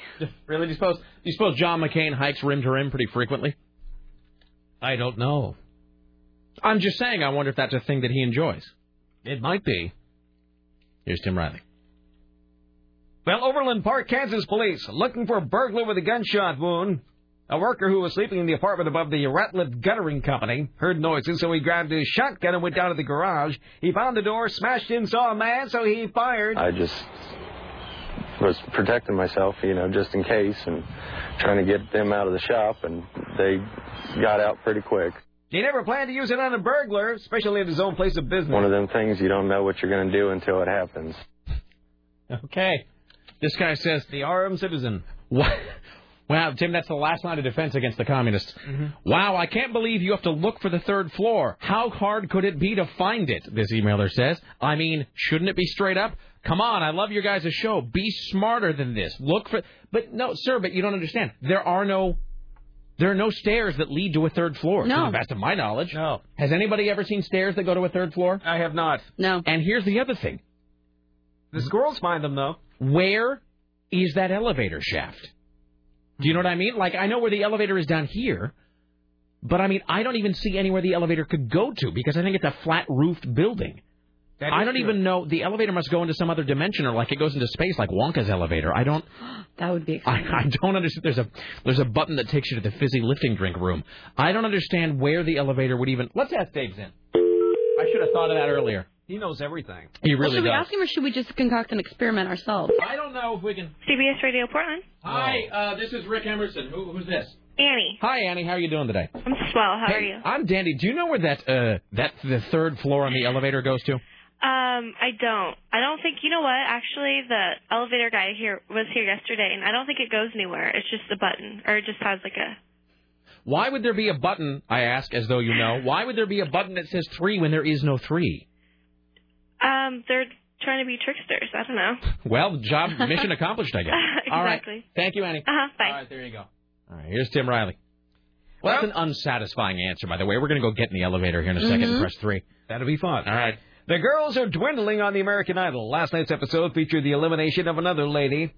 Really? Do you suppose? Do you suppose John McCain hikes rim to rim pretty frequently? I don't know. I'm just saying. I wonder if that's a thing that he enjoys. It might be. Here's Tim Riley.
Well, Overland Park, Kansas police looking for a burglar with a gunshot wound. A worker who was sleeping in the apartment above the Ratliff Guttering Company heard noises, so he grabbed his shotgun and went down to the garage. He found the door, smashed in, saw a man, so he fired.
I just was protecting myself, you know, just in case, and trying to get them out of the shop, and they got out pretty quick.
He never planned to use it on a burglar, especially at his own place of business.
One of them things you don't know what you're going to do until it happens.
Okay. This guy says
the armed citizen.
What? Wow, Tim, that's the last line of defense against the communists.
Mm-hmm.
Wow, I can't believe you have to look for the third floor. How hard could it be to find it? This emailer says. I mean, shouldn't it be straight up? Come on, I love your guys' show. Be smarter than this. Look for. But no, sir, but you don't understand. There are no. There are no stairs that lead to a third floor, to
No.
the best of my knowledge. No. Has anybody ever seen stairs that go to a third floor?
I have not.
No.
And here's the other thing.
The squirrels find them, though.
Where is that elevator shaft? Do you know what I mean? Like, I know where the elevator is down here, but I mean, I don't even see anywhere the elevator could go to because I think it's a flat roofed building.
That
I
is
don't
true.
even know. The elevator must go into some other dimension or like it goes into space, like Wonka's elevator. I don't.
That would be exciting.
I, I don't understand. There's a there's a button that takes you to the fizzy lifting drink room. I don't understand where the elevator would even. Let's ask Dave Zinn. I should have thought of that earlier.
He knows everything.
He
well,
really
should we
does.
ask him or should we just concoct an experiment ourselves?
I don't know if we can.
CBS Radio Portland.
Hi, uh, this is Rick Emerson. Who, who's this?
Annie.
Hi, Annie. How are you doing today?
I'm swell. How are you?
I'm dandy. Do you know where that uh that the third floor on the elevator goes to?
Um, I don't. I don't think. You know what? Actually, the elevator guy here was here yesterday, and I don't think it goes anywhere. It's just a button, or it just has like a.
Why would there be a button? I ask, as though you know. Why would there be a button that says three when there is no three?
Um, they're trying to be tricksters. I don't know.
Well, job mission accomplished, I guess. All right.
exactly.
Thank you, Annie.
Uh
Uh-huh.
huh. Bye. All
right. There you go. All right. Here's Tim Riley. Well, that's an unsatisfying answer, by the way. We're going to go get in the elevator here in a 2nd
Mm-hmm.
Mhm.
and press three.
That'll be fun.
All right.
The girls are dwindling on the American Idol. Last night's episode featured the elimination of another lady.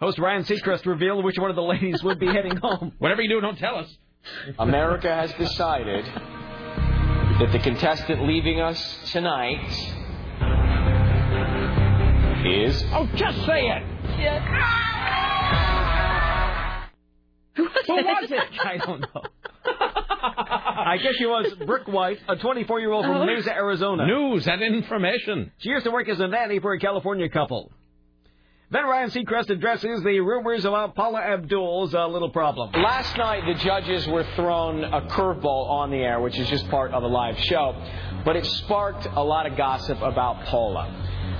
Host Ryan Seacrest revealed which one of the ladies would be heading home.
Whatever you do, don't tell us.
America has decided that the contestant leaving us tonight is.
Oh, just say it.
Who was it? I don't know. I guess she was Brick White, a 24 year old from
Oh.
Mesa, Arizona.
News and information.
She used to work as a nanny for a California couple. Then Ryan Seacrest addresses the rumors about Paula Abdul's uh, little problem.
Last night, the judges were thrown a curveball on the air, which is just part of a live show, but it sparked a lot of gossip about Paula.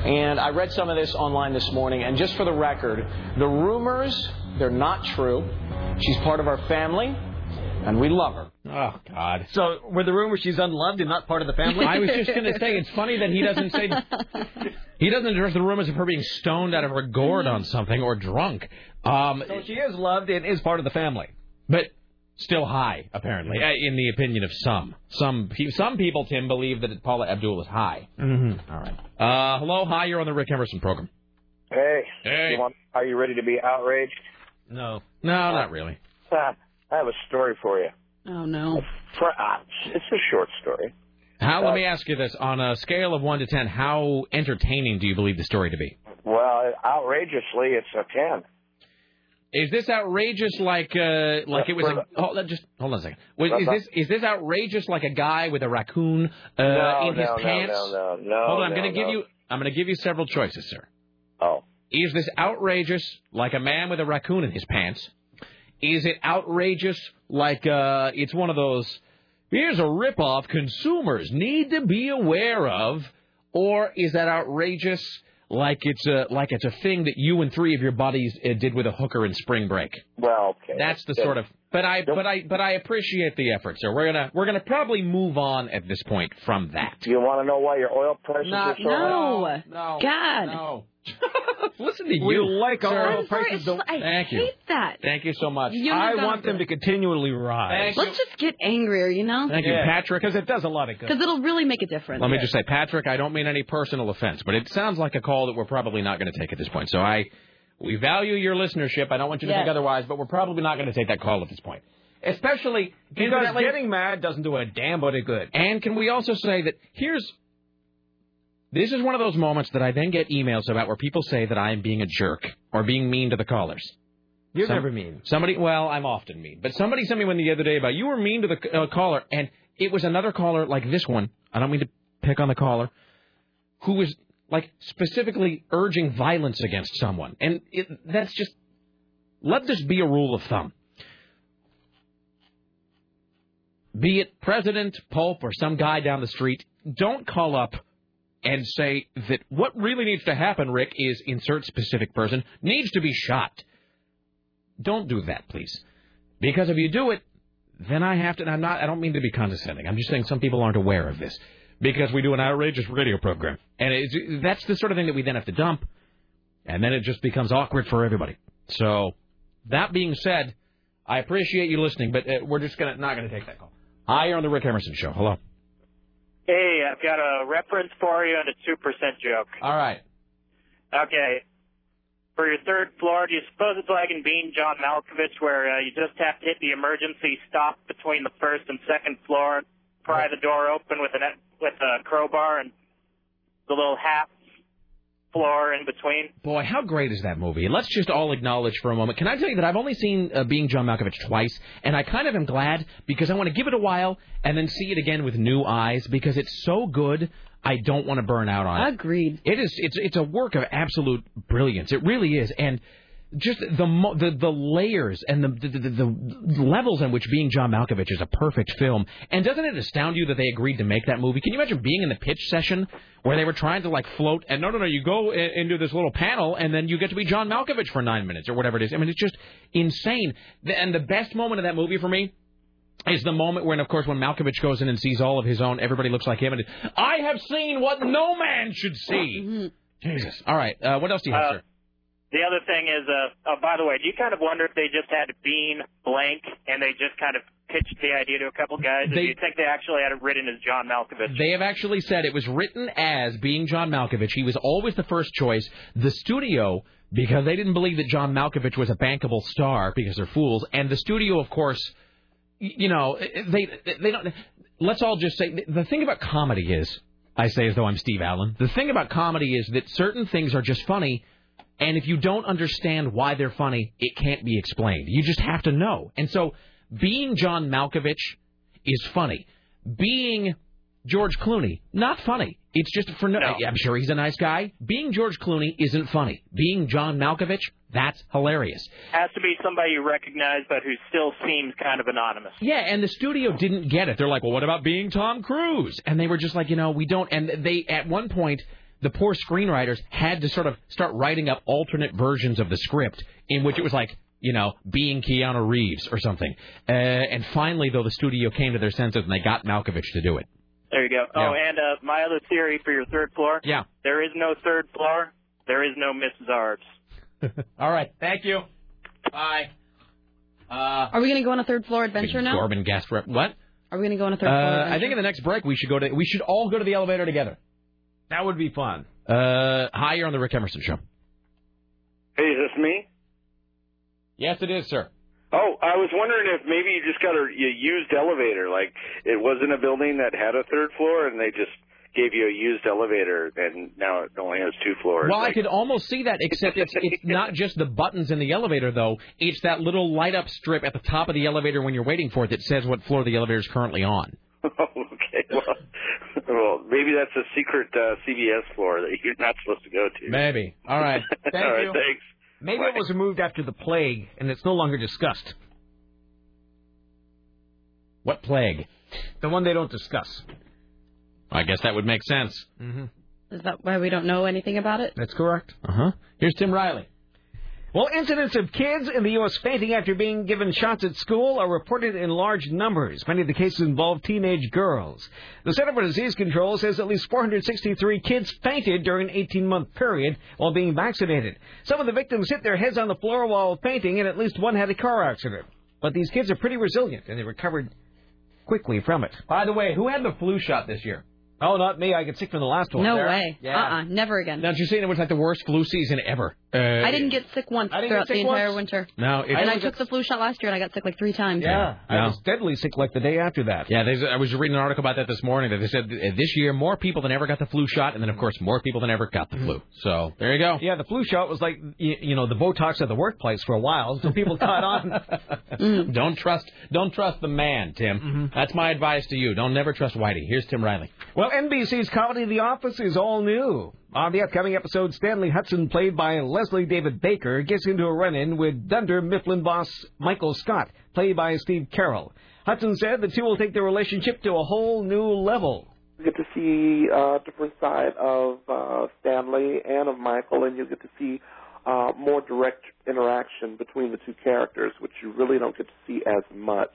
And I read some of this online this morning, and just for the record, the rumors, they're not true. She's part of our family, and we love her.
Oh God! So were the rumors she's unloved and not part of the family?
I was just gonna say, it's funny that he doesn't say- He doesn't address the rumors of her being stoned out of her gourd on something or drunk. Um,
So she is loved and is part of the family.
but still high, apparently, uh, in the opinion of some. Some pe- some people, Tim, believe that Paula Abdul is high.
Mm-hmm.
All right. Uh, hello, hi. You're on the Rick Emerson program.
Hey.
Hey.
You want, are you ready to be outraged?
No.
No, not really.
I have a story for you.
Oh no.
For, uh, it's a short story.
How? let me ask you this: on a scale of one to ten, how entertaining do you believe the story to be?
Well, outrageously, it's a 10.
Is this outrageous? Like, uh, like it was. A, hold, just hold on a second. Was, is this is this outrageous? Like a guy with a raccoon uh,
No,
in his
no, no,
pants?
no, no, no,
Hold on, I'm
no,
gonna give
no.
you. I'm gonna give you several choices, sir.
Oh.
Is this outrageous? Like a man with a raccoon in his pants? Is it outrageous? Like uh, it's one of those. Here's a ripoff consumers need to be aware of, or is that outrageous? Like it's a like it's a thing that you and three of your buddies uh, did with a hooker in spring break.
Well, okay.
That's the sort of. But I, but I, but I appreciate the effort, sir. We're gonna, we're gonna probably move on at this point from that.
Do you want to know why your oil prices are so high?
no. God.
No. Listen to
We
you.
like our
sir.
oil prices don't-
I
Thank you.
hate that.
Thank you so much.
You
I
know
want them to continually rise.
Let's just get angrier, you know?
Thank you, Patrick.
Because it does a lot of good.
Because it'll really make a difference.
Let me just say, Patrick, I don't mean any personal offense, but it sounds like a call that we're probably not going to take at this point. So I, we value your listenership. I don't want you to
Yes.
think otherwise, but we're probably not going to take that call at this point. Especially
because
incidentally-
getting mad doesn't do a damn bit of good.
And can we also say that here's this is one of those moments that I then get emails about where people say that I am being a jerk or being mean to the callers.
You're never mean.
Somebody, well, I'm often mean, but somebody sent me one the other day about you were mean to the uh, caller, and it was another caller like this one. I don't mean to pick on the caller, who was like specifically urging violence against someone, and it, that's just let this be a rule of thumb. Be it president, pope, or some guy down the street, don't call up and say that what really needs to happen, Rick, is insert specific person needs to be shot. Don't do that, please. Because if you do it, then I have to. And I'm not. I don't mean to be condescending. I'm just saying some people aren't aware of this because we do an outrageous radio program, and it's, that's the sort of thing that we then have to dump, and then it just becomes awkward for everybody. So, that being said, I appreciate you listening, but uh, we're just gonna not gonna take that call. Hi, you're on the Rick Emerson Show. Hello.
Hey, I've got a reference for you and a two percent joke.
All right.
Okay. For your third floor, do you suppose it's like in Bean John Malkovich where uh, you just have to hit the emergency stop between the first and second floor, pry the door open with a net, with a crowbar and the little half floor in between?
Boy, how great is that movie? Let's just all acknowledge for a moment. Can I tell you that I've only seen uh, Being John Malkovich twice, and I kind of am glad because I want to give it a while and then see it again with new eyes because it's so good. I don't want to burn out on it.
Agreed.
It is. It's it's a work of absolute brilliance. It really is, and just the mo- the the layers and the the, the the levels in which Being John Malkovich is a perfect film. And doesn't it astound you that they agreed to make that movie? Can you imagine being in the pitch session where they were trying to like float and no no no you go in- into this little panel and then you get to be John Malkovich for nine minutes or whatever it is. I mean it's just insane. The- And the best moment of that movie for me is the moment when, of course, when Malkovich goes in and sees all of his own, everybody looks like him, and I have seen what no man should see. Jesus. All right. Uh, what else do you have,
Mm-hmm. Uh,
sir?
The other thing is, uh, oh, by the way, do you kind of wonder if they just had Bean blank and they just kind of pitched the idea to a couple guys?
They-
do you think they actually had it written as John Malkovich?
They have actually said it was written as being John Malkovich. He was always the first choice. The studio, because they didn't believe that John Malkovich was a bankable star because they're fools, and the studio, of course, you know, eh, they they don't. Let's all just say the thing about comedy is, I say as though I'm Steve Allen. The thing about comedy is that certain things are just funny, and if you don't understand why they're funny, it can't be explained. You just have to know. And so, being John Malkovich is funny. Being George Clooney, not funny. It's just for no, I'm sure he's a nice guy. Being George Clooney isn't funny. Being John Malkovich, that's hilarious.
Has to be somebody you recognize, but who still seems kind of anonymous.
Yeah, and the studio didn't get it. They're like, well, what about being Tom Cruise? And they were just like, you know, we don't. And they, at one point, the poor screenwriters had to sort of start writing up alternate versions of the script in which it was like, you know, being Keanu Reeves or something. Uh, and finally, though, the studio came to their senses and they got Malkovich to do it.
There you go. Oh,
Yeah.
and uh, my other theory for your third floor.
Yeah.
There is no third floor. There is no Mrs. Arbs.
All right. Thank you. Bye. Uh,
Are we going to go on a third floor adventure now?
Gorman guest rep. What?
Are we going to go on a third floor
Uh,
adventure?
I think in the next break we should go to. We should all go to the elevator together. That would be fun. Uh, hi, you're on the Rick Emerson show.
Hey, is this me?
Yes, it is, sir.
Oh, I was wondering if maybe you just got a you used elevator. Like it wasn't a building that had a third floor, and they just gave you a used elevator, and now it only has two floors.
Well, I
Like,
could almost see that, except it's it's not just the buttons in the elevator though. It's that little light up strip at the top of the elevator when you're waiting for it that says what floor the elevator is currently on.
okay, well, well, maybe that's a secret uh, CVS floor that you're not supposed to go to.
Maybe. All right.
All
Thank
right,
you.
thanks.
Maybe it was removed after the plague, and it's no longer discussed.
What plague?
The one they don't discuss.
I guess that would make sense.
Mm-hmm.
Is that why we don't know anything about it?
That's correct.
Uh huh. Here's Tim Riley.
Well, incidents of kids in the U.S. fainting after being given shots at school are reported in large numbers. Many of the cases involve teenage girls. The Center for Disease Control says at least 463 kids fainted during an 18 month period while being vaccinated. Some of the victims hit their heads on the floor while fainting, and at least one had a car accident. But these kids are pretty resilient, and they recovered quickly from it.
By the way, who had the flu shot this year?
Oh, not me. I got sick from the last one.
No
Sarah?
way. Uh-uh. Never again.
Now, did you see it was like the worst flu season ever? Uh,
I didn't get sick once
I didn't
throughout
get
the
sick
entire
once.
winter.
No, it-
and
I
I
was
took the flu shot last year, and I got sick like three times.
Yeah,
No.
I was deadly sick like the day after that.
Yeah, there's, I was reading an article about that this morning that they said uh, this year more people than ever got the flu shot, and then of course more people than ever got the flu. So there you go.
Mm-hmm. Yeah, the flu shot was like you, you know the Botox of the workplace for a while, so people caught on.
Don't trust, don't trust the man, Tim.
Mm-hmm.
That's my advice to you. Don't never trust Whitey. Here's Tim Riley.
Well, NBC's comedy The Office is all new. On the upcoming episode, Stanley Hudson, played by Leslie David Baker, gets into a run-in with Dunder Mifflin boss Michael Scott, played by Steve Carroll. Hudson said the two will take their relationship to a whole new level.
You get to see uh, a different side of uh, Stanley and of Michael, and you get to see uh, more direct interaction between the two characters, which you really don't get to see as much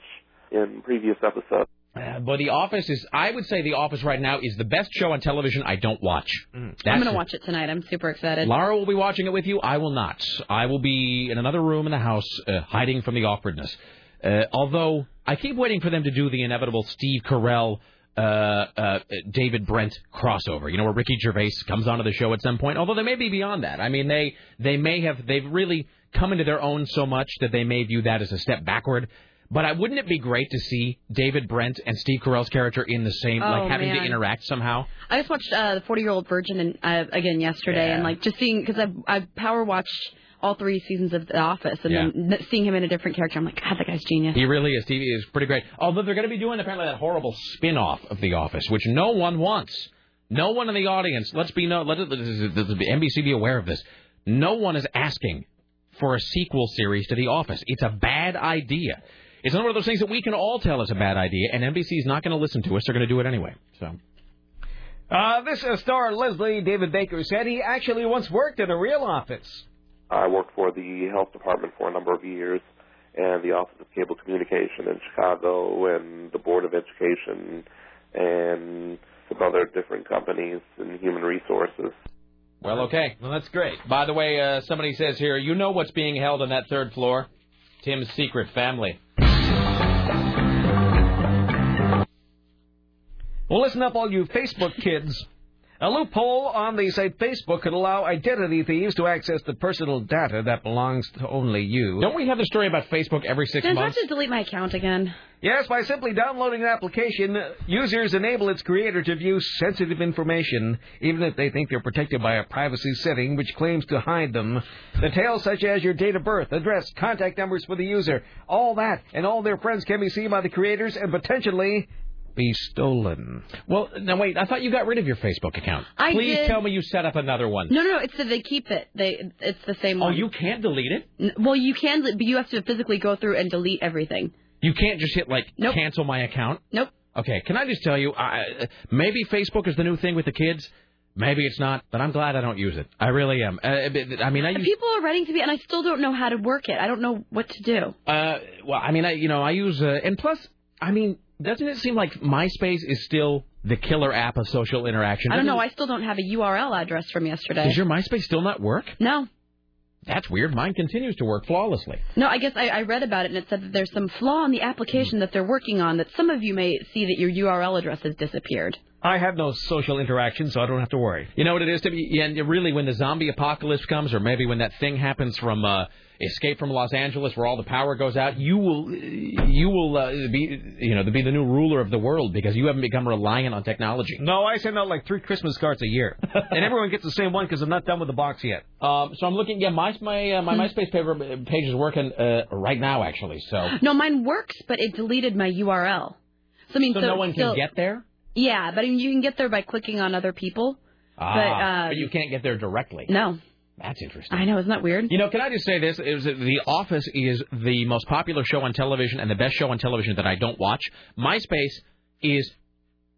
in previous episodes.
Uh, but The Office is, I would say The Office right now is the best show on television I don't watch.
Mm.
I'm going to watch it tonight. I'm super excited.
Laura will be watching it with you. I will not. I will be in another room in the house, uh, hiding from the awkwardness. Uh, although I keep waiting for them to do the inevitable Steve Carell, uh, uh, David Brent crossover. You know, where Ricky Gervais comes onto the show at some point. Although they may be beyond that. I mean, they they may have they've really come into their own so much that they may view that as a step backward. But I, wouldn't it be great to see David Brent and Steve Carell's character in the same,
Oh,
like having to
man.
interact somehow?
I just watched uh, the 40 Year Old Virgin and, uh, again yesterday, and like just seeing because I've I've power watched all three seasons of The Office, and
Yeah.
then n- seeing him in a different character, I'm like, God, that guy's genius.
He really is. Stevie is pretty great. Although they're going to be doing apparently that horrible spin-off of The Office, which no one wants. No one in the audience. Let's be no. Let, let, let, let- let- NBC be aware of this. No one is asking for a sequel series to The Office. It's a bad idea. It's one of those things that we can all tell is a bad idea, and NBC is not going to listen to us. They're going to do it anyway. So.
Uh, this uh, star Leslie David Baker said he actually once worked in a real office.
I worked for the health department for a number of years, and the Office of Cable Communication in Chicago, and the Board of Education, and some other different companies and human resources.
Well, okay.
Well, that's great.
By the way, uh, somebody says here, you know what's being held on that third floor? Tim's secret family.
Well, listen up, all you Facebook kids. A loophole on the site Facebook could allow identity thieves to access the personal data that belongs to only you.
Don't we have the story about Facebook every six
Does I have to delete my account again?
Yes, by simply downloading an application, users enable its creator to view sensitive information, even if they think they're protected by a privacy setting which claims to hide them. Details such as your date of birth, address, contact numbers for the user, all that and all their friends can be seen by the creators and potentially be stolen.
Well, now wait. I thought you got rid of your Facebook account.
I
Please
did.
tell me you set up another one.
No, no, no. It's that they keep it. They it's the same
Oh,
one.
you can't delete it.
N- Well, you can, but you have to physically go through and delete everything.
You can't just hit like
Nope.
cancel my account.
Nope.
Okay, can I just tell you? I, maybe Facebook is the new thing with the kids. Maybe it's not, but I'm glad I don't use it. I really am. Uh, I mean, I use
People are writing to me, and I still don't know how to work it. I don't know what to do.
Uh, well, I mean, I you know, I use uh, and plus, I mean, doesn't it seem like MySpace is still the killer app of social interaction?
I don't know.
Doesn't-
I still don't have a URL address from yesterday.
Does your MySpace still not work?
No.
That's weird. Mine continues to work flawlessly.
No, I guess I, I read about it and it said that there's some flaw in the application that they're working on that some of you may see that your URL address has disappeared.
I have no social interaction, so I don't have to worry.
You know what it is to be, yeah, and really, when the zombie apocalypse comes, or maybe when that thing happens from uh, Escape from Los Angeles, where all the power goes out, you will, you will uh, be, you know, be the new ruler of the world because you haven't become reliant on technology.
No, I send out like three Christmas cards a year, and everyone gets the same one because I'm not done with the box yet.
Um, so I'm looking. Yeah, my my uh,
Hmm.
my MySpace paper page is working uh, right now, actually. So
No, mine works, but it deleted my URL. So I mean,
So
so,
no one can
still-
get there?
Yeah, but I mean, you can get there by clicking on other people.
Ah,
but, um,
but you can't get there directly.
No,
That's interesting.
I know, isn't that weird?
You know, can I just say this? It was, the Office is the most popular show on television and the best show on television that I don't watch. MySpace is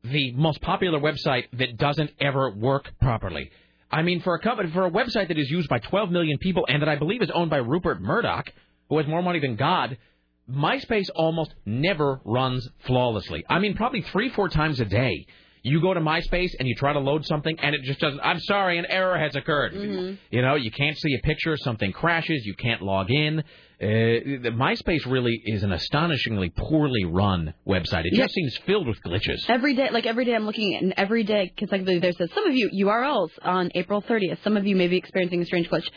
the most popular website that doesn't ever work properly. I mean, for a company, for a website that is used by 12 million people and that I believe is owned by Rupert Murdoch, who has more money than God, MySpace almost never runs flawlessly. I mean, probably three, four times a day. You go to MySpace and you try to load something and it just doesn't. I'm sorry, an error has occurred. You know, you can't see a picture, something crashes, you can't log in. Uh, the MySpace really is an astonishingly poorly run website. It
Yeah.
just seems filled with glitches.
Every day, like every day, I'm looking at it, and every day consecutively there says some of you URLs on April 30th. Some of you may be experiencing a strange glitch.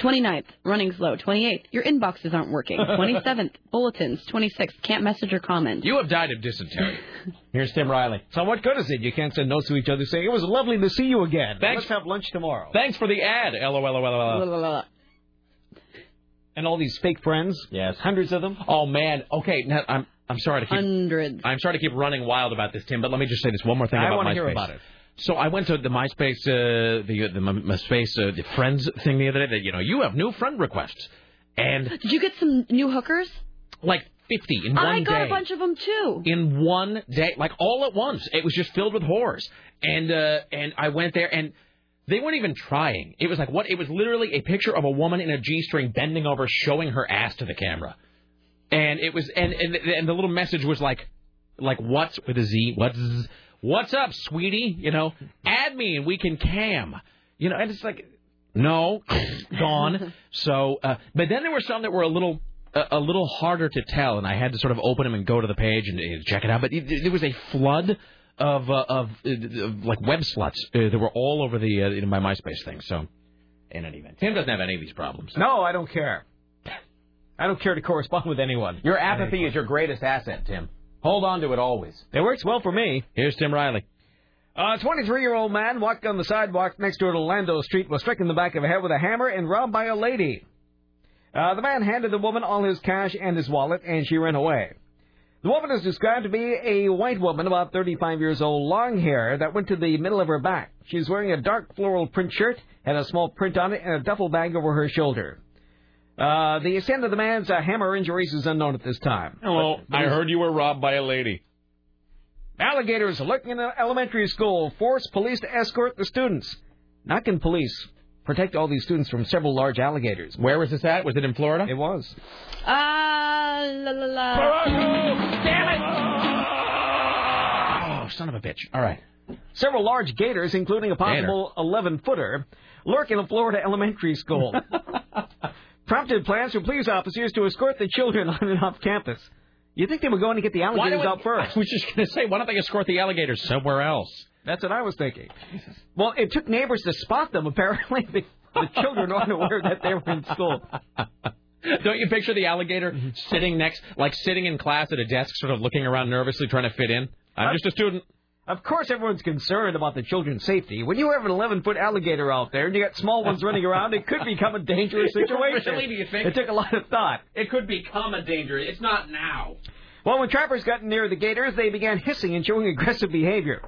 29th, running slow. 28th, your inboxes aren't working. 27th, bulletins. 26th, can't message or comment.
You have died of dysentery.
Here's Tim Riley. So what good is it? You can't send notes to each other saying it was lovely to see you again.
Thanks.
Let's have lunch tomorrow.
Thanks for the ad. LOLOLOL.
And all these fake friends. Yes. Hundreds of them.
Oh man. Okay. Now I'm I'm sorry to keep
hundreds.
I'm sorry to keep running wild about this, Tim. But let me just say this one more thing
I
about
wanna
MySpace.
hear about it.
So I went to the MySpace uh, the the MySpace uh, the friends thing the other day. That you know you have new friend requests and
Did you get some new hookers?
like 50 in one
I got
day.
a bunch of them too.
in one day, like all at once. It was just filled with whores, and uh, and I went there, and they weren't even trying. It was like what? It was literally a picture of a woman in a g-string bending over, showing her ass to the camera, and it was and and and the little message was like, like what's with a z? What's what's up, sweetie? You know, add me and we can cam. You know, and it's like. No, gone. So, uh, but then there were some that were a little a, a little harder to tell, and I had to sort of open them and go to the page and uh, check it out. But it, there was a flood of uh, of, uh, of like web sluts uh, that were all over the uh, in my MySpace thing. So, in any event, Tim doesn't have any of these problems.
No, Oh, I don't care. I don't care to correspond with anyone.
Your apathy is your greatest asset, Tim. Hold on to it always.
It works well for me.
Here's Tim Riley.
A 23 year old man walking on the sidewalk next door to Orlando Street was struck in the back of the head with a hammer and robbed by a lady. Uh, the man handed the woman all his cash and his wallet, and she ran away. The woman is described to be a white woman, about 35 years old, long hair that went to the middle of her back. She's wearing a dark floral print shirt, had a small print on it, and a duffel bag over her shoulder. Uh, the extent of the man's uh, hammer injuries is unknown at this time.
Hello, I heard you were robbed by a lady.
Alligators looking in an elementary school force police to escort the students. Not can police protect all these students from several large alligators?
Where was this at? Was it in Florida?
It was.
Ah, la la la.
Oh, son of a bitch! All right.
Several large gators, including a possible 11 footer, lurk in a Florida elementary school. Prompted plans for police officers to escort the children on and off campus. You think they were going to get the
Why
alligators
don't we-
out first?
I was just going to say, why don't they escort the alligators somewhere else?
That's what I was thinking. Well, it took neighbors to spot them, apparently. The, the children aren't aware that they were in school.
Don't you picture the alligator
Mm-hmm.
sitting next, like sitting in class at a desk, sort of looking around nervously, trying to fit in? I'm just a student.
Of course, everyone's concerned about the children's safety. When you have an 11 foot alligator out there and you got small ones running around, it could become a dangerous situation.
Really, do you think?
It took a lot of thought.
It could become a danger. It's not now.
Well, when trappers got near the gators, they began hissing and showing aggressive behavior.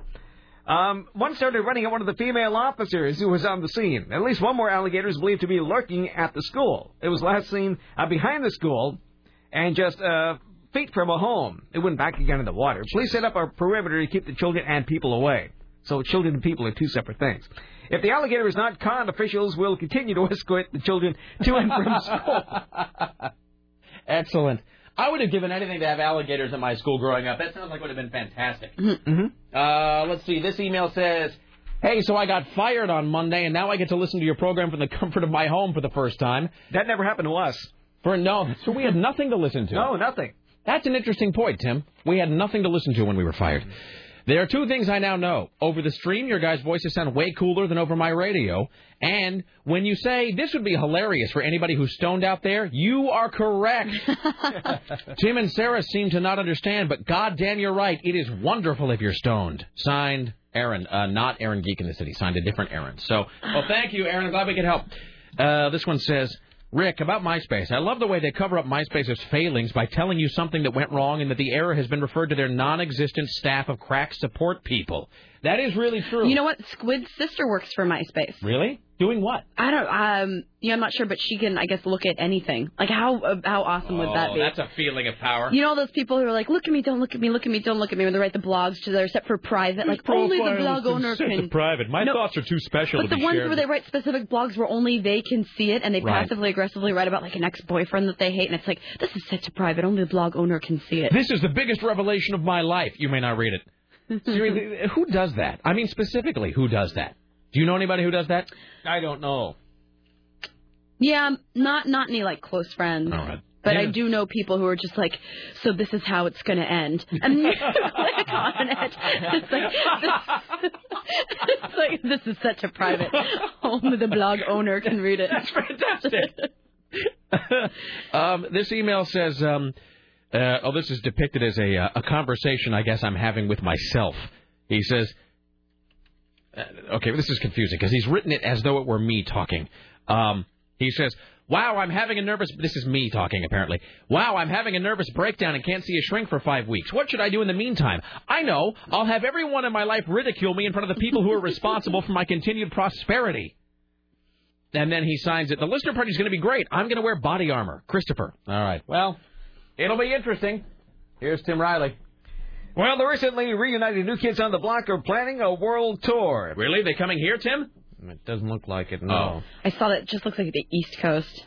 Um, one started running at one of the female officers who was on the scene. At least one more alligator is believed to be lurking at the school. It was last seen uh, behind the school and just uh, feet from a home. It went back again in the water. Police set up a perimeter to keep the children and people away. So children and people are two separate things. If the alligator is not caught, officials will continue to escort the children to and from school.
Excellent. I would have given anything to have alligators at my school growing up. That sounds like it would have been fantastic.
Mm-hmm.
Uh, let's see. This email says, "Hey, so I got fired on Monday, and now I get to listen to your program from the comfort of my home for the first time."
That never happened to us.
For no, so we had nothing to listen to. No,
nothing.
That's an interesting point, Tim. We had nothing to listen to when we were fired. There are two things I now know. Over the stream, your guys' voices sound way cooler than over my radio. And when you say this would be hilarious for anybody who's stoned out there, you are correct. Tim and Sarah seem to not understand, but goddamn, you're right. It is wonderful if you're stoned. Signed, Aaron. Uh, not Aaron Geek in the City. Signed a different Aaron. So, well, thank you, Aaron. I'm glad we could help. Uh, this one says, Rick, about MySpace. I love the way they cover up MySpace's failings by telling you something that went wrong and that the error has been referred to their non existent staff of crack support people. That is really true.
You know what? Squid's sister works for MySpace.
Really? Doing what?
I don't. Um, you know, I'm not sure, but she can, I guess, look at anything. Like, how uh, how awesome would that
Oh,
be?
That's a feeling of power.
You know all those people who are like, look at me, don't look at me, look at me, don't look at me when they write the blogs to their except for private, like only the blog owner can.
private. My thoughts are too special
But the ones where they write specific blogs where only they can see it, and they
Right.
passively aggressively write about like an ex-boyfriend that they hate, and it's like this is set to private, only the blog owner can see it.
This is the biggest revelation of my life. You may not read it. Seriously, who does that? I mean, specifically, who does that? Do you know anybody who does that? I don't know.
Yeah, um, not not any like close friends. But I do know people who are just like, so this is how it's going to end. And click on it. It's like, this, it's like, this is such a private. Only the blog owner can read it. That's
fantastic. Um, this email says, um, uh, "Oh, this is depicted as a uh, a conversation. I guess I'm having with myself." He says, uh, "Okay, this is confusing because he's written it as though it were me talking." Um, he says, "Wow, I'm having a nervous. This is me talking apparently. Wow, I'm having a nervous breakdown and can't see a shrink for five weeks. What should I do in the meantime? I know I'll have everyone in my life ridicule me in front of the people who are responsible for my continued prosperity." And then he signs it. The listener party is going to be great. I'm going to wear body armor. Christopher. All right. Well, it'll be interesting. Here's Tim Riley.
Well, the recently reunited New Kids on the Block are planning a world tour.
Really? They coming here, Tim? It doesn't look like it, no.
I saw that. It just looks like the East Coast.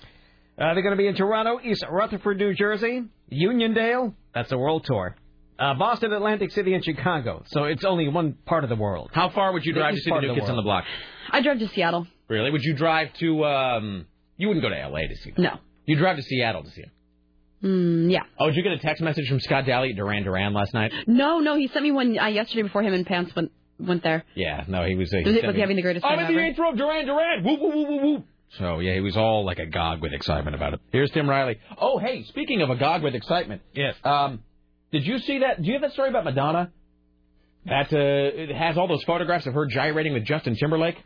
Uh, they're going to be in Toronto, East Rutherford, New Jersey, Uniondale. That's a world tour. Uh, Boston, Atlantic City, and Chicago. So it's only one part of the world.
How far would you drive to see the new kids on the block?
I drove to Seattle.
Really? Would you drive to, um, you wouldn't go to L.A. to see them?
No.
You drive to Seattle to see them.
Mm, yeah.
Oh, did you get a text message from Scott Daly at Duran Duran last night?
No, no. He sent me one uh, yesterday before him and Pants went went there.
Yeah, no, he was. Uh, he
Was, it,
sent
was
me-
he having the greatest
I'm
time
in the
ever?
eighth row of Duran Duran. Woo, woo, woo, woo, woo. So yeah, he was all like agog with excitement about it. Here's Tim Riley. Oh hey, speaking of agog with excitement, yes. Um, did you see that? Do you have that story about Madonna? That uh, it has all those photographs of her gyrating with Justin Timberlake.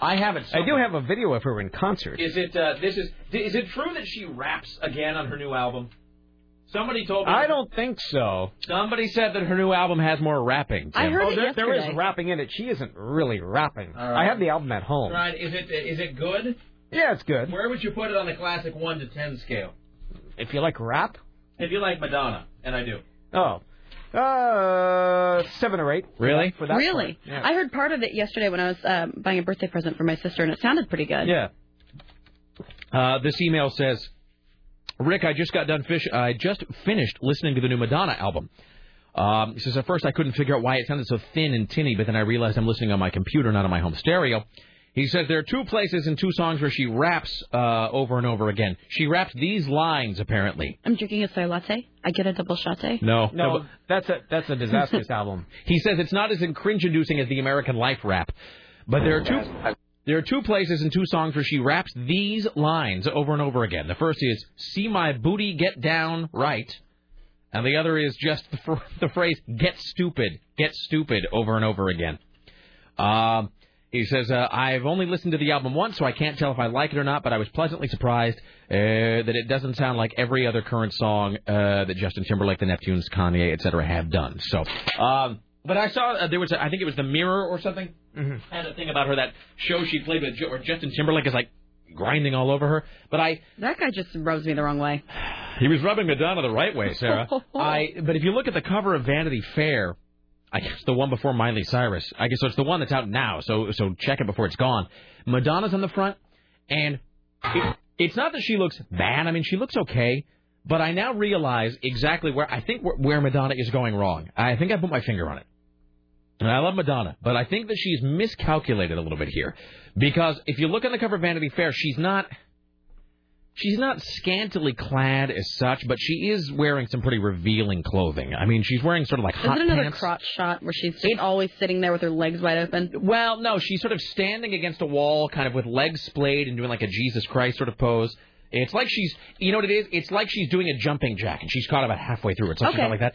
I have it.
I do have a video of her in concert.
Is it uh, this is is it true that she raps again on her new album? Somebody told
I don't think so. Oh,
Somebody said that her new album has more rapping.
I heard it
there, there is
yesterday.
rap.
Rapping in it, she isn't really rapping. I
right.
have the album at home.
Right? Is it is it good?
Yeah, it's good.
Where would you put it on the classic one to ten scale?
If you like rap,
If you like Madonna, and I do.
oh, uh, seven or eight.
Really?
For that
really?
part. Yeah.
I heard part of it yesterday when I was um, buying a birthday present for my sister, and it sounded pretty good.
Yeah. Uh, this email says, Rick, I just got done fish. I just finished listening to the new Madonna album. Um, he says at first I couldn't figure out why it sounded so thin and tinny, but then I realized I'm listening on my computer, not on my home stereo. He says there are two places in two songs where she raps uh, over and over again. She raps these lines apparently.
I'm drinking a soy latte. I get a double shate.
No,
No,
but-
that's a that's a disastrous album.
He says it's not as cringe-inducing as the American Life rap, but there are two there are two places in two songs where she raps these lines over and over again. The first is "See my booty get down right," and the other is just the, fr- the phrase "Get stupid, get stupid" over and over again. Um, he says, uh, I've only listened to the album once, so I can't tell if I like it or not, but I was pleasantly surprised uh, that it doesn't sound like every other current song uh, that Justin Timberlake, the Neptunes, Kanye, etc. have done. So, um, But I saw uh, there was, a, I think it was The Mirror or something, had a thing about her, that show she played with, Jo- where Justin Timberlake is like grinding all over her. But I,
That guy just rubs me the wrong way.
he was rubbing Madonna the right way, Sarah. I, but if you look at the cover of Vanity Fair, I guess the one before Miley Cyrus. I guess it's the one that's out now. So so check it before it's gone. Madonna's on the front, and it, it's not that she looks bad. I mean, she looks okay. But I now realize exactly where I think where, where Madonna is going wrong. I think I put my finger on it. And I love Madonna, but I think that she's miscalculated a little bit here, because if you look on the cover of Vanity Fair, she's not. She's not scantily clad as such, but she is wearing some pretty revealing clothing. I mean, she's wearing sort of like
Is
hot
it another
pants.
crotch shot where she's just always sitting there with her legs wide open?
Well, no, she's sort of standing against a wall, kind of with legs splayed and doing like a Jesus Christ sort of pose. It's like she's, you know what it is? It's like she's doing a jumping jack, and she's caught about halfway through it, something
Okay.
like that.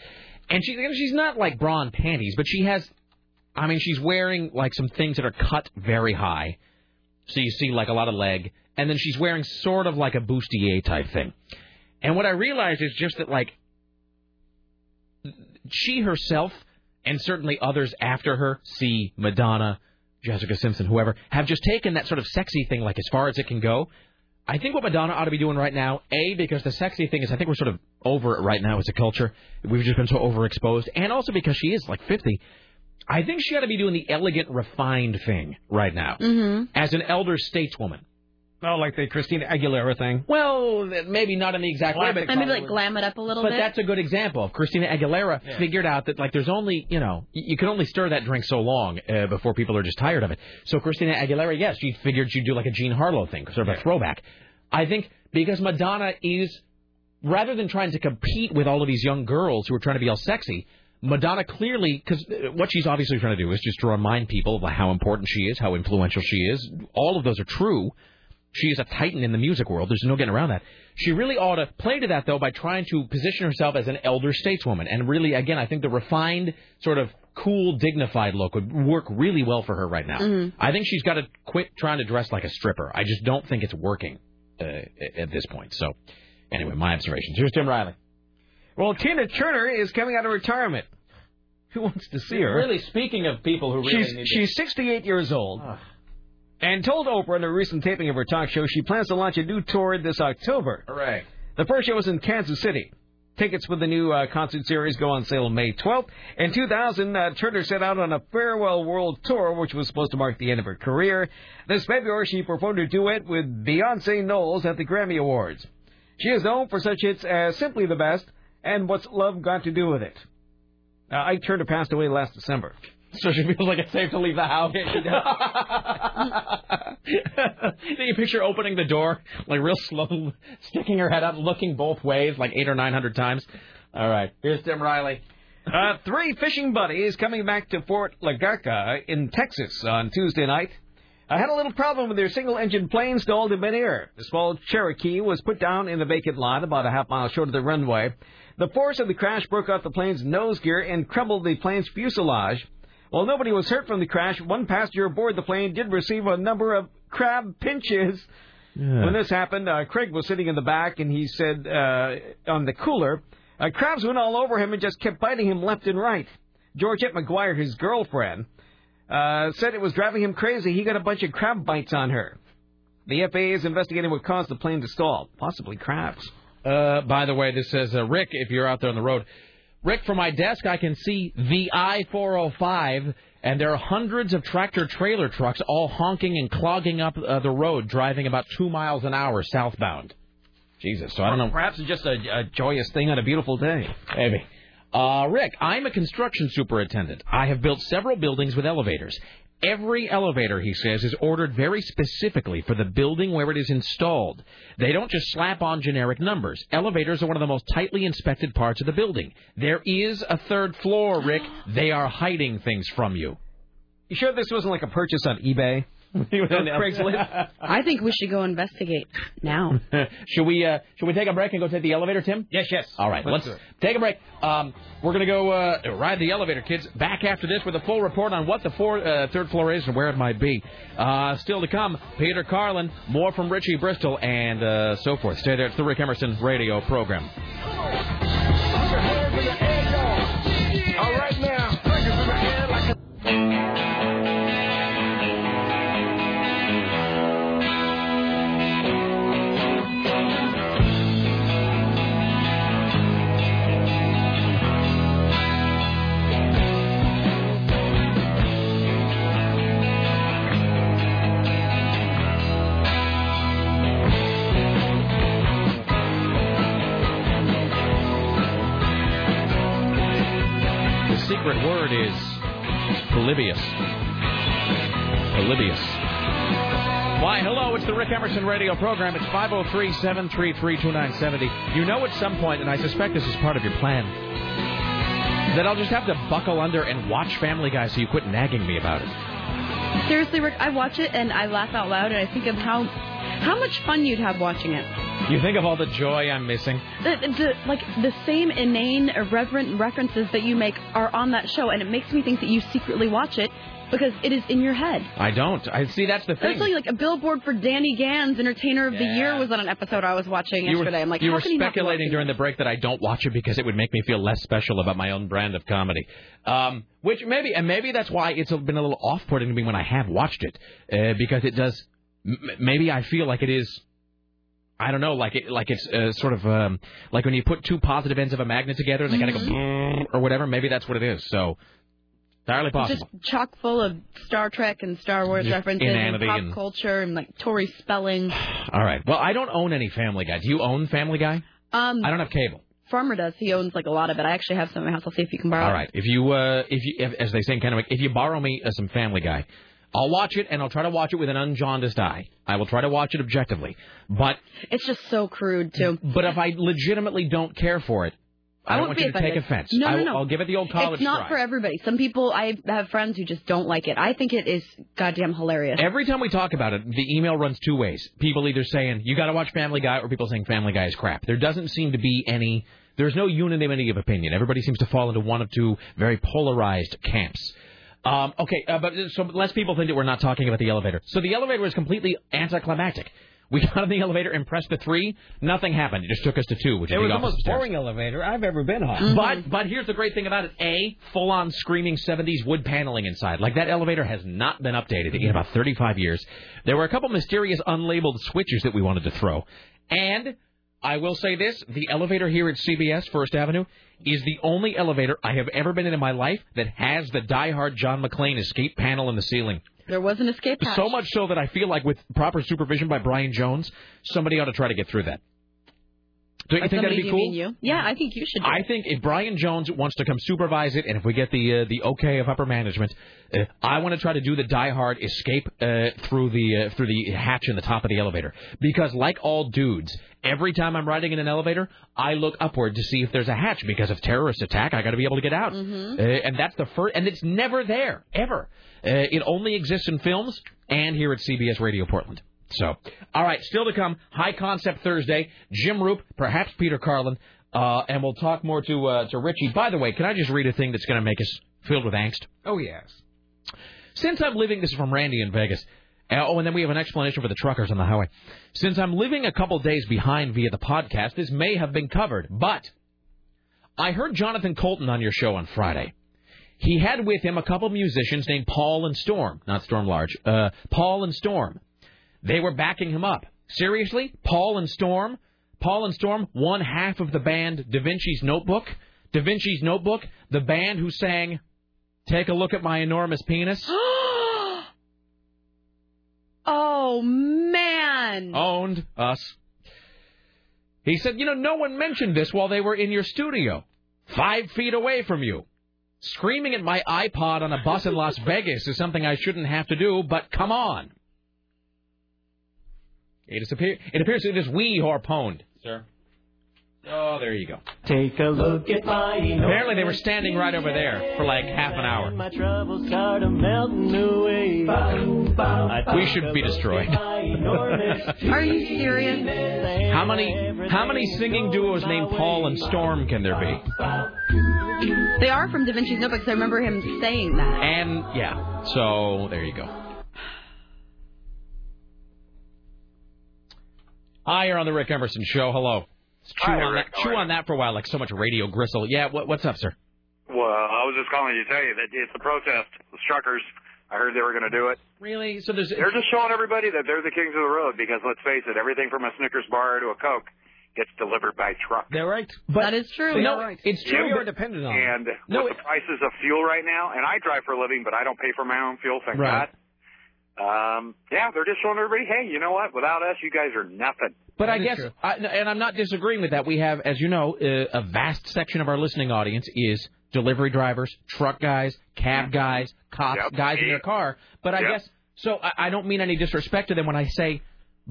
And she's, and she's not like bra and panties, but she has, I mean, she's wearing like some things that are cut very high, so you see like a lot of leg, and then she's wearing sort of like a bustier type thing. And what I realized is just that like she herself and certainly others after her, see Madonna, Jessica Simpson, whoever, have just taken that sort of sexy thing like as far as it can go. I think what Madonna ought to be doing right now, A, because the sexy thing is I think we're sort of over it right now as a culture. We've just been so overexposed. And also because she is like 50. I think she ought to be doing the elegant, refined thing right now
Mm-hmm.
as an elder stateswoman.
Oh, like the Christina Aguilera thing.
Well, maybe not in the exact way, but
Maybe like glam it up a little
but
bit.
that's a good example. of Christina Aguilera
Yeah.
figured out that like there's only you know y- you can only stir that drink so long uh, before people are just tired of it. So Christina Aguilera, yes, she figured she'd do like a Jean Harlow thing, sort of a throwback. I think because Madonna is rather than trying to compete with all of these young girls who are trying to be all sexy. Madonna clearly, because what she's obviously trying to do is just to remind people of how important she is, how influential she is. All of those are true. She is a titan in the music world. There's no getting around that. She really ought to play to that though by trying to position herself as an elder stateswoman. And really, again, I think the refined, sort of cool, dignified look would work really well for her right now.
Mhm.
I think she's got to quit trying to dress like a stripper. I just don't think it's working uh, at- at this point. So, anyway, my observations. Here's Tim Riley.
Well, Tina Turner is coming out of retirement. Who wants to see her?
Really, speaking of people who really
she's
need to- Ah.
she's 68 years old, and told Oprah in a recent taping of her talk show she plans to launch a new tour this October.
Hooray!
The first show is in Kansas City. Tickets for the new uh, concert series go on sale May 12th. In 2000, uh, Turner set out on a farewell world tour, which was supposed to mark the end of her career. This February, she performed a duet with Beyonce Knowles at the Grammy Awards. She is known for such hits as Simply the Best and What's Love Got to Do with It. Uh, Ike Turner passed away last December.
So she feels like it's safe to leave the house. Then you picture opening the door, like real slow, sticking her head up, looking both ways, like eight or nine hundred times. All right, here's Tim Riley.
Uh, three fishing buddies coming back to Fort Lagaca in Texas on Tuesday night. I had a little problem with their single-engine plane stalled in midair. The small Cherokee was put down in a vacant lot about a half mile short of the runway. The force of the crash broke off the plane's nose gear and crumbled the plane's fuselage. While nobody was hurt from the crash, one passenger aboard the plane did receive a number of crab pinches. When this happened, uh, Craig was sitting in the back, and he said uh, on the cooler, uh, crabs went all over him and just kept biting him left and right. Georgette McGuire, his girlfriend, uh, said it was driving him crazy. He got a bunch of crab bites on her. The FAA is investigating what caused the plane to stall, possibly crabs.
Uh, by the way, this says uh, Rick. If you're out there on the road, Rick, from my desk, I can see the I-405, and there are hundreds of tractor-trailer trucks all honking and clogging up uh, the road, driving about two miles an hour southbound. Jesus, so I don't know.
Perhaps it's just a, a joyous thing on a beautiful day.
Maybe. Uh, Rick, I'm a construction superintendent. I have built several buildings with elevators. Every elevator, he says, is ordered very specifically for the building where it is installed. They don't just slap on generic numbers. Elevators are one of the most tightly inspected parts of the building. There is a third floor, Rick. They are hiding things from you.
You sure this wasn't like a purchase on eBay? Craigslist?
I think we should go investigate now.
should we uh, should we take a break and go take the elevator, Tim?
Yes, yes.
All right, let's, take a break. Um, we're going to go uh, ride the elevator, kids. Back after this with a full report on what the four, uh, third floor is and where it might be. Uh, still to come, Peter Carlin, more from Richie Bristol, and uh, so forth. Stay there. It's the Rick Emerson radio program.
All right now.
The secret word is Polybius. Polybius. Why, hello, it's the Rick Emerson radio program. It's 503 733 2970. You know at some point, and I suspect this is part of your plan, that I'll just have to buckle under and watch Family Guy so you quit nagging me about it.
Seriously, Rick, I watch it and I laugh out loud and I think of how how much fun you'd have watching it.
You think of all the joy I'm missing?
The, the, like the same inane, irreverent references that you make are on that show, and it makes me think that you secretly watch it because it is in your head.
I don't. I see. That's the thing.
That's like, like a billboard for Danny Gans, Entertainer of the Year, was on an episode I was watching
you were,
yesterday. I'm like,
you
how
were
can you not be
speculating during the break that I don't watch it because it would make me feel less special about my own brand of comedy. Um, which maybe, and maybe that's why it's been a little off-putting to me when I have watched it, uh, because it does. M- maybe I feel like it is. I don't know, like it, like it's uh, sort of um, like when you put two positive ends of a magnet together and they kind of go brrrr or whatever. Maybe that's what it is. So entirely
Mm-hmm. It's
possible.
Just chock full of Star Trek and Star Wars
Just
references and
inanity
pop
and-
culture and like Tory spelling.
All right. Well, I don't own any Family Guy. Do you own Family Guy?
Um,
I don't have cable.
Farmer does. He owns like a lot of it. I actually have some in my house. I'll see if you can borrow.
All right. If you, uh, if you, if, as they say in Kennewick, if you borrow me uh, some Family Guy, I'll watch it and I'll try to watch it with an unjaundiced eye. I will try to watch it objectively. But
it. It's just so crude too.
but if I legitimately don't care for it, I, don't
won't
want
be
you to take
offended.
offense.
No,
I
no,
will-
no.
I'll give it the old college
It's not
try.
for everybody. Some people I have friends who just don't like it. I think it is goddamn hilarious.
Every time we talk about it, the email runs two ways. People either saying you got to watch Family Guy, or people saying Family Guy is crap. There doesn't seem to be any. There's no unanimity of opinion. Everybody seems to fall into one of two very polarized camps. Um, okay, uh, but so less people think that we're not talking about the elevator. So the elevator was completely anticlimactic. We got on the elevator and pressed the three. Nothing happened. It just took us to two, which
It
is
was
the
the
opposite
most
stairs.
boring elevator I've ever been on.
Mm-hmm.
But but here's the great thing about it: a full-on screaming '70s wood paneling inside. Like that elevator has not been updated in about 35 years. There were a couple mysterious unlabeled switches that we wanted to throw, and I will say this: the elevator here at CBS First Avenue is the only elevator I have ever been in in my life that has the die-hard John McClane escape panel in the ceiling.
There was an escape hatch.
So much so that I feel like with proper supervision by Brian Jones, somebody ought to try to get through that. Don't you
Like
think that'd
somebody
be
you
cool?
mean you. Yeah, I think you should. Do
I
it.
think if Brian Jones wants to come supervise it, and if we get the uh, the okay of upper management, uh, I want to try to do the diehard escape uh, through the uh, through the hatch in the top of the elevator. Because like all dudes, every time I'm riding in an elevator, I look upward to see if there's a hatch because of terrorist attack. I got to be able to get out, uh, and that's the first. And it's never there ever. Uh, it only exists in films and here at CBS Radio Portland. So, all right, still to come, High Concept Thursday, Jim Roop, perhaps Peter Carlin, uh, and we'll talk more to uh, to Richie. By the way, can I just read a thing that's going to make us filled with angst?
Oh, yes.
Since I'm living, this is from Randy in Vegas. Uh, oh, and then we have an explanation for the truckers on the highway. Since I'm living a couple days behind via the podcast, this may have been covered, but I heard Jonathan Colton on your show on Friday. He had with him a couple musicians named Paul and Storm, not Storm Large, uh, Paul and Storm. They were backing him up. Seriously? Paul and Storm? Paul and Storm, one half of the band Da Vinci's Notebook. Da Vinci's Notebook, the band who sang Take a Look at My Enormous Penis.
Oh man.
Owned us. He said, you know, no one mentioned this while they were in your studio. five feet away from you. Screaming at my iPod on a bus in Las Vegas is something I shouldn't have to do, but come on. It, is appear- it appears it is we who are pwned, sir. Oh, there you go.
Take a look at my
Apparently they were standing right over there for like half an hour.
My troubles start a melting away.
We should be destroyed.
Are
you serious?
How many how many singing duos named Paul and Storm can there be?
They are from Da Vinci's Notebook, so I remember him saying that.
And yeah, so there you go. Hi, you're on the Rick Emerson show. Hello. Let's chew
Hi,
on
Rick.
that. Chew on that for a while, like so much radio gristle. Yeah, what, what's up, sir?
Well, I was just calling to tell you that it's a protest. It's truckers. I heard they were going to do it.
Really? So there's
They're just showing everybody that they're the kings of the road because let's face it, everything from a Snickers bar to a Coke gets delivered by truck.
They're right. But
that is true.
No, it's true.
Yeah,
You're
but-
dependent on.
And
No,
with the prices of fuel right now, and I drive for a living, but I don't pay for my own fuel, thank
Right.
God. Um, yeah, they're just showing everybody, hey, you know what? Without us, you guys are nothing.
But I guess, I, and I'm not disagreeing with that. We have, as you know, uh, a vast section of our listening audience is delivery drivers, truck guys,
Mm-hmm.
cab guys, cops, guys in their car. But I
Yep.
guess, so I, I don't mean any disrespect to them when I say,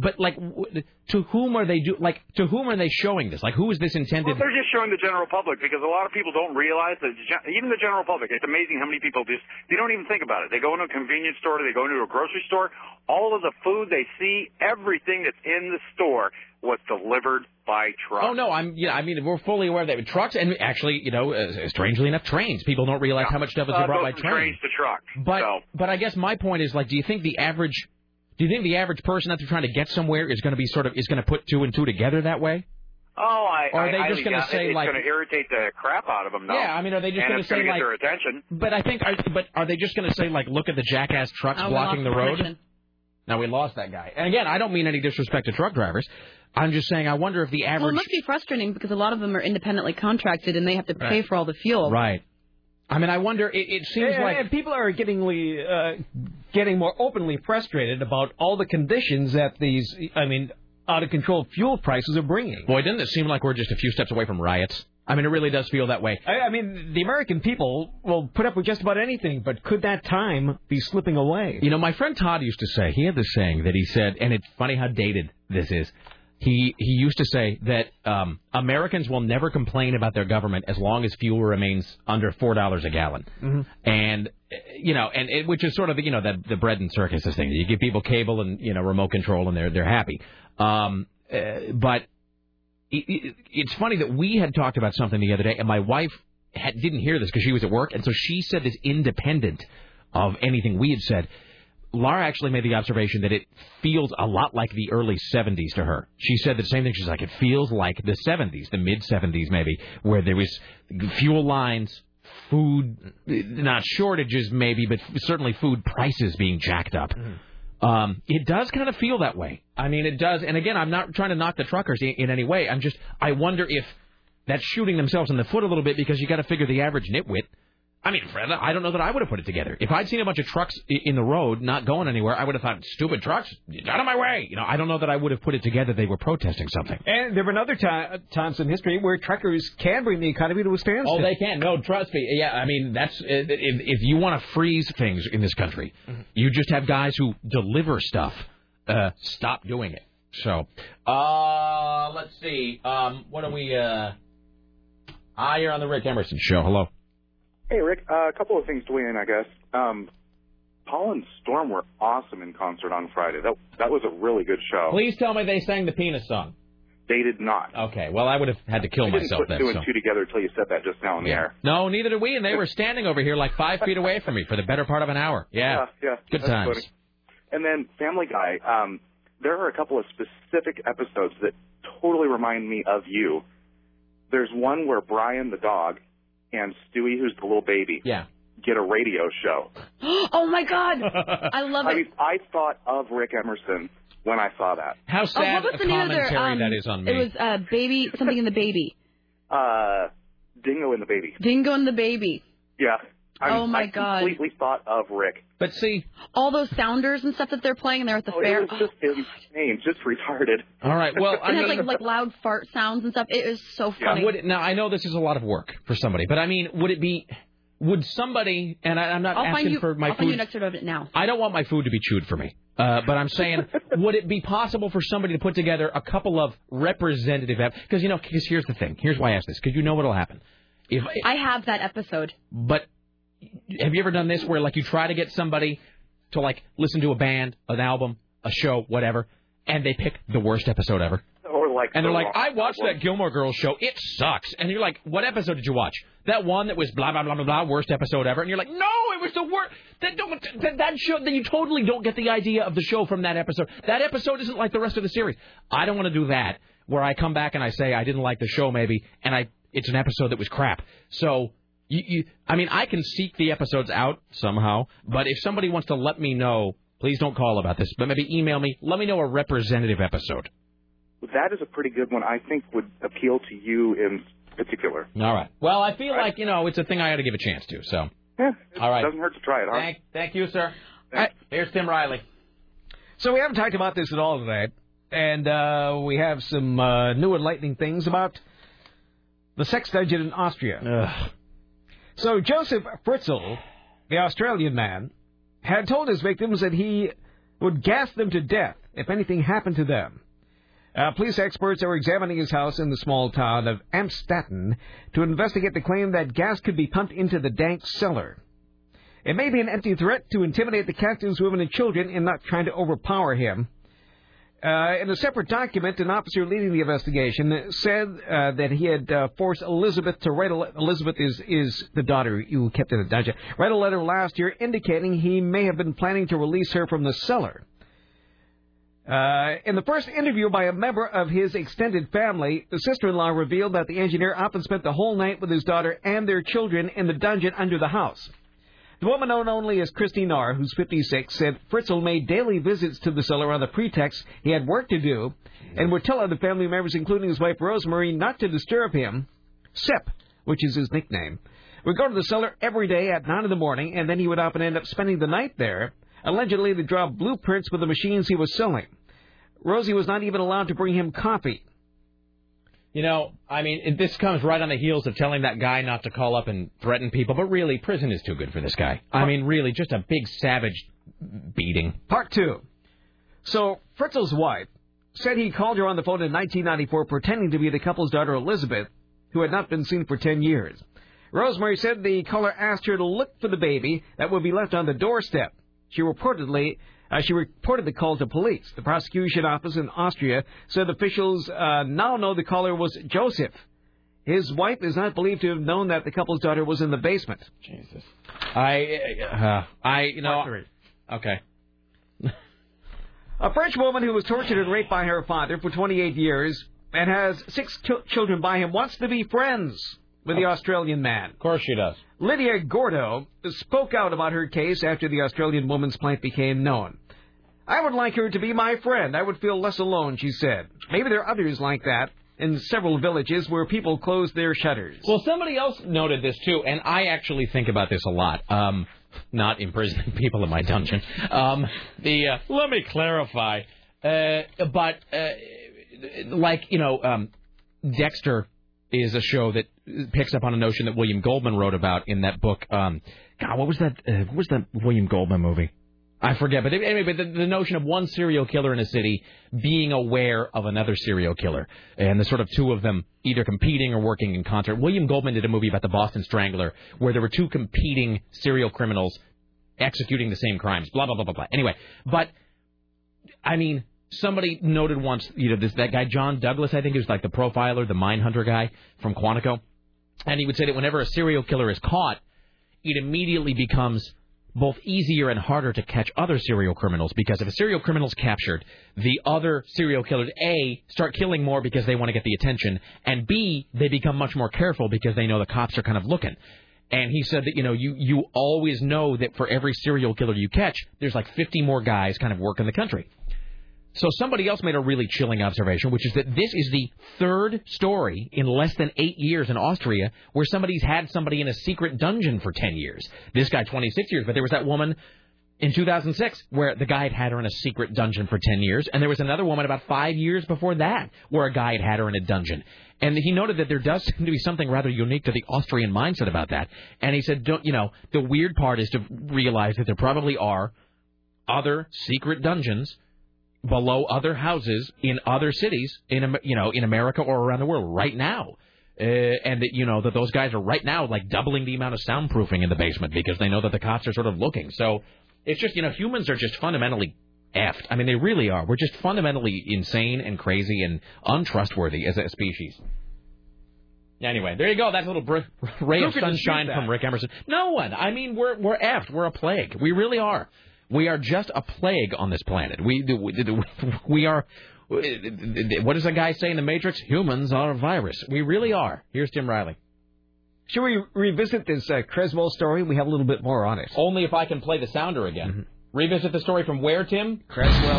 but like, w- to whom are they do? Like, to whom are they showing this? Like, who is this
Well,
intended?
they're just showing the general public because a lot of people don't realize that gen- even the general public. It's amazing how many people just they don't even think about it. They go into a convenience store, they go into a grocery store. All of the food they see, everything that's in the store was delivered by truck.
Oh no, I'm. Yeah, I mean, we're fully aware that trucks and actually, you know, uh, strangely enough, trains. People don't realize how much stuff is
Uh,
brought by
goes from
train.
trains to truck.
But but I guess my point is like, do you think the average, do you think the average person out there trying to get somewhere is going to be sort of is going to put two and two together that way?
Oh, I.
Or are they
I
just gonna
highly doubt it.
say,
it's
like-
going to irritate the crap out of them? No.
Yeah, I mean, are they just
And
gonna
it's gonna
say,
get
like-
their attention?
But I think, are, but are they just going to say like, look at the jackass trucks
Oh, we
blocking the
lost
road?
connection.
Now we lost that guy. And again, I don't mean any disrespect to truck drivers. I'm just saying I wonder if the
Well, it
average
must be frustrating because a lot of them are independently contracted and they have to pay
Right.
for all the fuel.
right. I mean, I wonder. It, it seems
and,
like
and people are getting le- uh, getting more openly frustrated about all the conditions that these, I mean, out of control fuel prices are bringing.
Boy, doesn't it seem like we're just a few steps away from riots? I mean, it really does feel that way.
I, I mean, the American people will put up with just about anything, but could that time be slipping away?
You know, my friend Todd used to say he had this saying that he said, and it's funny how dated this is. He he used to say that um, Americans will never complain about their government as long as fuel remains under four dollars a gallon, and uh, you know, and it, which is sort of the, you know the the bread and circuses thing. You give people cable and you know remote control, and they're they're happy. Um, uh, but it, it, it's funny that we had talked about something the other day, and my wife had, didn't hear this because she was at work, and so she said this independent of anything we had said. Laura actually made the observation that it feels a lot like the early 70s to her. She said the same thing. She's like, it feels like the 70s, the mid 70s maybe, where there was fuel lines, food, not shortages maybe, but certainly food prices being jacked up. Um, it does kind of feel that way. I mean, it does. And again, I'm not trying to knock the truckers in, in any way. I'm just, I wonder if that's shooting themselves in the foot a little bit because you got to figure the average nitwit. I mean, Fred, I don't know that I would have put it together. If I'd seen a bunch of trucks i- in the road not going anywhere, I would have thought, stupid trucks, get out of my way. You know, I don't know that I would have put it together. They were protesting something.
And there have been other ti- times in history where truckers can bring the economy to a standstill.
Oh, they can. No, trust me. Yeah, I mean, that's if, if you want to freeze things in this country, you just have guys who deliver stuff uh, stop doing it. So, uh, let's see. Um, what are we? Uh, ah, you're on the Rick Emerson show. Hello.
Hey, Rick. Uh, a couple of things to weigh in, I guess. Um, Paul and Storm were awesome in concert on Friday. That that was a really good show.
Please tell me they sang the penis song.
They did not.
Okay. Well, I would have had to kill
I didn't
myself
put
then.
two and
so.
two together until you said that just now in the air.
No, neither did we, and they were standing over here like five feet away from me for the better part of an hour. Yeah.
yeah.
Good
that's
times.
funny. And then Family Guy. Um, there are a couple of specific episodes that totally remind me of you. There's one where Brian the dog and Stewie, who's the little baby,
yeah.
get a radio show.
oh my God! I love
I
it. Oh,
mean, I thought of Rick Emerson when I saw that.
How
oh, what was the name of their? Um, It was uh, baby something in the baby.
uh, Dingo and the Baby.
Dingo and the baby.
Yeah.
Oh,
I'm-
my
I
God.
Completely thought of Rick.
But see,
All those sounders and stuff that they're playing, and they're at the
oh,
fair.
it was just insane, just retarded.
All right. Well,
and
I'm
it's like
gonna-
like loud fart sounds and stuff. It is so funny.
Yeah. Would it, now I know this is a lot of work for somebody, but I mean, would it be? Would somebody? And I, I'm not
I'll
asking
find you.
for my
I'll
food.
find you an excerpt of it now.
I don't want my food to be chewed for me. Uh, but I'm saying, would it be possible for somebody to put together a couple of representative? Because you know, because here's the thing. Here's why I ask this. Because you know what'll happen. If
I have that episode.
but have you ever done this where like you try to get somebody to like listen to a band, an album, a show, whatever, and they pick the worst episode ever?
Or like,
And they're
the
like,
wrong
I watched
album.
that Gilmore Girls show. It sucks. And you're like, what episode did you watch? That one that was blah blah blah blah blah, worst episode ever. And you're like, no, it was the worst. That don't that, that show. Then you totally don't get the idea of the show from that episode. That episode isn't like the rest of the series. I don't want to do that. Where I come back and I say I didn't like the show maybe, and I it's an episode that was crap. So you, you I mean I can seek the episodes out somehow, but if somebody wants to let me know, please don't call about this, but maybe email me. Let me know a representative episode.
That is a pretty good one. I think would appeal to you in particular.
All right. Well, I feel like you know it's a thing I got to give a chance to. So.
Yeah.
All right.
Doesn't hurt to try it, huh?
Thank, thank you, sir. Here's Tim Riley.
So we haven't talked about this at all today, and uh, we have some uh, new enlightening things about the sex dungeon in Austria. So Joseph Fritzl, the Australian man, had told his victims that he would gas them to death if anything happened to them. Uh, police experts are examining his house in the small town of Amstetten to investigate the claim that gas could be pumped into the dank cellar. It may be an empty threat to intimidate the captives, women, and children in not trying to overpower him. Uh, in a separate document, an officer leading the investigation said uh, that he had uh, forced Elizabeth to write a le- Elizabeth is is the daughter you kept in the dungeon. Write a letter last year indicating he may have been planning to release her from the cellar. Uh, in the first interview by a member of his extended family, the sister-in-law revealed that the engineer often spent the whole night with his daughter and their children in the dungeon under the house. The woman known only as Christine R., who's 56, said Fritzl made daily visits to the cellar on the pretext he had work to do and would tell other family members, including his wife Rosemary, not to disturb him. Sip, which is his nickname, would go to the cellar every day at 9 in the morning, and then he would often end up spending the night there, allegedly to draw blueprints for the machines he was selling. Rosie was not even allowed to bring him coffee.
You know, I mean, it- this comes right on the heels of telling that guy not to call up and threaten people, but really, prison is too good for this guy. I mean, really, just a big savage beating.
Part two. So Fritzl's wife said he called her on the phone in 1994 pretending to be the couple's daughter Elizabeth, who had not been seen for 10 years. Rosemary said the caller asked her to look for the baby that would be left on the doorstep. She reportedly uh, she reported the call to police. The prosecution office in Austria said officials uh, now know the caller was Joseph. His wife is not believed to have known that the couple's daughter was in the basement.
Jesus. I, uh, I, you know. Okay.
A French woman who was tortured and raped by her father for 28 years and has six chil- children by him wants to be friends with the Australian man. Of
course she does.
Lydia Gordo spoke out about her case after the Australian woman's plight became known. I would like her to be my friend. I would feel less alone, she said. Maybe there are others like that in several villages where people close their shutters.
Well, somebody else noted this too, and I actually think about this a lot. Um, not imprisoning people in my dungeon. Um, the uh, let me clarify. Uh, but uh, like you know, um, Dexter is a show that picks up on a notion that William Goldman wrote about in that book. Um, God, what was that? Uh, what was that William Goldman movie? I forget, but anyway, but the, the notion of one serial killer in a city being aware of another serial killer, and the sort of two of them either competing or working in concert. William Goldman did a movie about the Boston Strangler, where there were two competing serial criminals executing the same crimes. Blah blah blah blah blah. Anyway, but I mean, somebody noted once, you know, this that guy John Douglas, I think, who's like the profiler, the mine hunter guy from Quantico, and he would say that whenever a serial killer is caught, it immediately becomes both easier and harder to catch other serial criminals because if a serial criminal's captured, the other serial killers A start killing more because they want to get the attention, and B they become much more careful because they know the cops are kind of looking. And he said that you know you you always know that for every serial killer you catch, there's like 50 more guys kind of working the country. So somebody else made a really chilling observation, which is that this is the third story in less than eight years in Austria where somebody's had somebody in a secret dungeon for 10 years. This guy, 26 years, but there was that woman in 2006 where the guy had had her in a secret dungeon for 10 years, and there was another woman about five years before that where a guy had had her in a dungeon. And he noted that there does seem to be something rather unique to the Austrian mindset about that. And he said, don't, you know, the weird part is to realize that there probably are other secret dungeons below other houses in other cities in Am- you know in America or around the world right now. Uh, and that you know that those guys are right now like doubling the amount of soundproofing in the basement because they know that the cops are sort of looking. So it's just you know humans are just fundamentally effed. I mean they really are. We're just fundamentally insane and crazy and untrustworthy as a species. Anyway, there you go. That's a little br- ray
Who
of
could dispute
sunshine
that?
from Rick Emerson. No one. I mean we're we're effed. We're a plague. We really are. We are just a plague on this planet. We we, we are. What does a guy say in the Matrix? Humans are a virus. We really are. Here's Jim Riley.
Should we revisit this uh, Creswell story? We have a little bit more on it. Mm-hmm.
Only if I can play the sounder again. Revisit the story from where, Tim? Creswell.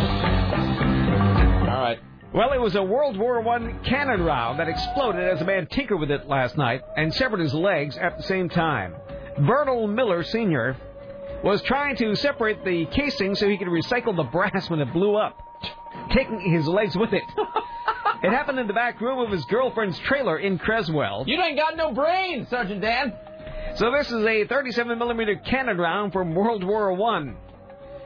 All right.
Well, it was a World War One cannon round that exploded as a man tinkered with it last night and severed his legs at the same time. Bertel Miller Sr. was trying to separate the casing so he could recycle the brass when it blew up, taking his legs with it. it happened in the back room of his girlfriend's trailer in Creswell.
You ain't got no brain, Sergeant Dan.
So this is a 37 millimeter cannon round from World War One.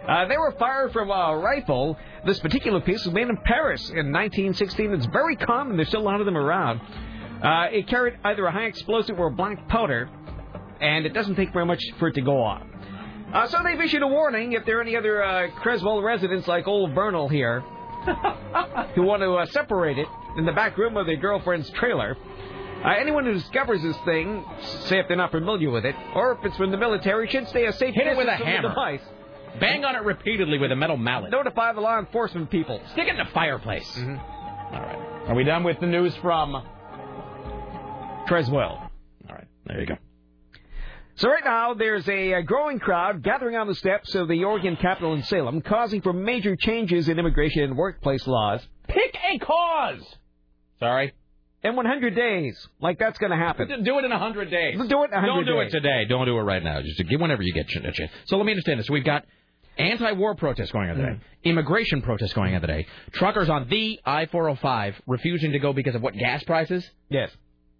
Uh, they were fired from a rifle. This particular piece was made in Paris in 1916. It's very common. There's still a lot of them around. Uh, it carried either a high explosive or black powder, and it doesn't take very much for it to go off. Uh, so they've issued a warning if there are any other uh, Creswell residents like old Bernal here who want to uh, separate it in the back room of their girlfriend's trailer. Uh, anyone who discovers this thing, say if they're not familiar with it, or if it's from the military, should stay a safe
Hit it
distance
with a
from the
hammer.
device.
Bang on it repeatedly with a metal mallet.
Notify the law enforcement people. Mm-hmm.
Stick it in the fireplace.
Are we done with the news from
Creswell?
There you go.
So right now, there's a uh, growing crowd gathering on the steps of the Oregon Capitol in Salem, causing for major changes in immigration and workplace laws.
Pick a cause. Sorry.
In 100 days, like that's going to happen.
Do it in 100 days.
Do it in 100
Don't do it
days.
today. Don't do it right now. Just get whenever you get ch- a chance. So let me understand this. We've got anti-war protests going on today,
Hmm.
immigration protests going on today, truckers on the I-405 refusing to go because of what gas prices.
Yes.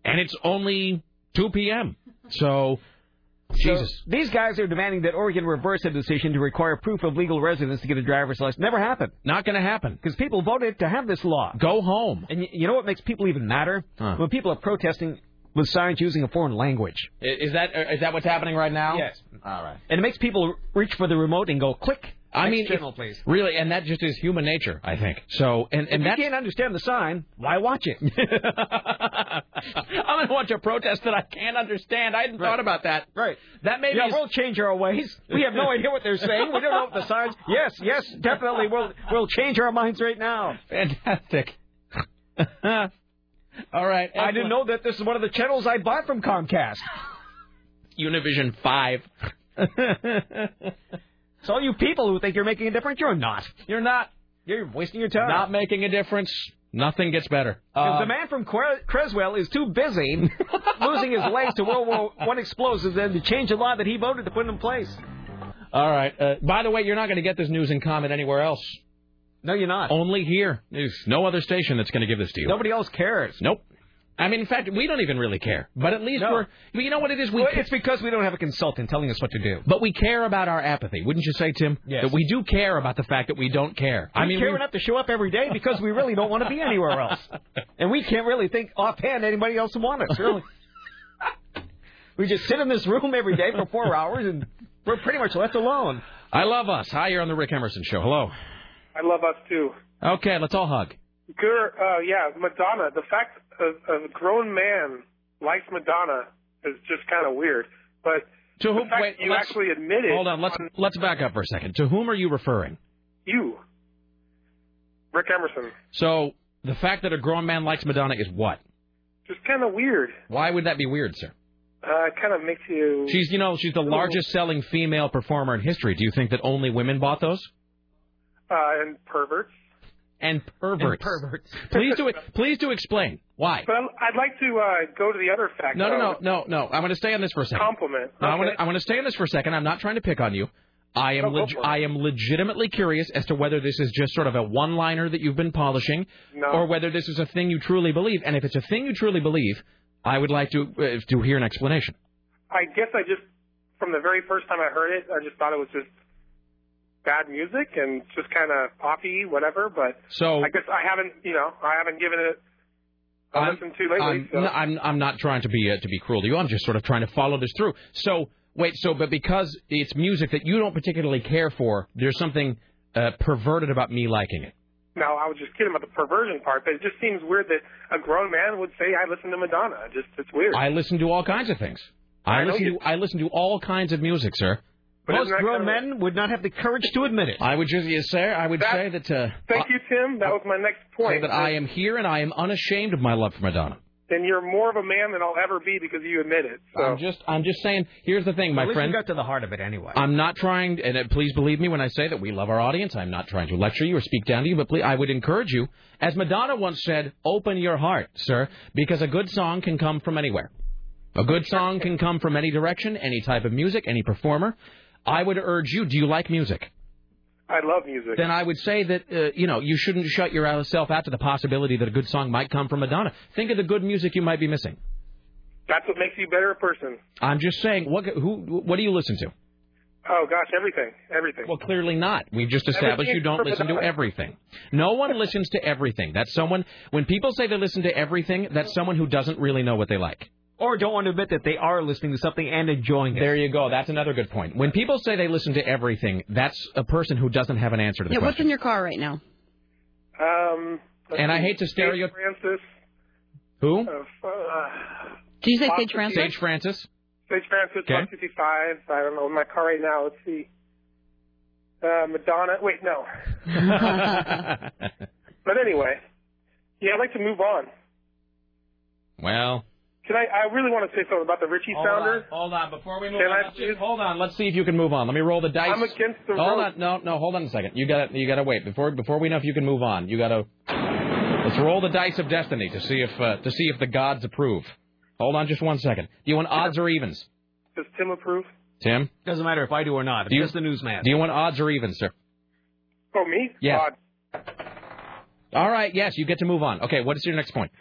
And it's only 2 p.m. So Jesus.
So these guys are demanding that Oregon reverse a decision to require proof of legal residence to get a driver's license. Never happened.
Not going to happen.
Because people voted to have this law.
Go home.
And y- you know what makes people even madder? When people are protesting with signs using a foreign language.
I- Is that uh, is that what's happening right now?
Yes.
All right.
And it makes people reach for the remote and go click.
I mean,
Next channel,
if-
please.
really, and that just is human nature, I think. So, and and
if
that's
you can't understand the sign, why watch it?
I'm going to watch a protest that I can't understand. I hadn't thought about that.
Right.
That maybe
yeah,
is-
we'll change our ways. We have no idea what they're saying. We don't know what the signs. Yes, yes, definitely. We'll we'll change our minds right now.
Fantastic.
Uh,
All right.
I didn't know that this is one of the channels I bought from Comcast.
Univision 5.
So all you people who think you're making a difference, you're not.
You're not.
You're wasting your time.
Not making a difference. Nothing gets better.
Because
Uh,
the man from Cre- Creswell is too busy losing his legs to World War One explosives and to change the law that he voted to put in place.
all right. Uh, by the way, you're not going to get this news and comment anywhere else.
No, you're not.
Only here. There's no other station that's going to give this to you.
Nobody else cares.
Nope. I mean, in fact, we don't even really care. But at least
No.
we're. But you know what it is? We
Well, it's because we don't have a consultant telling us what to do.
But we care about our apathy, wouldn't you say, Tim?
Yes.
That we do care about the fact that we don't care. I
We
mean,
care
we-
enough to show up every day because we really don't want to be anywhere else, and we can't really think offhand anybody else would want us. Really, we just sit in this room every day for four hours, and we're pretty much left alone.
I love us. Hi, you're on the Rick Emerson Show. Hello.
I love us too.
Okay, let's all hug.
Gur, uh, yeah, Madonna. The fact a, a grown man likes Madonna is just kind of weird. But
To
the
whom?
fact
Wait,
that you
let's-
actually admitted
Hold on. Let's let's back up for a second. To whom are you referring?
you, Rick Emerson,
So the fact that a grown man likes Madonna is what?
just kind of weird.
Why would that be weird, sir?
Uh, it kind of makes you.
She's you know she's the largest selling female performer in history. Do you think that only women bought those?
uh, and perverts.
and perverts.
And perverts.
please do it. Please do explain why.
But I'd like to uh, go to the other factor.
No, no, no, no, no. I'm going to stay on this for a second.
Compliment.
No, I want
Okay.
to. I want to stay on this for a second. I'm not trying to pick on you. I am.
No, go
leg-
for it.
I am legitimately curious as to whether this is just sort of a one-liner that you've been polishing,
No.
or whether this is a thing you truly believe. And if it's a thing you truly believe, I would like to uh, to hear an explanation.
I guess I just, from the very first time I heard it, I just thought it was just bad music and just kind of poppy, whatever. But
So-
I guess I haven't, you know, I haven't given it a
I'm-
listen to lately.
I'm,
so.
no, I'm I'm not trying to be uh, to be cruel to you. I'm just sort of trying to follow this through. So wait, so but because it's music that you don't particularly care for, there's something uh, perverted about me liking it.
No, I was just kidding about the perversion part, but it just seems weird that a grown man would say I listen to Madonna. It Just it's weird.
I listen to all kinds of things. I,
I know
listen
you-
to I listen to all kinds of music, sir.
Most grown men would not have the courage to admit it.
I would just yes, sir. I would say that uh,
Thank you, Tim. That was my next
say
point.
that I am here and I am unashamed of my love for Madonna.
And you're more of a man than I'll ever be because you admit it. So
I'm just I'm just saying. Here's the thing, my
At least
friend.
we got to the heart of it anyway.
I'm not trying, and uh, please believe me when I say that we love our audience. I'm not trying to lecture you or speak down to you, but please, I would encourage you, as Madonna once said, open your heart, sir, because a good song can come from anywhere. A good song can come from any direction, any type of music, any performer. I would urge you, do you like music?
I love music.
Then I would say that, uh, you know, you shouldn't shut yourself out to the possibility that a good song might come from Madonna. Think of the good music you might be missing.
That's what makes you a better person.
I'm just saying, what, who, what do you listen to?
Oh gosh, everything, everything.
Well, clearly not. We've just established
Everything
you don't
from
listen to
Madonna.
everything. No one listens to everything. That's someone, when people say they listen to everything, that's someone who doesn't really know what they like.
Or don't want to admit that they are listening to something and enjoying it.
There you go. That's another good point. When people say they listen to everything, that's a person who doesn't have an answer to the
Yeah, what's
question.
in your car right now?
Um. let's
And I
see,
hate to stereo-
Dave Francis.
Who?
Uh, f- uh,
Did you say
Fox
Sage Francis?
Sage Francis.
Sage Francis,
Okay.
155. I don't know. In my car right now. Let's see. Uh, Madonna. Wait, no. But anyway, yeah, I'd like to move on.
well,
Can I? I really want to say something about the Richie
Hold
Sounder.
on, hold on. Before we move
Can
on,
I
let's
please?
hold on. Let's see if you can move on. Let me roll the dice.
I'm against the
Hold on.
rope.
No, no. Hold on a second. You got to you got to wait before before we know if you can move on. You got to let's roll the dice of destiny to see if uh, to see if the gods approve. Hold on, just one second. Do you want odds or evens,
Does Tim approve?
Tim?
Doesn't matter if I do or not.
Do you-
It's just the newsman.
Do you want odds or evens, sir?
Oh, me?
Yeah.
God.
All right. Yes, you get to move on. Okay. What is your next point?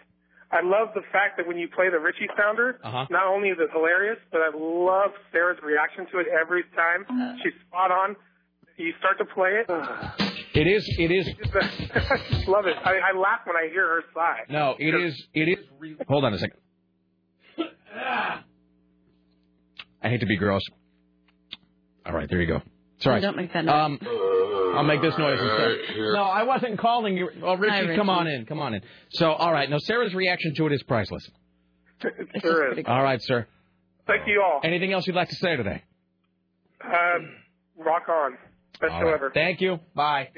I love the fact that when you play the Richie Sounder,
Uh-huh.
not only is it hilarious, but I love Sarah's reaction to it every time.
Uh.
She's spot on. You start to play it.
It is. It is.
I just love it. I, I laugh when I hear her sigh.
No. It is. It is. Re- hold on a second. I hate to be gross. All right. There you go. Sorry.
Don't make that noise.
Um, I'll make this noise instead. No, I wasn't calling you. Oh, Richie,
Hi, Richie.
come on in. Come on in. So, all right. Now, Sarah's reaction to it is priceless.
It sure is.
All right, sir.
Thank you all.
Anything else you'd like to say today?
Uh, rock on. Best
All
show
right.
ever.
Thank you. Bye.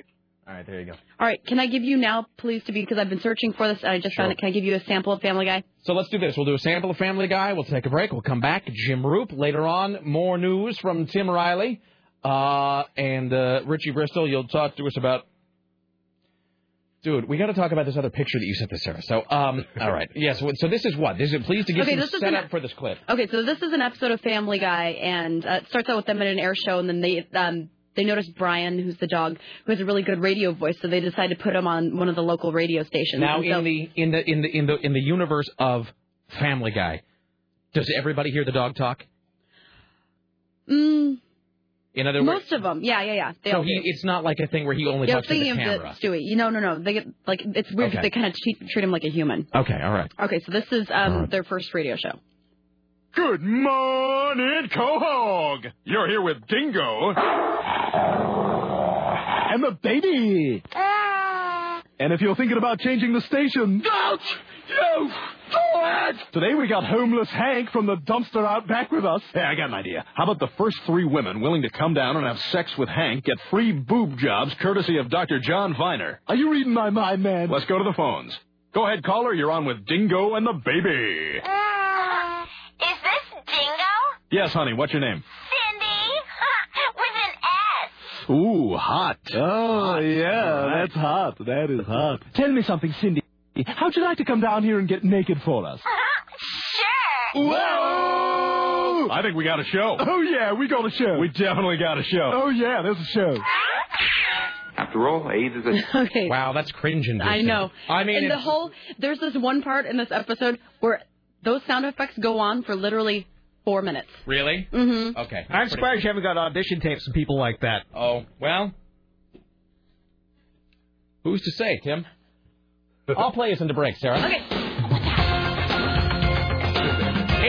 All right. There you go.
All right, can I give you now, please, to be because I've been searching for this and I just found it. Can I give you a sample of Family Guy?
So let's do this. We'll do a sample of Family Guy. We'll take a break. We'll come back. Jim Roop. Later on, more news from Tim Riley. Uh, and uh, Richie Bristol, you'll talk to us about. Dude, we got to talk about this other picture that you sent to Sarah. So, um, all right. Yes. so this is what? This is please to give
Okay,
some
this is
setup
an-
for this clip.
Okay, so this is an episode of Family Guy, and uh, it starts out with them at an air show, and then they um, they notice Brian, who's the dog, who has a really good radio voice, so they decide to put him on one of the local radio stations.
Now
And so-
in the in the in the in the in the universe of Family Guy, does everybody hear the dog talk?
Mm,
In other words,
most of them, yeah, yeah, yeah. They
so
all
he,
do.
it's not like a thing where he only
yeah, I was
talks to the
thinking of the-
camera.
Stewie. You know, no, no. They get like it's weird because
Okay.
they kind of treat, treat him like a human.
Okay, all right.
Okay, so this is um,
All right.
their first radio show.
Good morning, Cohog! You're here with Dingo. And the baby! And if you're thinking about changing the station, ouch! You it! Today we got homeless Hank from the dumpster out back with us. Hey, I got an idea. How about the first three women willing to come down and have sex with Hank get free boob jobs courtesy of Dr. John Viner? Are you reading my mind, man? Let's go to the phones. Go ahead, caller. You're on with Dingo and the baby.
Uh, Is this Dingo?
Yes, honey. What's your name?
Cindy? With an S.
Ooh, hot. Oh, yeah,
Right.
that's hot. That is hot. Tell me something, Cindy. How'd you like to come down here and get naked for us?
sure.
Whoa!
I think we got a show.
Oh, yeah, we got a show.
We definitely got a show.
Oh, yeah, there's a show.
After all, AIDS is
a. okay.
Wow, that's cringe inducing.
I know.
I mean,
and the
it's-
whole there's this one part in this episode where those sound effects go on for literally four minutes.
really?
Mm-hmm.
Okay.
I'm
Pretty-
surprised you haven't got audition tapes from people like that.
Oh, well. Who's to say, Tim? I'll play us into break, Sarah.
Okay.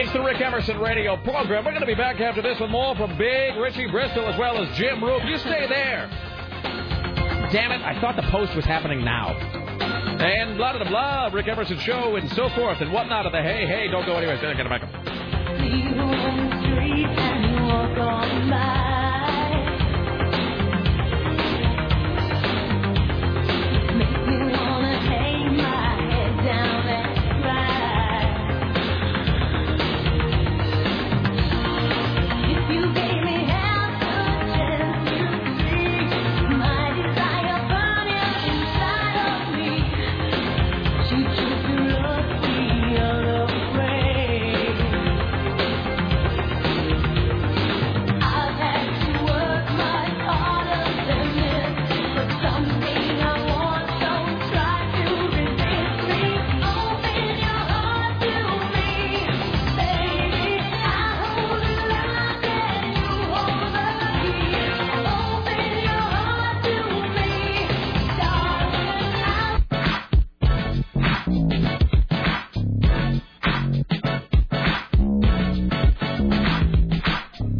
It's the Rick Emerson radio program. We're going to be back after this with more from Big Richie Bristol as well as Jim Rube. You stay there. Damn it, I thought the post was happening now. And blah, blah, blah, blah, Rick Emerson show and so forth and whatnot of the hey, hey, don't go anywhere. Sarah, get it back up.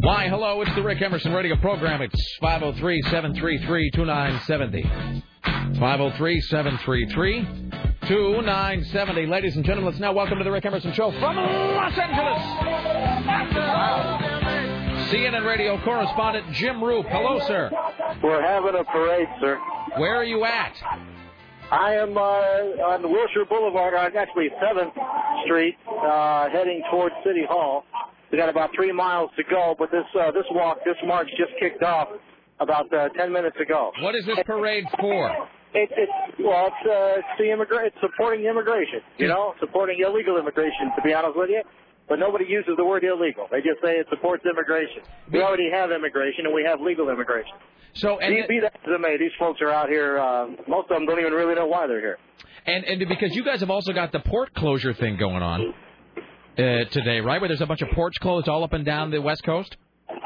Why, hello, it's the Rick Emerson radio program. It's 503 733 2970. 503 733 2970. Ladies and gentlemen, let's now welcome to the Rick Emerson Show from Los Angeles. CNN radio correspondent Jim Roop. Hello, sir.
We're having a parade, sir.
Where are you at?
I am uh, on Wilshire Boulevard, or actually 7th Street, uh, heading towards City Hall. We got about three miles to go, but this uh, this walk, this march just kicked off about uh, 10 minutes ago.
What is this parade for?
It, it's well, it's uh, it's the immigra- it's supporting immigration, you know, supporting illegal immigration. To be honest with you, but nobody uses the word illegal. They just say it supports immigration. We already have immigration, and we have legal immigration.
So, and
be, be that as it may, these folks are out here. Uh, most of them don't even really know why they're here.
And, and because you guys have also got the port closure thing going on uh, today, right? Where there's a bunch of ports closed all up and down the West Coast?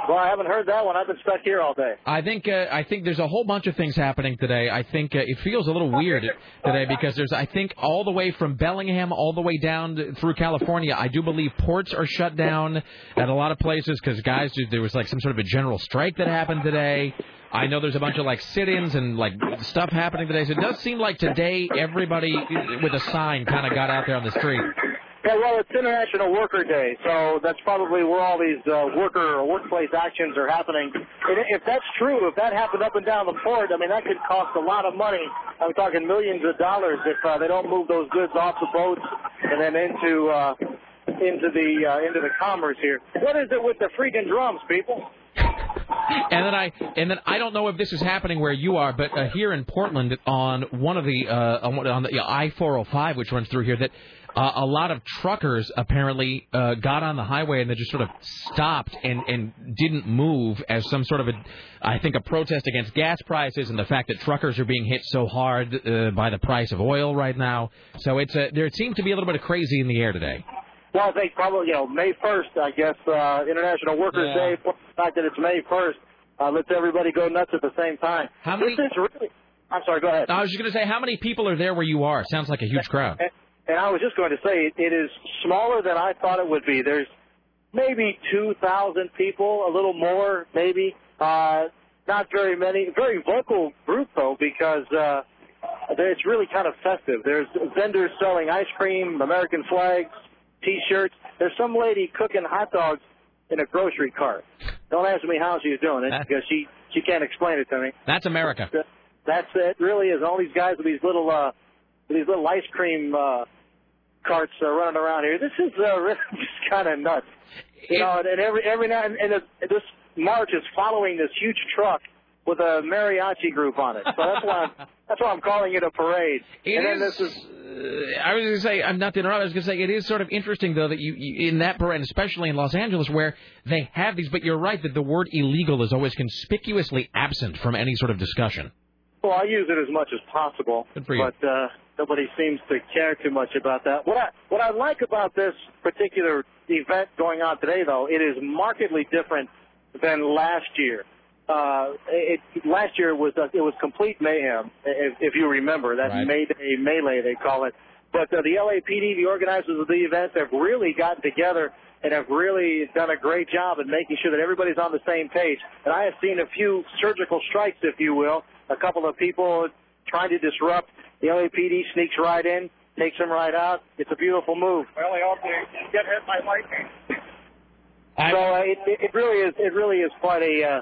Well, I haven't heard that one. I've been stuck here all day.
I think uh, I think there's a whole bunch of things happening today. I think uh, it feels a little weird today because there's I think all the way from Bellingham all the way down to- through California. I do believe ports are shut down at a lot of places because guys, dude, there was like some sort of a general strike that happened today. I know there's a bunch of like sit-ins and like stuff happening today. So it does seem like today everybody uh, with a sign kind of got out there on the street.
Yeah, well, it's International Worker Day, so that's probably where all these uh, worker or workplace actions are happening. And i- if that's true, if that happened up and down the port, I mean, that could cost a lot of money. I'm talking millions of dollars if uh, they don't move those goods off the boats and then into uh, into the uh, into the commerce here. What is it with the freaking drums, people?
And then I and then I don't know if this is happening where you are, but uh, here in Portland on one of the uh, on one- on the I four hundred five which runs through here that. Uh, a lot of truckers apparently uh, got on the highway and they just sort of stopped and, and didn't move as some sort of a, I think, a protest against gas prices and the fact that truckers are being hit so hard uh, by the price of oil right now. So it's a, there seems to be a little bit of crazy in the air today.
Well, I think probably you know May 1st. I guess uh, International Workers
Yeah.
Day. plus The fact that it's May 1st uh, lets everybody go nuts at the same time.
How many-
This is really. I'm sorry. Go ahead.
I was just going to say, how many people are there where you are? Sounds like a huge crowd.
And, and I was just going to say it, it is smaller than I thought it would be. There's maybe 2,000 people, a little more maybe. Uh, not very many. Very vocal group though, because uh, there- it's really kind of festive. There's vendors selling ice cream, American flags, T-shirts. There's some lady cooking hot dogs in a grocery cart. Don't ask me how she's doing it because she she can't explain it to me.
That's America.
That's it. Really is. All these guys with these little uh, with these little ice cream uh, carts uh, running around here. This is uh, really just kind of nuts. You know, and, and every every now and, and this, this march is following this huge truck with a mariachi group on it. So that's why I'm, that's why I'm calling it a parade.
It
and then
is-
this is
Uh, I was going to say, I'm not to interrupt. I was going to say it is sort of interesting though that you, you in that parade, especially in Los Angeles, where they have these. But you're right that the word illegal is always conspicuously absent from any sort of discussion.
Well, I use it as much as possible,
for you.
but uh, nobody seems to care too much about that. What I what I like about this particular event going on today, though, it is markedly different than last year. Uh, it, last year was uh, it was complete mayhem, if, if you remember that May Day melee they call it. But uh, the LAPD, the organizers of the event, have really gotten together and have really done a great job in making sure that everybody's on the same page. And I have seen a few surgical strikes, if you will, a couple of people trying to disrupt. The LAPD sneaks right in, takes them right out. It's a beautiful move.
Well, they also get hit by lightning.
So uh, it, it it really is it really is quite a uh,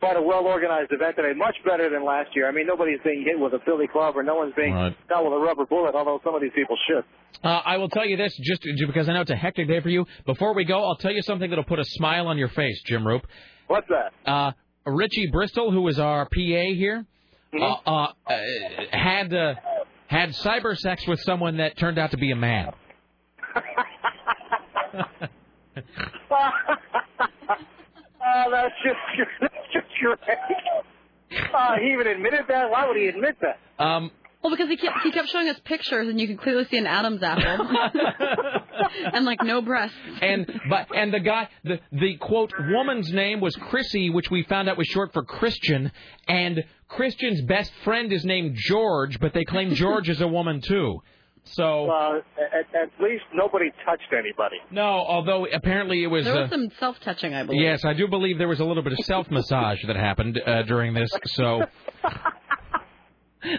quite a well organized event today. Much better than last year. I mean, nobody's being hit with a billy club or no one's being
Right.
shot with a rubber bullet. Although some of these people should.
Uh, I will tell you this, just just because I know it's a hectic day for you. Before we go, I'll tell you something that'll put a smile on your face, Jim Roop.
What's that?
Uh, Richie Bristol, who is our PA here,
Mm-hmm.
uh, uh, uh, had uh, had cyber sex with someone that turned out to be a man.
oh, that's just that's just great. Uh, he even admitted that. Why would he admit that?
Um,
Well, because he kept he kept showing us pictures, and you could clearly see an Adam's apple, and like no breasts.
And but and the guy the the quote woman's name was Chrissy, which we found out was short for Christian, and Christian's best friend is named George, but they claim George is a woman too. So
Uh, at, at least nobody touched anybody.
no, although apparently it was.
There
uh,
was some self-touching, I believe.
Yes, I do believe there was a little bit of self massage that happened uh, during this. So.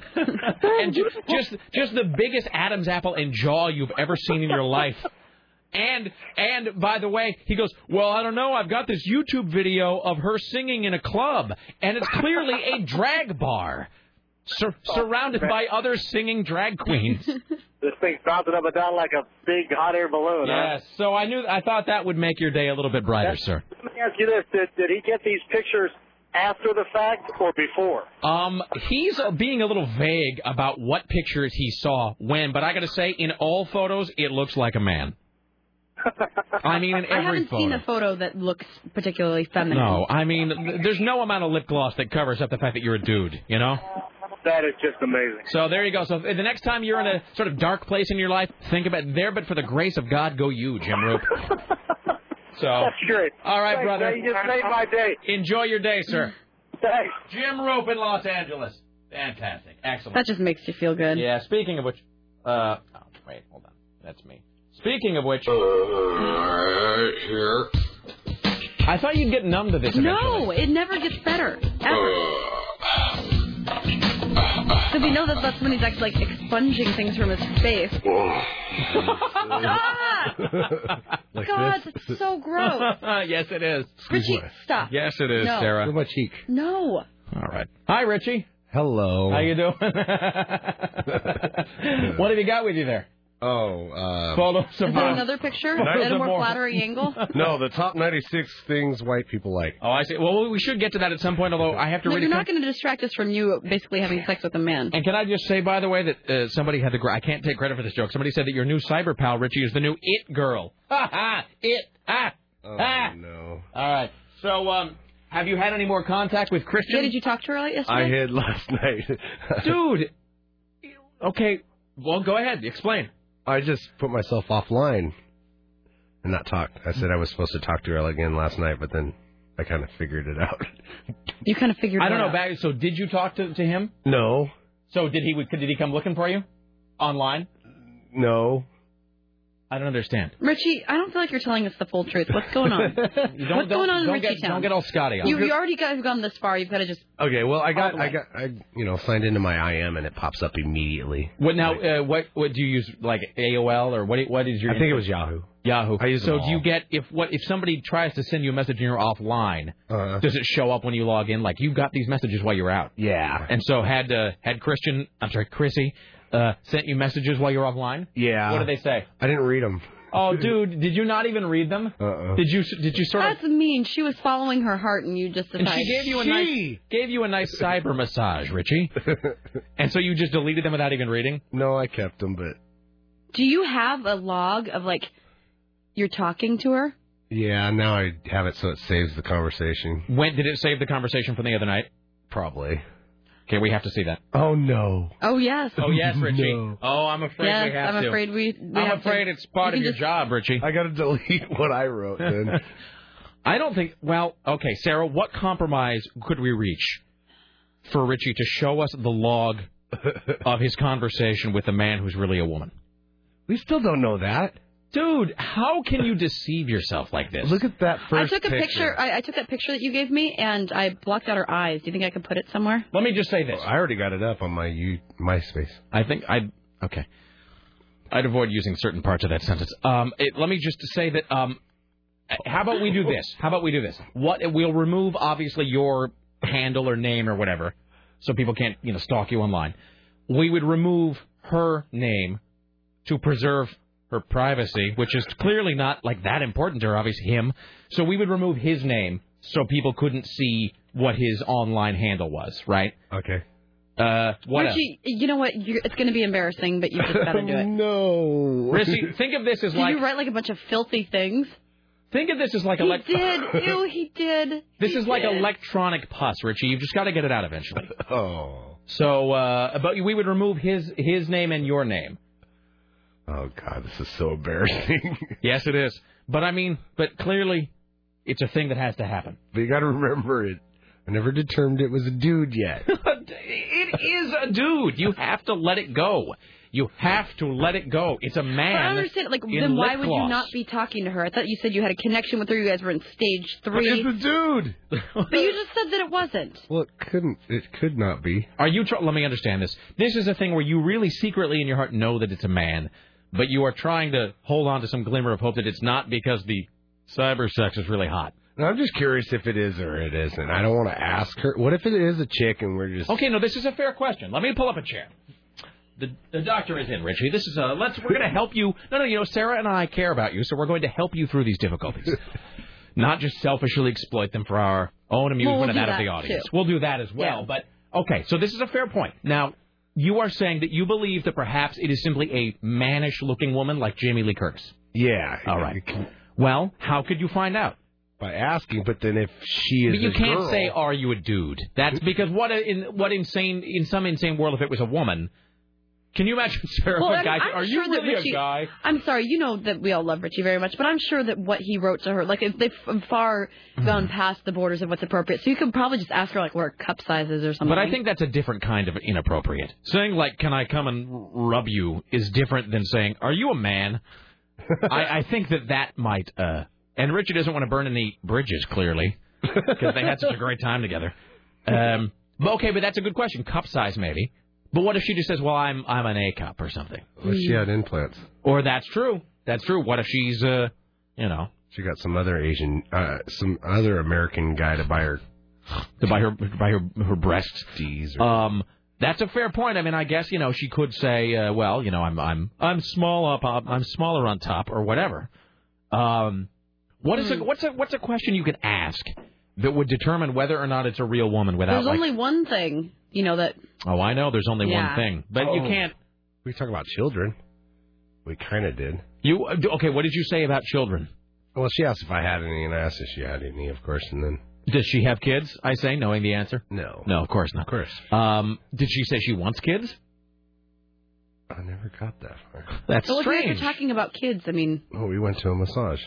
and ju- just just the biggest Adam's apple and jaw you've ever seen in your life. And and by the way, he goes, "Well, I don't know. I've got this YouTube video of her singing in a club, and it's clearly a drag bar, sur- surrounded by other singing drag queens."
This thing's bouncing up and down like a big hot air balloon. huh?
yes. So I knew I thought that would make your day a little bit brighter, sir.
Let me ask you this: did, did he get these pictures after the fact or before?
Um, he's uh, being a little vague about what pictures he saw when, but I got to say, in all photos, it looks like a man. I mean, in
I
every
haven't seen
photo.
a photo that looks particularly feminine.
No, I mean, th- there's no amount of lip gloss that covers up the fact that you're a dude, you know?
That is just amazing.
So there you go. So the next time you're in a sort of dark place in your life, think about there, but for the grace of God, go you, Jim Roop. So,
That's great.
all right,
Thanks,
brother.
man. You just made my day.
Enjoy your day, sir.
Thanks.
Jim Roop in Los Angeles. Fantastic. Excellent.
That just makes you feel good.
Yeah, speaking of which, uh, oh, wait, hold on. That's me. Speaking of which, here. I thought you'd get numb to this.
No, it never gets better ever. So we know that that's when he's actually like expunging things from his face.
Oh.
ah! God, that's so gross.
Ah, yes, it is.
Richie, stop.
Yes, it is,
No.
Sarah.
Too
much heat.
No.
All right. Hi, Richie.
Hello.
How you doing? what have you got with you there?
Oh, uh,
Photos
Is there another picture
That was
at a
a
more
more-
flattering angle?
No, the top 96 things white people like.
Oh, I see. Well, we should get to that at some point, although I have to
No,
read
you're
a
not going to distract us from you basically having sex with a man.
And can I just say, by the way, that uh, somebody had the. gr- I can't take credit for this joke. Somebody said that your new cyber pal, Richie, is the new it girl. Ha ha! It ah
Oh.
ah.
Oh, No.
All right. So, um, have you had any more contact with Christian?
Yeah, did you talk to her like yesterday?
I hid last night.
Dude. Okay. Well, go ahead. Explain.
I just put myself offline and not talk. I said I was supposed to talk to her again last night, but then I kind of figured it out.
You kind of figured.
I don't
it
know.
out.
Back, so, did you talk to to him?
No,
So, did he did he come looking for you online?
no.
I don't understand.
Richie, I don't feel like you're telling us the full truth. What's going on? What's going on in
don't
Richie
get,
Town?
Don't get all Scotty on.
You, you already got, have gone this far. You've got to just.
Okay, well, I got, I
Offline.
got, I, you know, signed into my IM and it pops up immediately.
What now? Uh, what what do you use? Like AOL or what? What is your?
I think it was Yahoo.
Yahoo.
I use
so
them
do you
all.
get if what if somebody tries to send you a message and you're offline?
Uh-huh.
Does it show up when you log in? Like you got these messages while you were out.
Yeah.
And so had uh, had Christian, I'm sorry, Chrissy, uh, sent you messages while you were offline.
Yeah.
What do they say?
I didn't read Uh-uh. them.
Oh, dude, did you not even read them? Uh-oh. Did you did you sort of
That's mean. She was following her heart, and you just
And
decided.
she gave you a nice gave you a nice cyber massage, Richie. and so you just deleted them without even reading?
No, I kept them, but
Do you have a log of like you're talking to her?
yeah, now I have it so it saves the conversation.
When did it save the conversation from the other night?
Probably.
Okay, we have to see that.
Oh no.
Oh yes.
Oh yes, Richie.
No.
Oh, I'm afraid
yes,
we have
I'm
to.
afraid we. we
I'm
have to-
afraid it's part
you
of
can
your
just-
job, Richie. I
got to delete what I wrote. Then
I don't think. Well, okay, Sarah. What compromise could we reach for Richie to show us the log of his conversation with the man who's really a woman?
We still don't know that,
dude. How can you deceive yourself like this?
Look at that
I took a picture. I, I took that picture that you gave me, and I blocked out her eyes. Do you think I could put it somewhere?
Let me just say this.
I already got it up on my U- MySpace.
I think I okay. I'd avoid using certain parts of that sentence. Um, it, let me just say that. Um, how about we do this? How about we do this? What we'll remove obviously your handle or name or whatever, so people can't you know stalk you online. We would remove her name to preserve her privacy, which is clearly not like that important to her. Obviously, him. So we would remove his name so people couldn't see what his online handle was. Right?
Okay.
Uh, what else?
Richie, you know what? You're, it's going to be embarrassing, but you just better do it.
no.
Rissy, think of this as
Did
like
you write like a bunch of filthy things?
think of this as like
He
elect-
did. Ew, he did.
This
He
is like
did.
electronic pus, Richie. You've just got to get it out eventually.
Oh.
So, uh, but we would remove his his name and your name.
Oh God, this is so embarrassing.
Yes, it is. But I mean, but clearly, it's a thing that has to happen.
but you got to remember it. I never determined it was a dude yet.
It is a dude. You have to let it go. You have to let it go. It's a
But
man.
I don't understand. Like,
in
then why
lip
would you
gloss.
not be talking to her? I thought you said you had a connection with her. You guys were in stage three.
But it's a
dude.
but you just said that it wasn't.
Well, it couldn't. It could not be.
Are you? Tr- let me understand this. This is a thing where you really secretly in your heart know that it's a man, but you are trying to hold on to some glimmer of hope that it's not because the cyber sex is really hot.
Now, I'm just curious if it is or it isn't. I don't want to ask her. What if it is a chick and we're just
Okay, no, this is a fair question. Let me pull up a chair. The, the doctor is in, Richie. This is a let's. We're going to help you. No, no, you know, Sarah and I care about you, so we're going to help you through these difficulties, not just selfishly exploit them for our own amusement
Well, we'll
and that,
do
of
that,
the audience.
too.
We'll do that as well. But okay, so this is a fair point. Now, you are saying that you believe that perhaps it is simply a mannish-looking woman like Jamie Lee Curtis.
Yeah.
All right. Well, how could you find out?
By asking, but then if she is
But you
a
can't
girl-
say, "Are you a dude?" That's because what a, in what insane in some insane world, if it was a woman, can you imagine Sarah?
Well,
a
I'm-
guy-
I'm
are
sure
you
that
really
Richie-
a guy?
I'm sorry, you know that we all love Richie very much, but I'm sure that what he wrote to her, like, if they've far
Mm-hmm.
gone past the borders of what's appropriate. So you could probably just ask her, like, where cup sizes or something.
But I think that's a different kind of inappropriate. Saying like, "Can I come and r- rub you?" is different than saying, "Are you a man?" I, I think that that might. Uh, and Richie doesn't want to burn any bridges, clearly, because they had such a great time together. Um, but okay, but that's a good question. Cup size, maybe. But what if she just says, "Well, I'm I'm an A cup" or something?
Well, she had implants.
Or that's true. That's true. What if she's, uh, you know,
She got some other Asian, uh, some other American guy to buy her
to buy her by her her breasts.
D's or
um, that's a fair point. I mean, I guess you know she could say, uh, well, you know, I'm I'm I'm small up, up I'm smaller on top, or whatever. Um, what is a,
Hmm.
what's a what's a question you can ask that would determine whether or not it's a real woman without
There's
like,
only one thing, you know, that.
oh, I know there's only
Yeah.
one thing, but you
Oh.
can't.
We talk about children. We kind of did.
You uh, d- okay? What did you say about children?
Well, she asked if I had any, and I asked if she had any, of course, and then
Does she have kids? I say, knowing the answer.
No.
No, of course not. Of
course.
Um, did she say she wants kids?
I never got that far.
That's
well, if
strange.
you're talking about kids, I mean,
Oh, we went to a massage.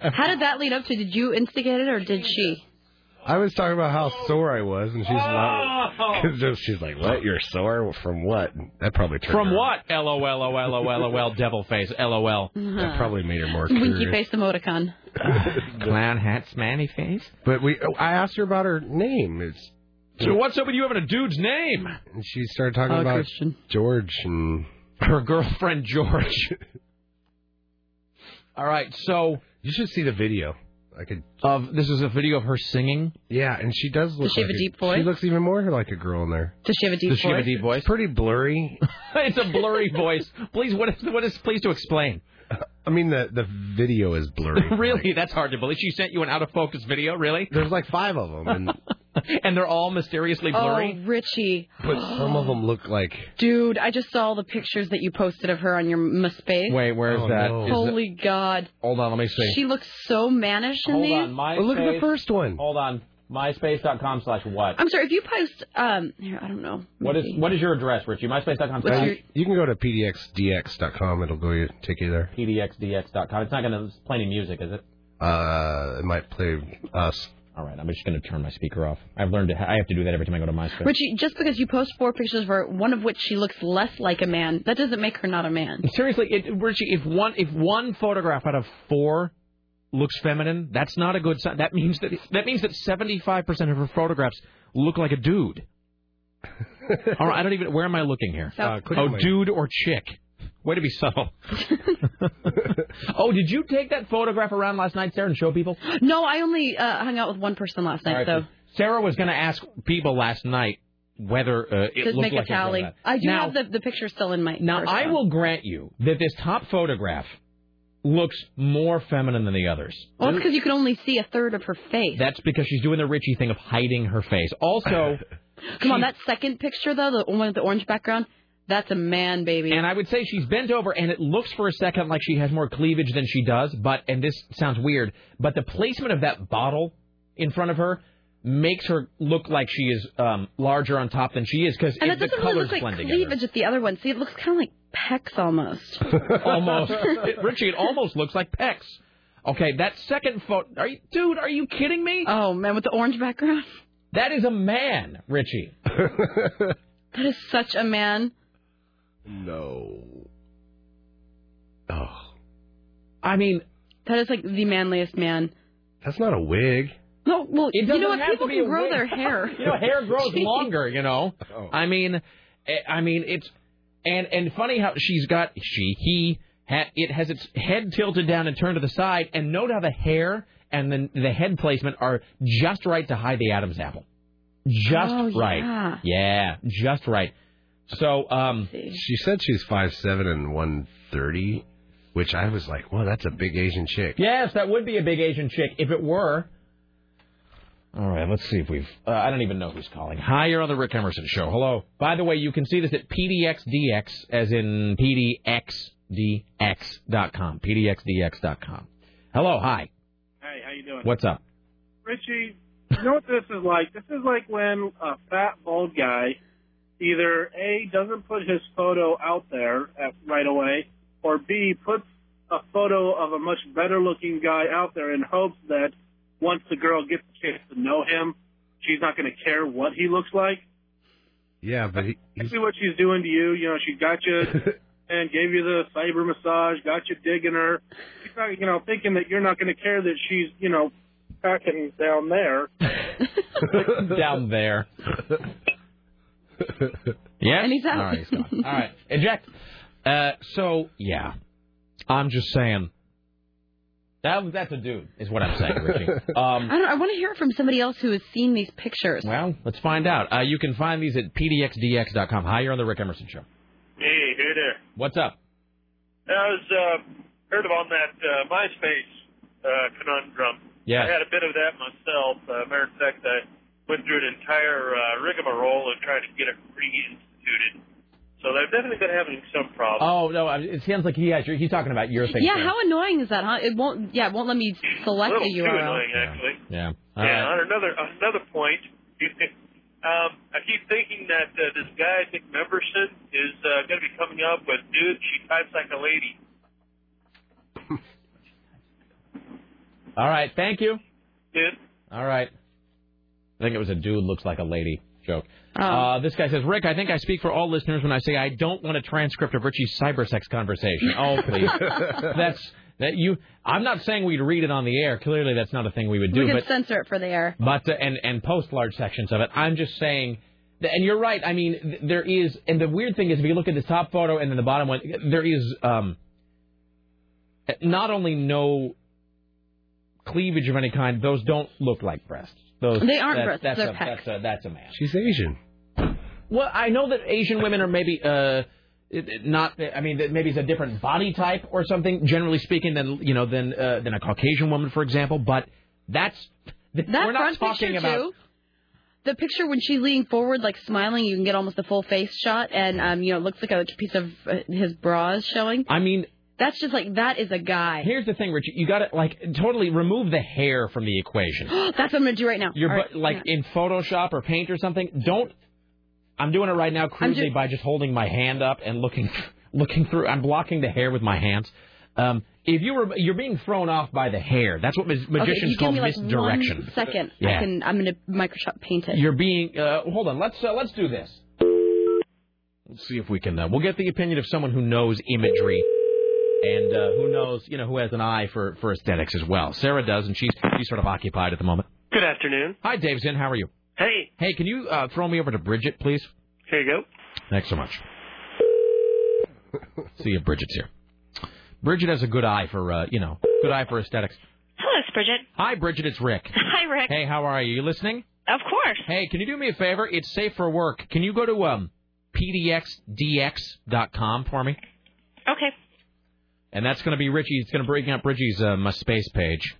how did that lead up to? Did you instigate it or did she?
I was talking about how sore I was, and she's
Oh!
not. Cause she's like, "What? You're sore from what?" That probably turned
From
her-
what? LOL, LOL, LOL, LOL, devil face, LOL.
Uh-huh.
That probably made her more
Winky
curious.
face emoticon.
Clown hat, smanny face.
But we, oh, I asked her about her name. It's
So what's up with you having a dude's name?
and she started talking
Oh,
Uh,
about
Christian.
George and
her girlfriend George. All right, so
you should see the video. I could.
Of this is a video of her singing.
Yeah, and she does look.
Does she have
like
a deep voice?
She looks even more like a girl in there.
Does she have a deep
Does she have a
voice?
deep voice?
Pretty blurry.
it's a blurry voice. Please, what is what is? Please to explain.
I mean, the the video is blurry.
really, that's hard to believe. She sent you an out of focus video. Really?
There's like five of them, and
and they're all mysteriously blurry.
Oh, Richie.
but some of them look like.
Dude, I just saw the pictures that you posted of her on your MySpace.
Wait, where's that? Is
Holy God.
that- Hold on, let me see.
She looks so mannish in these.
one.
Hold on. MySpace.com slash what?
I'm sorry, if you post, um, here, I don't know.
What is what is your address, Richie? MySpace.com
Uh,
slash
You can go to pdxdx.com. It'll go you take you there.
pdxdx.com. It's not going to play any music, is it?
Uh, it might play us.
All right, I'm just going to turn my speaker off. I've learned to, I have to do that every time I go to MySpace.
Richie, just because you post four pictures of her, one of which she looks less like a man, that doesn't make her not a man.
Seriously, it, Richie, if one if one photograph out of four looks feminine, that's not a good sign. That means that that means that 75% of her photographs look like a dude. All right, I don't even. Where am I looking here?
Uh, click
oh,
on my-
dude or chick. Way to be subtle. oh, did you take that photograph around last night, Sarah, and show people?
No, I only uh, hung out with one person last night,
All right,
so
Sarah was going to ask people last night whether uh, it
just
looked
make
like
a tally.
girl or not.
I do
now,
have the, the picture still in my.
Now,
first
I
one.
will grant you that this top photograph looks more feminine than the others.
Well, it's because you can only see a third of her face.
That's because she's doing the Richie thing of hiding her face. Also,
Come on, that second picture though, the one with the orange background, that's a man, baby.
and I would say she's bent over, and it looks for a second like she has more cleavage than she does. But and this sounds weird, but the placement of that bottle in front of her makes her look like she is um, larger on top than she is because
and it
the
doesn't really
colors
look like
blend
cleavage
together.
at the other one. See, it looks kind of like pecs almost.
almost, It- Richie. It almost looks like pecs. Okay, that second photo. Are you, dude? Are you kidding me?
Oh man, with the orange background.
That is a man, Richie.
That is such a man.
No. Oh,
I mean,
that is like the manliest man.
that's not a wig.
No, well,
It
you
doesn't
know what?
have to
People
be
can
a
grow
wig.
their hair.
you know, hair grows
Jeez.
longer. You know, I mean, eh, I mean, it's and and funny how she's got she he ha, it has its head tilted down and turned to the side, and note how the hair and then the head placement are just right to hide the Adam's apple, just
Oh,
right, yeah. just right. So, um,
she said she's five seven and one thirty, which I was like, well, that's a big Asian chick.
Yes, that would be a big Asian chick if it were. All right, let's see if we've. Uh, I don't even know who's calling. Hi, you're on the Rick Emerson Show. Hello. By the way, you can see this at PDXDX, as in PDXDX.com. PDXDX.com. Hello, hi.
Hey, how you doing?
What's up?
Richie, you know what this is like? This is like when a fat bald guy either A doesn't put his photo out there at, right away or B puts a photo of a much better looking guy out there in hopes that once the girl gets a chance to know him, she's not going to care what he looks like.
Yeah, but he,
I see what she's doing to you. You know, she got you and gave you the cyber massage, got you digging her. She's not, you know, thinking that you're not going to care that she's, you know, packing down there.
Down there. yeah.
And he's out.
All right, he's gone. All right, eject. Uh, so yeah, I'm just saying. That that's a dude, is what I'm saying, Richie. Um,
I don't. I want to hear it from somebody else who has seen these pictures.
Well, let's find out. Uh, you can find these at pdxdx.com. Hi, you're on the Rick Emerson Show.
Hey, hey there.
What's up?
I was uh, heard about that uh, MySpace uh, conundrum.
Yes.
I had a bit of that myself. Uh, matter of fact, I went through an entire uh, rigmarole and tried to get it reinstituted. So they've definitely been having some problems.
Oh no, I- it sounds like he has. your- He's talking about your thing.
Yeah,
Sam.
how annoying is that, huh? It won't. Yeah, it won't let me select
a little
a
too
URL.
annoying, eh? actually.
Yeah. All
Yeah,
right.
on another on another point, um, I keep thinking that uh, this guy Nick Memberson is uh, going to be coming up with dude. She types like a lady.
All right. Thank you.
Dude.
All right. I think it was a dude looks like a lady joke.
Oh.
Uh, this guy says, Rick, I think I speak for all listeners when I say I don't want a transcript of Richie's cybersex conversation. Oh, please. that's that you. I'm not saying we'd read it on the air. Clearly, that's not a thing we would do.
we
but
could censor it for the air.
but uh, and and post large sections of it. I'm just saying, that, and you're right. I mean, th- there is, and the weird thing is, if you look at this top photo and then the bottom one, there is um, not only no cleavage of any kind, those don't look like breasts. Those
They aren't breasts,
That's
they're
a,
pecs.
that's a that's a man.
She's Asian.
Well, I know that Asian women are maybe uh, it- it- not. I mean, that maybe it's a different body type or something. Generally speaking, than you know, than uh, than a Caucasian woman, for example. But that's
That
we're not
front
talking
picture
about.
too. The picture when she's leaning forward, like smiling, you can get almost a full face shot, and um, you know, it looks like a piece of uh, his bra is showing.
I mean,
That's just like that is a guy.
here's the thing, Richie. You got to like totally remove the hair from the equation.
That's what I'm gonna do right now.
Your
All right,
butt like
yeah.
in Photoshop or Paint or something. Don't. I'm doing it right now crudely
do-
by just holding my hand up and looking looking through. I'm blocking the hair with my hands. Um, if you were you're being thrown off by the hair, that's what ma-
okay, if
magicians
you
call
give me like
misdirection.
One second,
Yeah.
I can. I'm gonna Microsoft paint it.
You're being. Uh, hold on. Let's uh, let's do this. Let's see if we can. Uh, we'll get the opinion of someone who knows imagery, and uh, who knows, you know, who has an eye for for aesthetics as well. Sarah does, and she's she's sort of occupied at the moment.
Good afternoon.
Hi, Dave's in. How are you?
Hey,
Hey, can you uh, throw me over to Bridget, please?
here you go.
Thanks so much. See if Bridget's here. Bridget has a good eye for, uh, you know, good eye for aesthetics.
Hello, it's Bridget.
Hi, Bridget, it's Rick.
Hi, Rick.
Hey, how are you? You listening?
Of course.
Hey, can you do me a favor? It's safe for work. Can you go to um, pdxdx.com for me?
Okay.
And that's going to be Richie. It's going to bring up Richie's uh, MySpace page.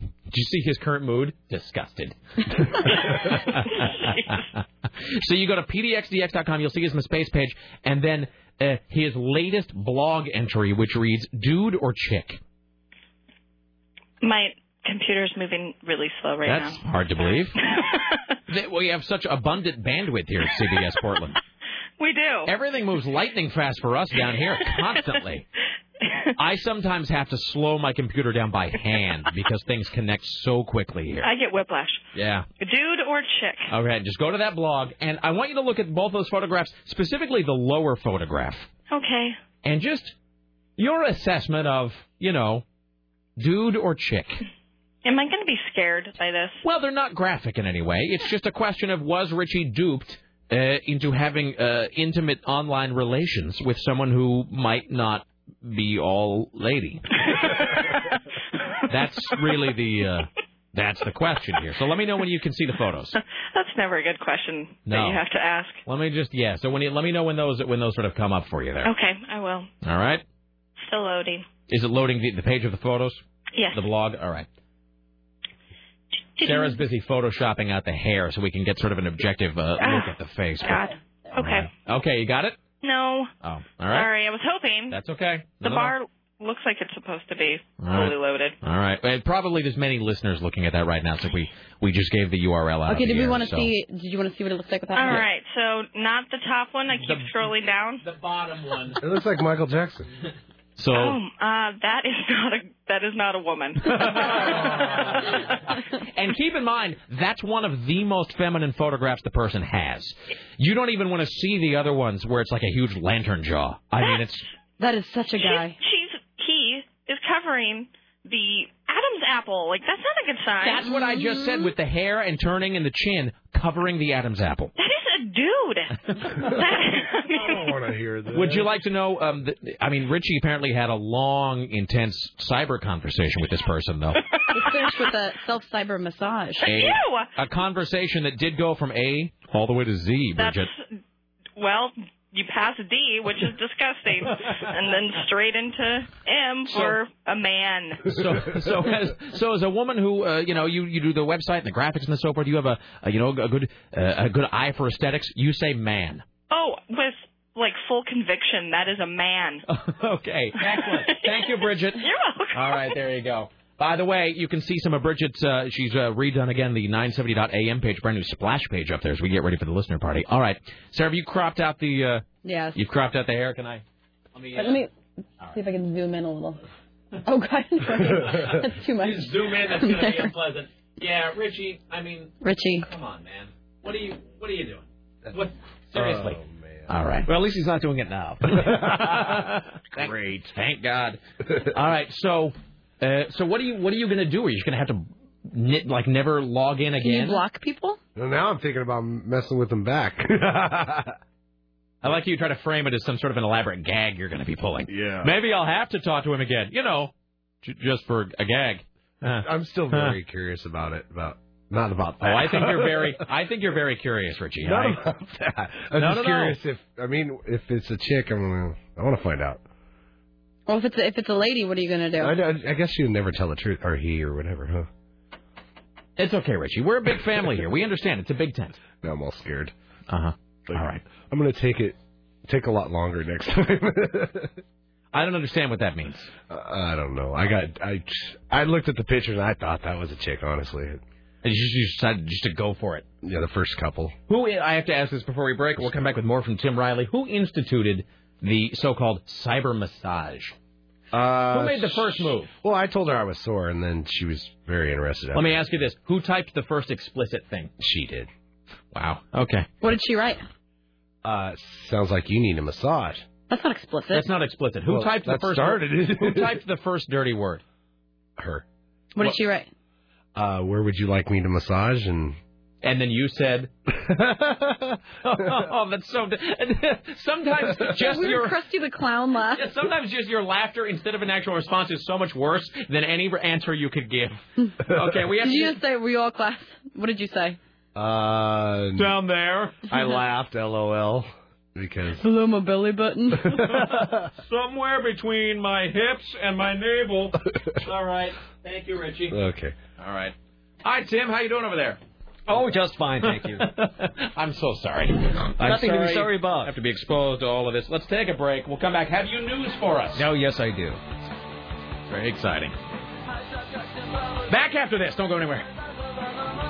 Do you see his current mood? Disgusted. so you go to pdxdx.com, you'll see his MySpace page, and then uh, his latest blog entry, which reads "Dude or Chick."
My computer's moving really slow right
That's
now.
hard to believe. That we have such abundant bandwidth here at CBS Portland.
We do.
Everything moves lightning fast for us down here constantly. I sometimes have to slow my computer down by hand because things connect so quickly here.
I get whiplash.
Yeah.
Dude or chick?
Okay, just go to that blog, and I want you to look at both those photographs, specifically the lower photograph,
Okay.
and just your assessment of, you know, dude or chick.
Am I going to be scared by this?
Well, they're not graphic in any way. It's just a question of was Richie duped uh, into having uh, intimate online relations with someone who might not be all lady. that's really the uh, that's the question here. So let me know when you can see the photos.
That's never a good question
No.
that you have to ask.
Let me just yeah. So when you let me know when those when those sort of come up for you there.
Okay, I will.
All right.
Still loading.
Is it loading the, the page of the photos?
Yes.
The blog. All right. Sarah's busy photoshopping out the hair so we can get sort of an objective uh, look
Ah,
at the face. but-
God.
All right. Okay, you got it.
No.
Oh, all right.
Sorry, I was hoping.
That's okay.
The
No, no, no.
bar looks like it's supposed to be
All right.
fully loaded.
All right. And probably there's many listeners looking at that right now since we we just gave the URL out.
Okay,
of
did
the
we
air,
want to
so-
see? Did you want to see what it looks like without?
All
it?
right, so not the top one. I keep scrolling down.
The bottom one.
It looks like Michael Jackson.
So
Oh, uh, that is not a that is not a woman.
and keep in mind that's one of the most feminine photographs the person has. You don't even want to see the other ones where it's like a huge lantern jaw. I mean, it's
That is such a guy.
She's he is covering the Adam's apple. Like that's not a good sign.
that's what I just said with the hair and turning and the chin covering the Adam's apple.
That is a dude. That-
want to hear
Would you like to know? Um, th I mean, Richie apparently had a long, intense cyber conversation with this person, though.
It finished with a self cyber massage.
A, a conversation that did go from A all the way to Z,
That's
Bridget.
well, you pass D, which is disgusting, and then straight into M for a man.
So, so as so as a woman who uh, you know you, you do the website and the graphics and the so forth, you have a, a you know a good uh, a good eye for aesthetics. You say man.
Oh, with like full conviction, that is a man.
okay, excellent. Thank you, Bridget. You're
welcome.
All right, there you go. By the way, you can see some of Bridget's. Uh, she's uh, redone again the 970.am page, brand new splash page up there as we get ready for the listener party. All right, Sarah, have you cropped out the? Uh,
Yes.
You've cropped out the hair. Can I? Let me. uh,
But let me see if I can zoom in a little. Oh God, that's too much.
Zoom in. That's gonna be unpleasant. Yeah, Richie. I mean,
Richie.
Come on, man. What are you? What are you doing? What? Seriously. All right.
Well, at least he's not doing it now.
Great. Thank God. All right. So, uh, so what are you? What are you gonna do? Are you just gonna have to knit, like never log in
Can you
again?
block people?
Well, now I'm thinking about messing with them back.
I like you try to frame it as some sort of an elaborate gag you're gonna be pulling. Yeah. Maybe I'll have to talk to him again. You know, j- just for a gag.
I'm still very curious about it. About not about
Oh,
that.
I think you're very, I think you're very curious, Richie.
Not
I-
about that. I'm
No,
just
no, no.
curious if I mean if it's a chick. I'm gonna, I want to find out.
Well, if it's a, if it's a lady, what are you gonna do?
I, I- I guess you never tell the truth, or he, or whatever, huh?
It's okay, Richie. We're a big family here. We understand. It's a big tent.
No, I'm all scared.
Uh huh.
all right. I'm gonna take it. Take a lot longer next time.
I don't understand what that means.
I don't know. I got. I. I looked at the pictures and I thought that was a chick. Honestly.
And you just you decided just to go for it.
Yeah, the first couple.
Who I have to ask this before we break. We'll come back with more from Tim Riley. Who instituted the so-called cyber massage?
Uh,
Who made the first move?
Well, I told her I was sore, and then she was very interested.
Let me ask you this: Who typed the first explicit thing?
She did.
Wow. Okay.
What did she write?
Uh, sounds like you need a massage.
That's not explicit.
That's not explicit. Who
Well,
typed the
that
first?
started it.
Who typed the first dirty word?
Her.
What did she write?
Uh, where would you like me to massage? And
And then you said, "Oh, that's so." Sometimes just
Weird
your
Krusty the Clown laugh.
Yeah, sometimes just your laughter instead of an actual response is so much worse than any answer you could give. Okay, we have
Did you
to.
just say were you all class? What did you say?
Uh,
Mm. Down there.
I laughed, lol, because
Below my belly button.
Somewhere between my hips and my navel. All right. Thank you, Richie.
okay.
All right. Hi, Tim. How you doing over there?
Oh, just fine, thank you.
I'm so sorry. I'm
Nothing to be sorry about.
I have to be exposed to all of this. Let's take a break. We'll come back. Have you news for us?
No, yes, I do.
Very exciting. Back after this. Don't go anywhere.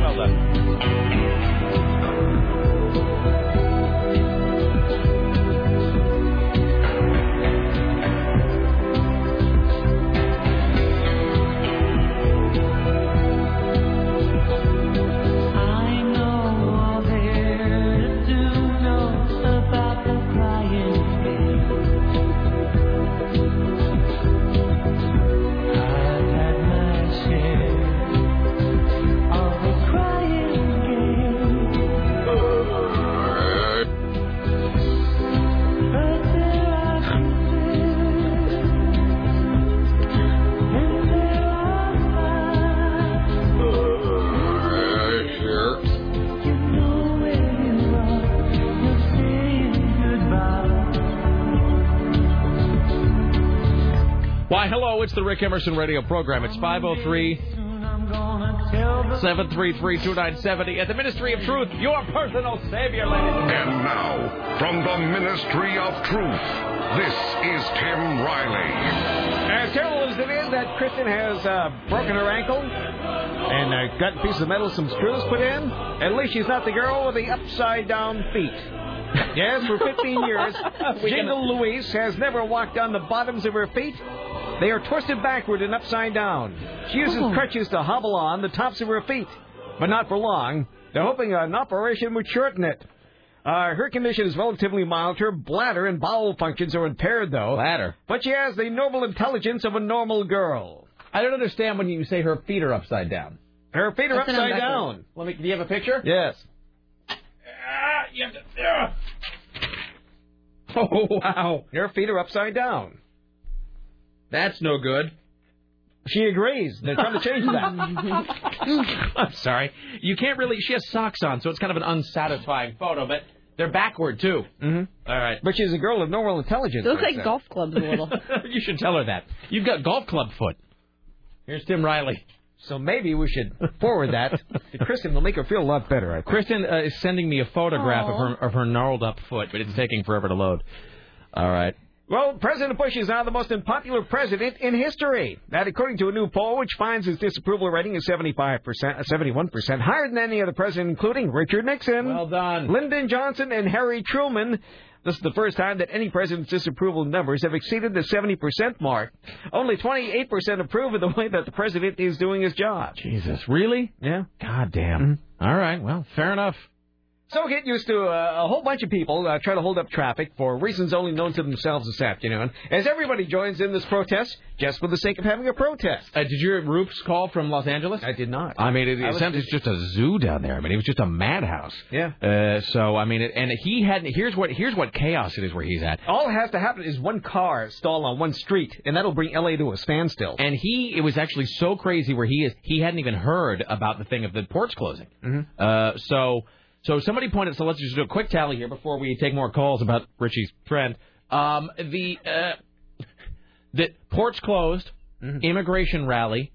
Well done.
I know all there to know about the crying baby. I've had my share of the crying game.
Why, hello, it's the Rick Emerson radio program. It's 503 733 2970 at the Ministry of Truth, your personal savior, ladies and
And now, from the Ministry of Truth, this is Tim Riley.
As terrible as it is that Kristen has uh, broken her ankle and uh, got a piece of metal, some screws put in, at least she's not the girl with the upside down feet. Yes, for 15 years, Jingle Louise has never walked on the bottoms of her feet. They are twisted backward and upside down. She uses crutches to hobble on the tops of her feet, but not for long. They're hoping an operation would shorten it. Uh, her condition is relatively mild. Her bladder and bowel functions are impaired, though.
Bladder.
But she has the normal intelligence of a normal girl.
I don't understand when you say her feet are upside down.
Her feet are
That's an
upside
unbackwards.
down.
Let me. Do you have a picture?
Yes.
Ah, you have to- ah. Oh wow.
Her feet are upside down.
That's no good.
She agrees. They're trying to change that.
I'm sorry. You can't really. She has socks on, so it's kind of an unsatisfying photo, but they're backward, too. Mm-hmm. All right.
But she's a girl of normal
They
intelligence.
look
I
like
said.
golf clubs a little.
you should tell her that. You've got golf club foot. Here's Tim Riley.
So maybe we should forward that to Kristen. It'll make her feel a lot better, I think.
Kristen uh, is sending me a photograph of
Aw.
her of her gnarled up foot, but it's taking forever to load. All right.
Well, President Bush is now the most unpopular president in history. That, according to a new poll, which finds his disapproval rating is 75%, uh, 71% higher than any other president, including Richard Nixon, well
done,
Lyndon Johnson, and Harry Truman. This is the first time that any president's disapproval numbers have exceeded the 70% mark. Only 28% approve of the way that the president is doing his job.
Jesus, really?
Yeah. Mm-hmm.
God damn. All right. Well, fair enough.
So get used to uh, a whole bunch of people uh, trying to hold up traffic for reasons only known to themselves this afternoon. As everybody joins in this protest, just for the sake of having a protest.
Uh, did you hear Roop's call from Los Angeles? Uh,
I did not.
I mean, it,
I
it
was
sounds it's just a zoo down there. I mean, it was just a madhouse.
Yeah.
Uh, so I mean, it, and he had here's what here's what chaos it is where he's at.
All that has to happen is one car stall on one street, and that'll bring LA to a standstill.
And he, it was actually so crazy where he is. He hadn't even heard about the thing of the ports closing.
Mhm.
Uh, so so somebody pointed. So let's just do a quick tally here before we take more calls about Richie's friend. Um, the uh, the ports closed, immigration rally.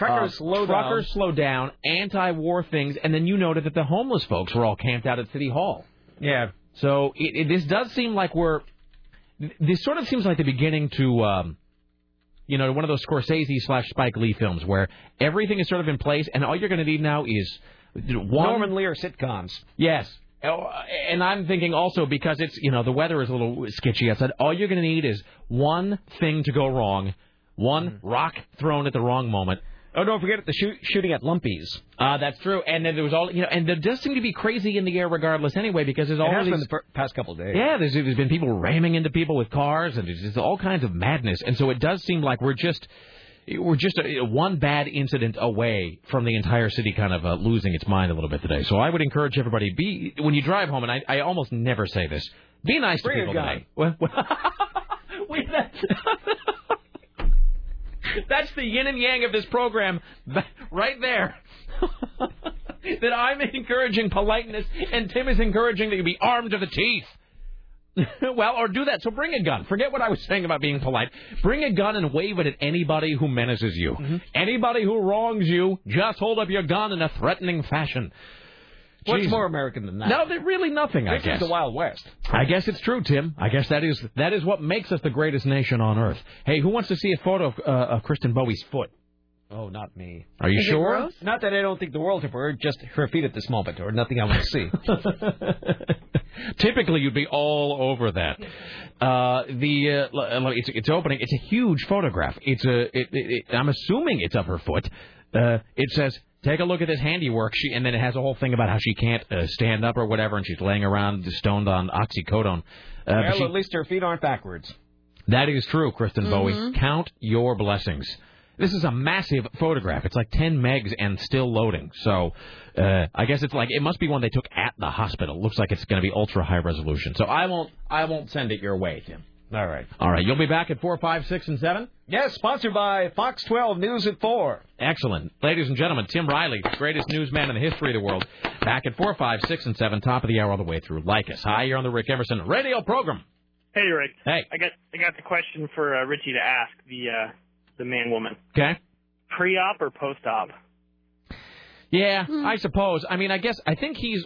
Mm-hmm.
uh,
Truckers slow down.
truckers slow down, anti-war things, and then you noted that the homeless folks were all camped out at City Hall.
Yeah.
So it, it, this does seem like we're. th- This sort of seems like the beginning to, um, you know, one of those Scorsese slash Spike Lee films where everything is sort of in place, and all you're going to need now is one.
Norman Lear sitcoms.
Yes. Oh, And I'm thinking also because it's you know the weather is a little sketchy outside. All you're going to need is one thing to go wrong, one rock thrown at the wrong moment.
Oh, don't forget the shoot, shooting at Lumpy's.
Uh, that's true. And then there was all you know, and there does seem to be crazy in the air regardless anyway because there's
It
all
has
these
been the per- past couple of days.
yeah, there's, there's been people ramming into people with cars, and there's just all kinds of madness. And so it does seem like we're just we're just uh one bad incident away from the entire city kind of uh, losing its mind a little bit today. So I would encourage everybody be when you drive home, and I, I almost never say this. Be nice
Bring
to
a
people
gun.
today. Well, Wait, that's the yin and yang of this program, right there. that I'm encouraging politeness, and Tim is encouraging that you be armed to the teeth. well, or do that. So bring a gun. Forget what I was saying about being polite. Bring a gun and wave it at anybody who menaces you. Anybody who wrongs you, just hold up your gun in a threatening fashion.
What's
Jeez.
more American than that?
No, there- really nothing, I
This
guess.
is the Wild West.
I guess it's true, Tim. I guess that is that is what makes us the greatest nation on earth. Hey, who wants to see a photo of, uh, of Kristen Bowie's foot?
Oh, not me.
Are you sure?
Not that I don't think the world of her, just her feet at this moment, or nothing I want to see.
Typically, you'd be all over that. Uh, the uh, l- uh, it's, it's opening. It's a huge photograph. It's a. It, it, it, I'm assuming it's of her foot. Uh, it says, "Take a look at this handiwork." She and then it has a whole thing about how she can't uh, stand up or whatever, and she's laying around stoned on oxycodone. Uh, but
well,
she-
at least her feet aren't backwards.
that is true, Kristen Bowie.
Mhm.
Count your blessings. This is a massive photograph. It's like 10 megs and still loading. So uh, I guess it's like it must be one they took at the hospital. Looks like it's going to be ultra high resolution. So I won't I won't send it your way, Tim.
All right.
All right, you'll be back at four, five, six, and seven.
Yes, sponsored by Fox 12 News at 4.
Excellent, ladies and gentlemen. Tim Riley, the greatest newsman in the history of the world, back at four, five, six, and seven, top of the hour, all the way through. Like us. Hi, you're on the Rick Emerson radio program.
Hey, Rick.
Hey.
I got I got the question for uh, Richie to ask the uh, the man woman.
Okay.
Pre op or post op?
Yeah, I suppose. I mean, I guess I think he's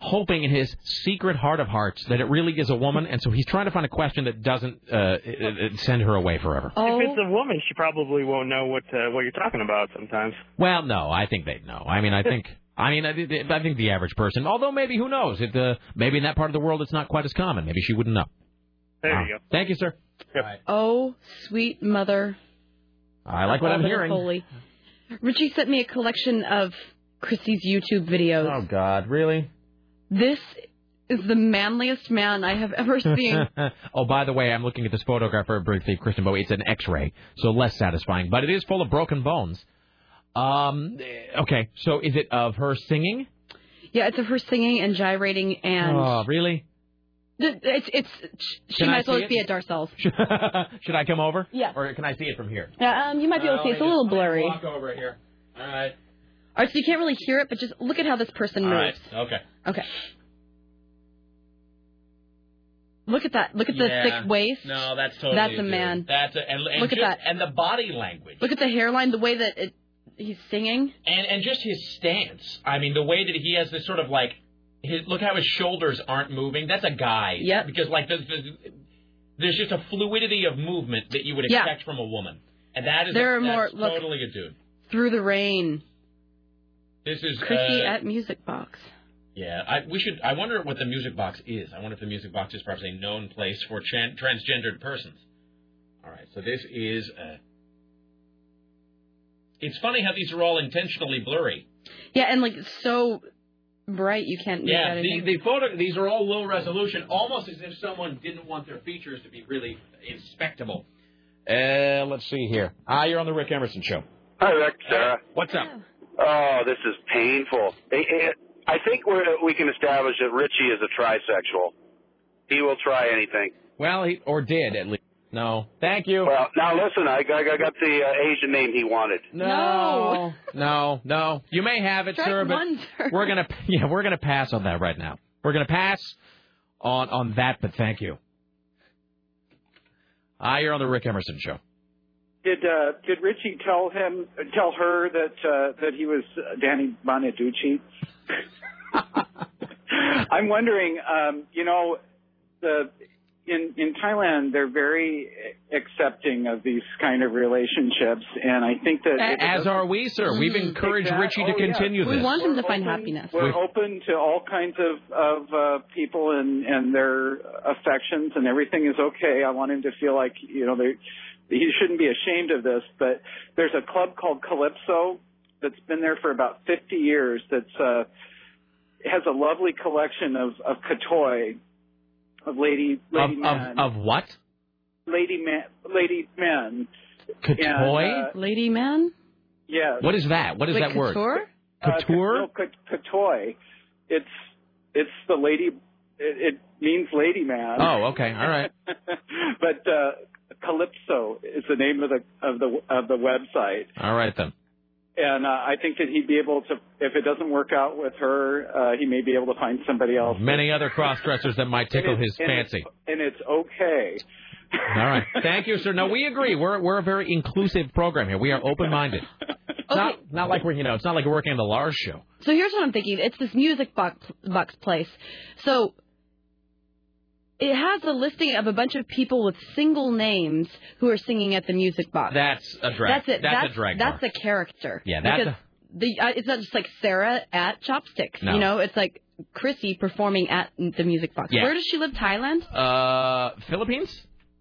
hoping in his secret heart of hearts that it really is a woman, and so he's trying to find a question that doesn't uh, i- i- send her away forever.
Oh.
If it's a woman, she probably won't know what uh, what you're talking about sometimes.
Well, no, I think they'd know. I mean, I think. I mean, I, thi- thi- I think the average person, although maybe who knows, it, uh, maybe in that part of the world it's not quite as common. Maybe she wouldn't know.
There
you go. Thank you, sir.
Oh, sweet mother.
I like what I'm
Albany
hearing.
Foley. Richie sent me a collection of Chrissy's YouTube videos.
Oh God, really?
This is the manliest man I have ever seen.
oh, by the way, I'm looking at this photograph very briefly, Kristen Bowie. It's an X-ray, so less satisfying, but it is full of broken bones. Um, eh, okay, so is it of her singing?
yeah, it's of her singing and gyrating, and
oh, really?
Th- it's it's she
Can I
might as well
see
just
it?
be at Darcel's.
Should I come over?
Yeah.
Or can I see it from here? Uh,
Yeah, um, you might be
Oh,
able to see. It's a little blurry.
Walk over here. All right.
All right, so you can't really hear it, but just look at how this person
All
moves.
right. Okay.
Okay. Look at that. Look at
Yeah.
the thick waist.
No, that's totally.
That's a
dude.
man.
That's a, and, and
Look at
just-
that.
And the body language.
Look at the hairline, the way that it, he's singing.
and and just his stance. I mean, the way that he has this sort of like, his, look how his shoulders aren't moving. That's a guy. Yeah. Because like the, the, there's just a fluidity of movement that you would
Yeah.
expect from a woman, and that is
There are
that's
more- look.
totally a dude.
Through the rain.
This is
Chrissy
uh,
at Music Box.
yeah. I we should. I wonder what the music box is. I wonder if the music box is perhaps a known place for tran- transgendered persons. All right. So this is. Uh, it's funny how these are all intentionally blurry.
Yeah, and like so bright, you can't make out
Yeah, the,
anything.
the photo. These are all low resolution, almost as if someone didn't want their features to be really inspectable. Uh, let's see here. Ah, you're on the Rick Emerson show.
Hi, Rick, Sarah.
What's up?
Oh, this is painful. Eh, eh, I think we're, we can establish that Richie is a trisexual. He will try anything.
Well, he, or did at least. No. Thank you.
Well, now listen, I got, I got the uh, Asian name he wanted.
No. No, no. You may have it,
Strike
sir, but
one, sir.
we're gonna yeah, we're gonna pass on that right now. We're gonna pass on on that, but thank you. Ah, you're on the Rick Emerson show.
Did uh, did Richie tell him tell her that uh, that he was uh, Danny Bonaducci? I'm wondering, um, you know, the in in Thailand they're very accepting of these kind of relationships, and I think that Mm-hmm.
A- as are we, sir. We've
Mm-hmm.
encouraged Richie
oh,
to continue this.
him
to find happiness.
We're open to all kinds of of uh, people and and their affections and everything is okay. I want him to feel like you know they he shouldn't be ashamed of this. But there's a club called Calypso that's been there for about 50 years. That's uh, has a lovely collection of of katoi of lady
Of,
lady men
of of what?
lady men lady men.
Katoi?
And, uh,
Lady man?
yeah.
What is that? What is that word? Couture?
Uh, no, kat- katoi. It's it's the lady. It, it means lady man.
Oh, okay. All right.
but uh, Calypso is the name of the of the of the website,
All right then.
and uh, I think that he'd be able to. If it doesn't work out with her, uh, he may be able to find somebody else.
Many other cross dressers that might tickle
And
his
it's- and it's-
fancy.
and it's okay.
All right. Thank you, sir. No, we agree. We're we're a very inclusive program here. We are open minded. It's not not like we're you know, it's not like we're working at the Lars show.
So here's what I'm thinking. It's this music box, box place. So it has a listing of a bunch of people with single names who are singing at the music box.
That's a drag.
That's it.
That's,
that's
a drag
That's
bar.
a character.
Yeah, that's
Because the uh, it's not just like Sarah at Chopsticks.
No.
You know, it's like Chrissy performing at the music box.
Yeah.
Where does she live? Thailand.
Uh Philippines?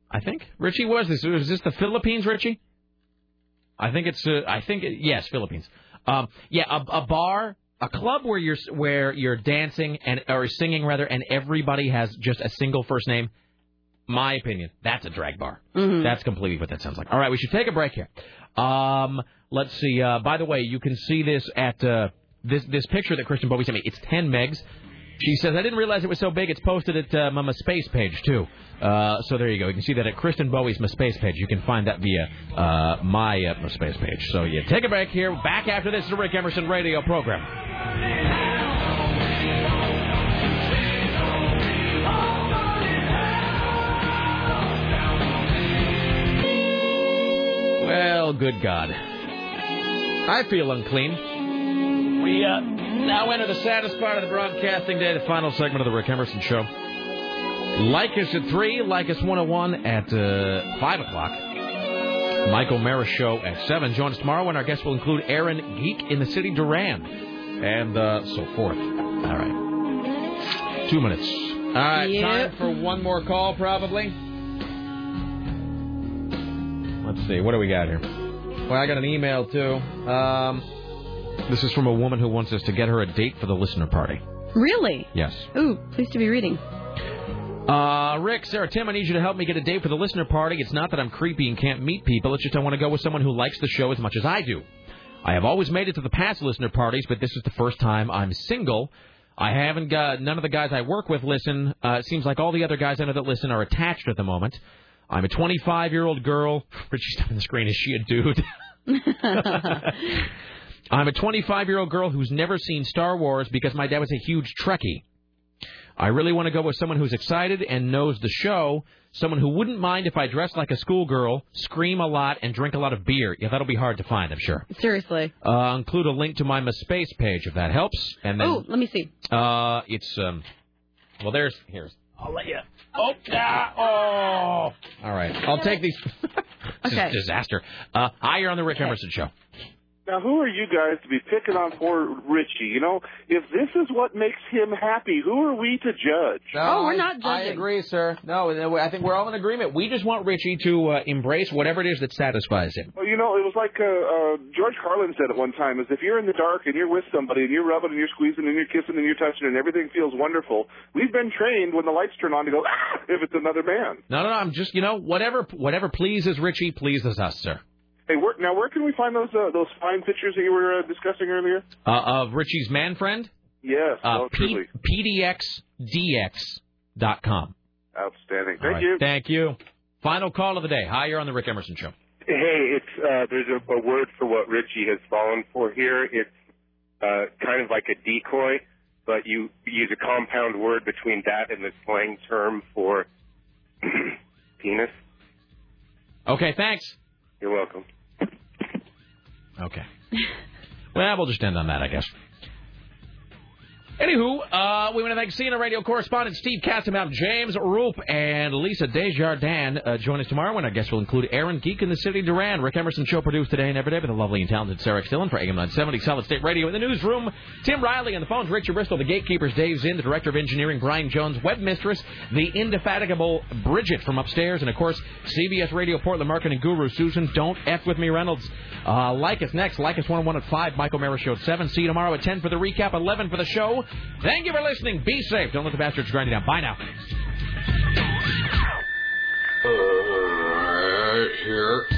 I think. Richie was this was this the Philippines, Richie? I think it's uh, I think it, yes, Philippines. Um yeah, a, a bar, a club where you're s- where you're dancing and or singing rather and everybody has just a single first name. My opinion, that's a drag bar. That's completely what that sounds like. All right, we should take a break here. Um, let's see. Uh, by the way, you can see this at uh, this this picture that Kristen Bowie sent me. It's 10 megs. She says, I didn't realize it was so big. It's posted at uh, my MySpace page, too. Uh, so there you go. You can see that at Kristen Bowie's MySpace page. You can find that via uh, my uh, MySpace page. So yeah, take a break here. Back after this is the Rick Emerson radio program. Well, good God. I feel unclean. We uh, now enter the saddest part of the broadcasting day, the final segment of the Rick Emerson Show. Like us at 3, like us 101 at uh, 5 o'clock. Michael Maris Show at 7. Join us tomorrow when our guests will include Aaron Geek in the City Duran and uh, so forth. All right. Two minutes. All right, time for one more call, probably. Let's see, what do we got here? Well, I got an email too. Um, this is from a woman who wants us to get her a date for the listener party.
Really?
Yes.
Ooh, pleased to be reading.
Uh, Rick, Sarah, Tim, I need you to help me get a date for the listener party. It's not that I'm creepy and can't meet people. It's just I want to go with someone who likes the show as much as I do. I have always made it to the past listener parties, but this is the first time I'm single. I haven't got none of the guys I work with listen. Uh, it seems like all the other guys I know that listen are attached at the moment. I'm a 25 year old girl. Richie's on the screen. Is she a dude? I'm a 25 year old girl who's never seen Star Wars because my dad was a huge Trekkie. I really want to go with someone who's excited and knows the show, someone who wouldn't mind if I dress like a schoolgirl, scream a lot, and drink a lot of beer. Yeah, that'll be hard to find, I'm sure.
Seriously.
Uh, include a link to my MySpace page if that helps. And
Oh,
then
let me see.
uh, it's um, well, there's here's. I'll let you. Oh, oh. All right, I'll take these. this is
Okay.
a disaster. Uh, hi, you're on the Rick Emerson show.
Now, who are you guys to be picking on poor Richie? You know, if this is what makes him happy, who are we to judge?
No, I agree, sir. No, no, I think we're all in agreement. We just want Richie to uh, embrace whatever it is that satisfies him.
Well, you know, it was like uh, uh, George Carlin said at one time: "Is if you're in the dark and you're with somebody and you're rubbing and you're squeezing and you're kissing and you're touching and everything feels wonderful, we've been trained when the lights turn on to go ah, if it's another man."
No, no, no. I'm just, you know, whatever whatever pleases Richie pleases us, sir.
Hey, where, now where can we find those uh, those fine pictures that you were uh, discussing earlier?
Uh, of Richie's man friend,
Yes,
uh, P-
absolutely,
pdxdx.com. All
outstanding. Thank
right.
you.
Thank you. Final call of the day. Hi, you're on the Rick Emerson Show.
Hey, it's uh, there's a, a word for what Richie has fallen for here. It's uh, kind of like a decoy, but you use a compound word between that and the slang term for penis.
Okay, thanks.
You're welcome.
Okay. well, we'll just end on that, I guess. Anywho, uh, we want to thank CNN radio correspondent Steve Katzenbaum, James Roop, and Lisa Desjardins. Uh, join us tomorrow when our guests will include Aaron Geek in the City Duran. Rick Emerson Show produced today and every day by the lovely and talented Sarah Stillen for AM 970 Solid State Radio. In the newsroom, Tim Riley on the phones, Richard Bristol, the gatekeepers, Dave Zinn, the director of engineering, Brian Jones, web mistress, the indefatigable Bridget from upstairs, and of course, CBS Radio Portland marketing guru Susan. Don't F with me, Reynolds. Uh, like us next. Like us 101 at 5. Michael Mara Show at 7. See you tomorrow at 10 for the recap, 11 for the show. Thank you for listening. Be safe. Don't let the bastards grind you down. Bye now.
Right here.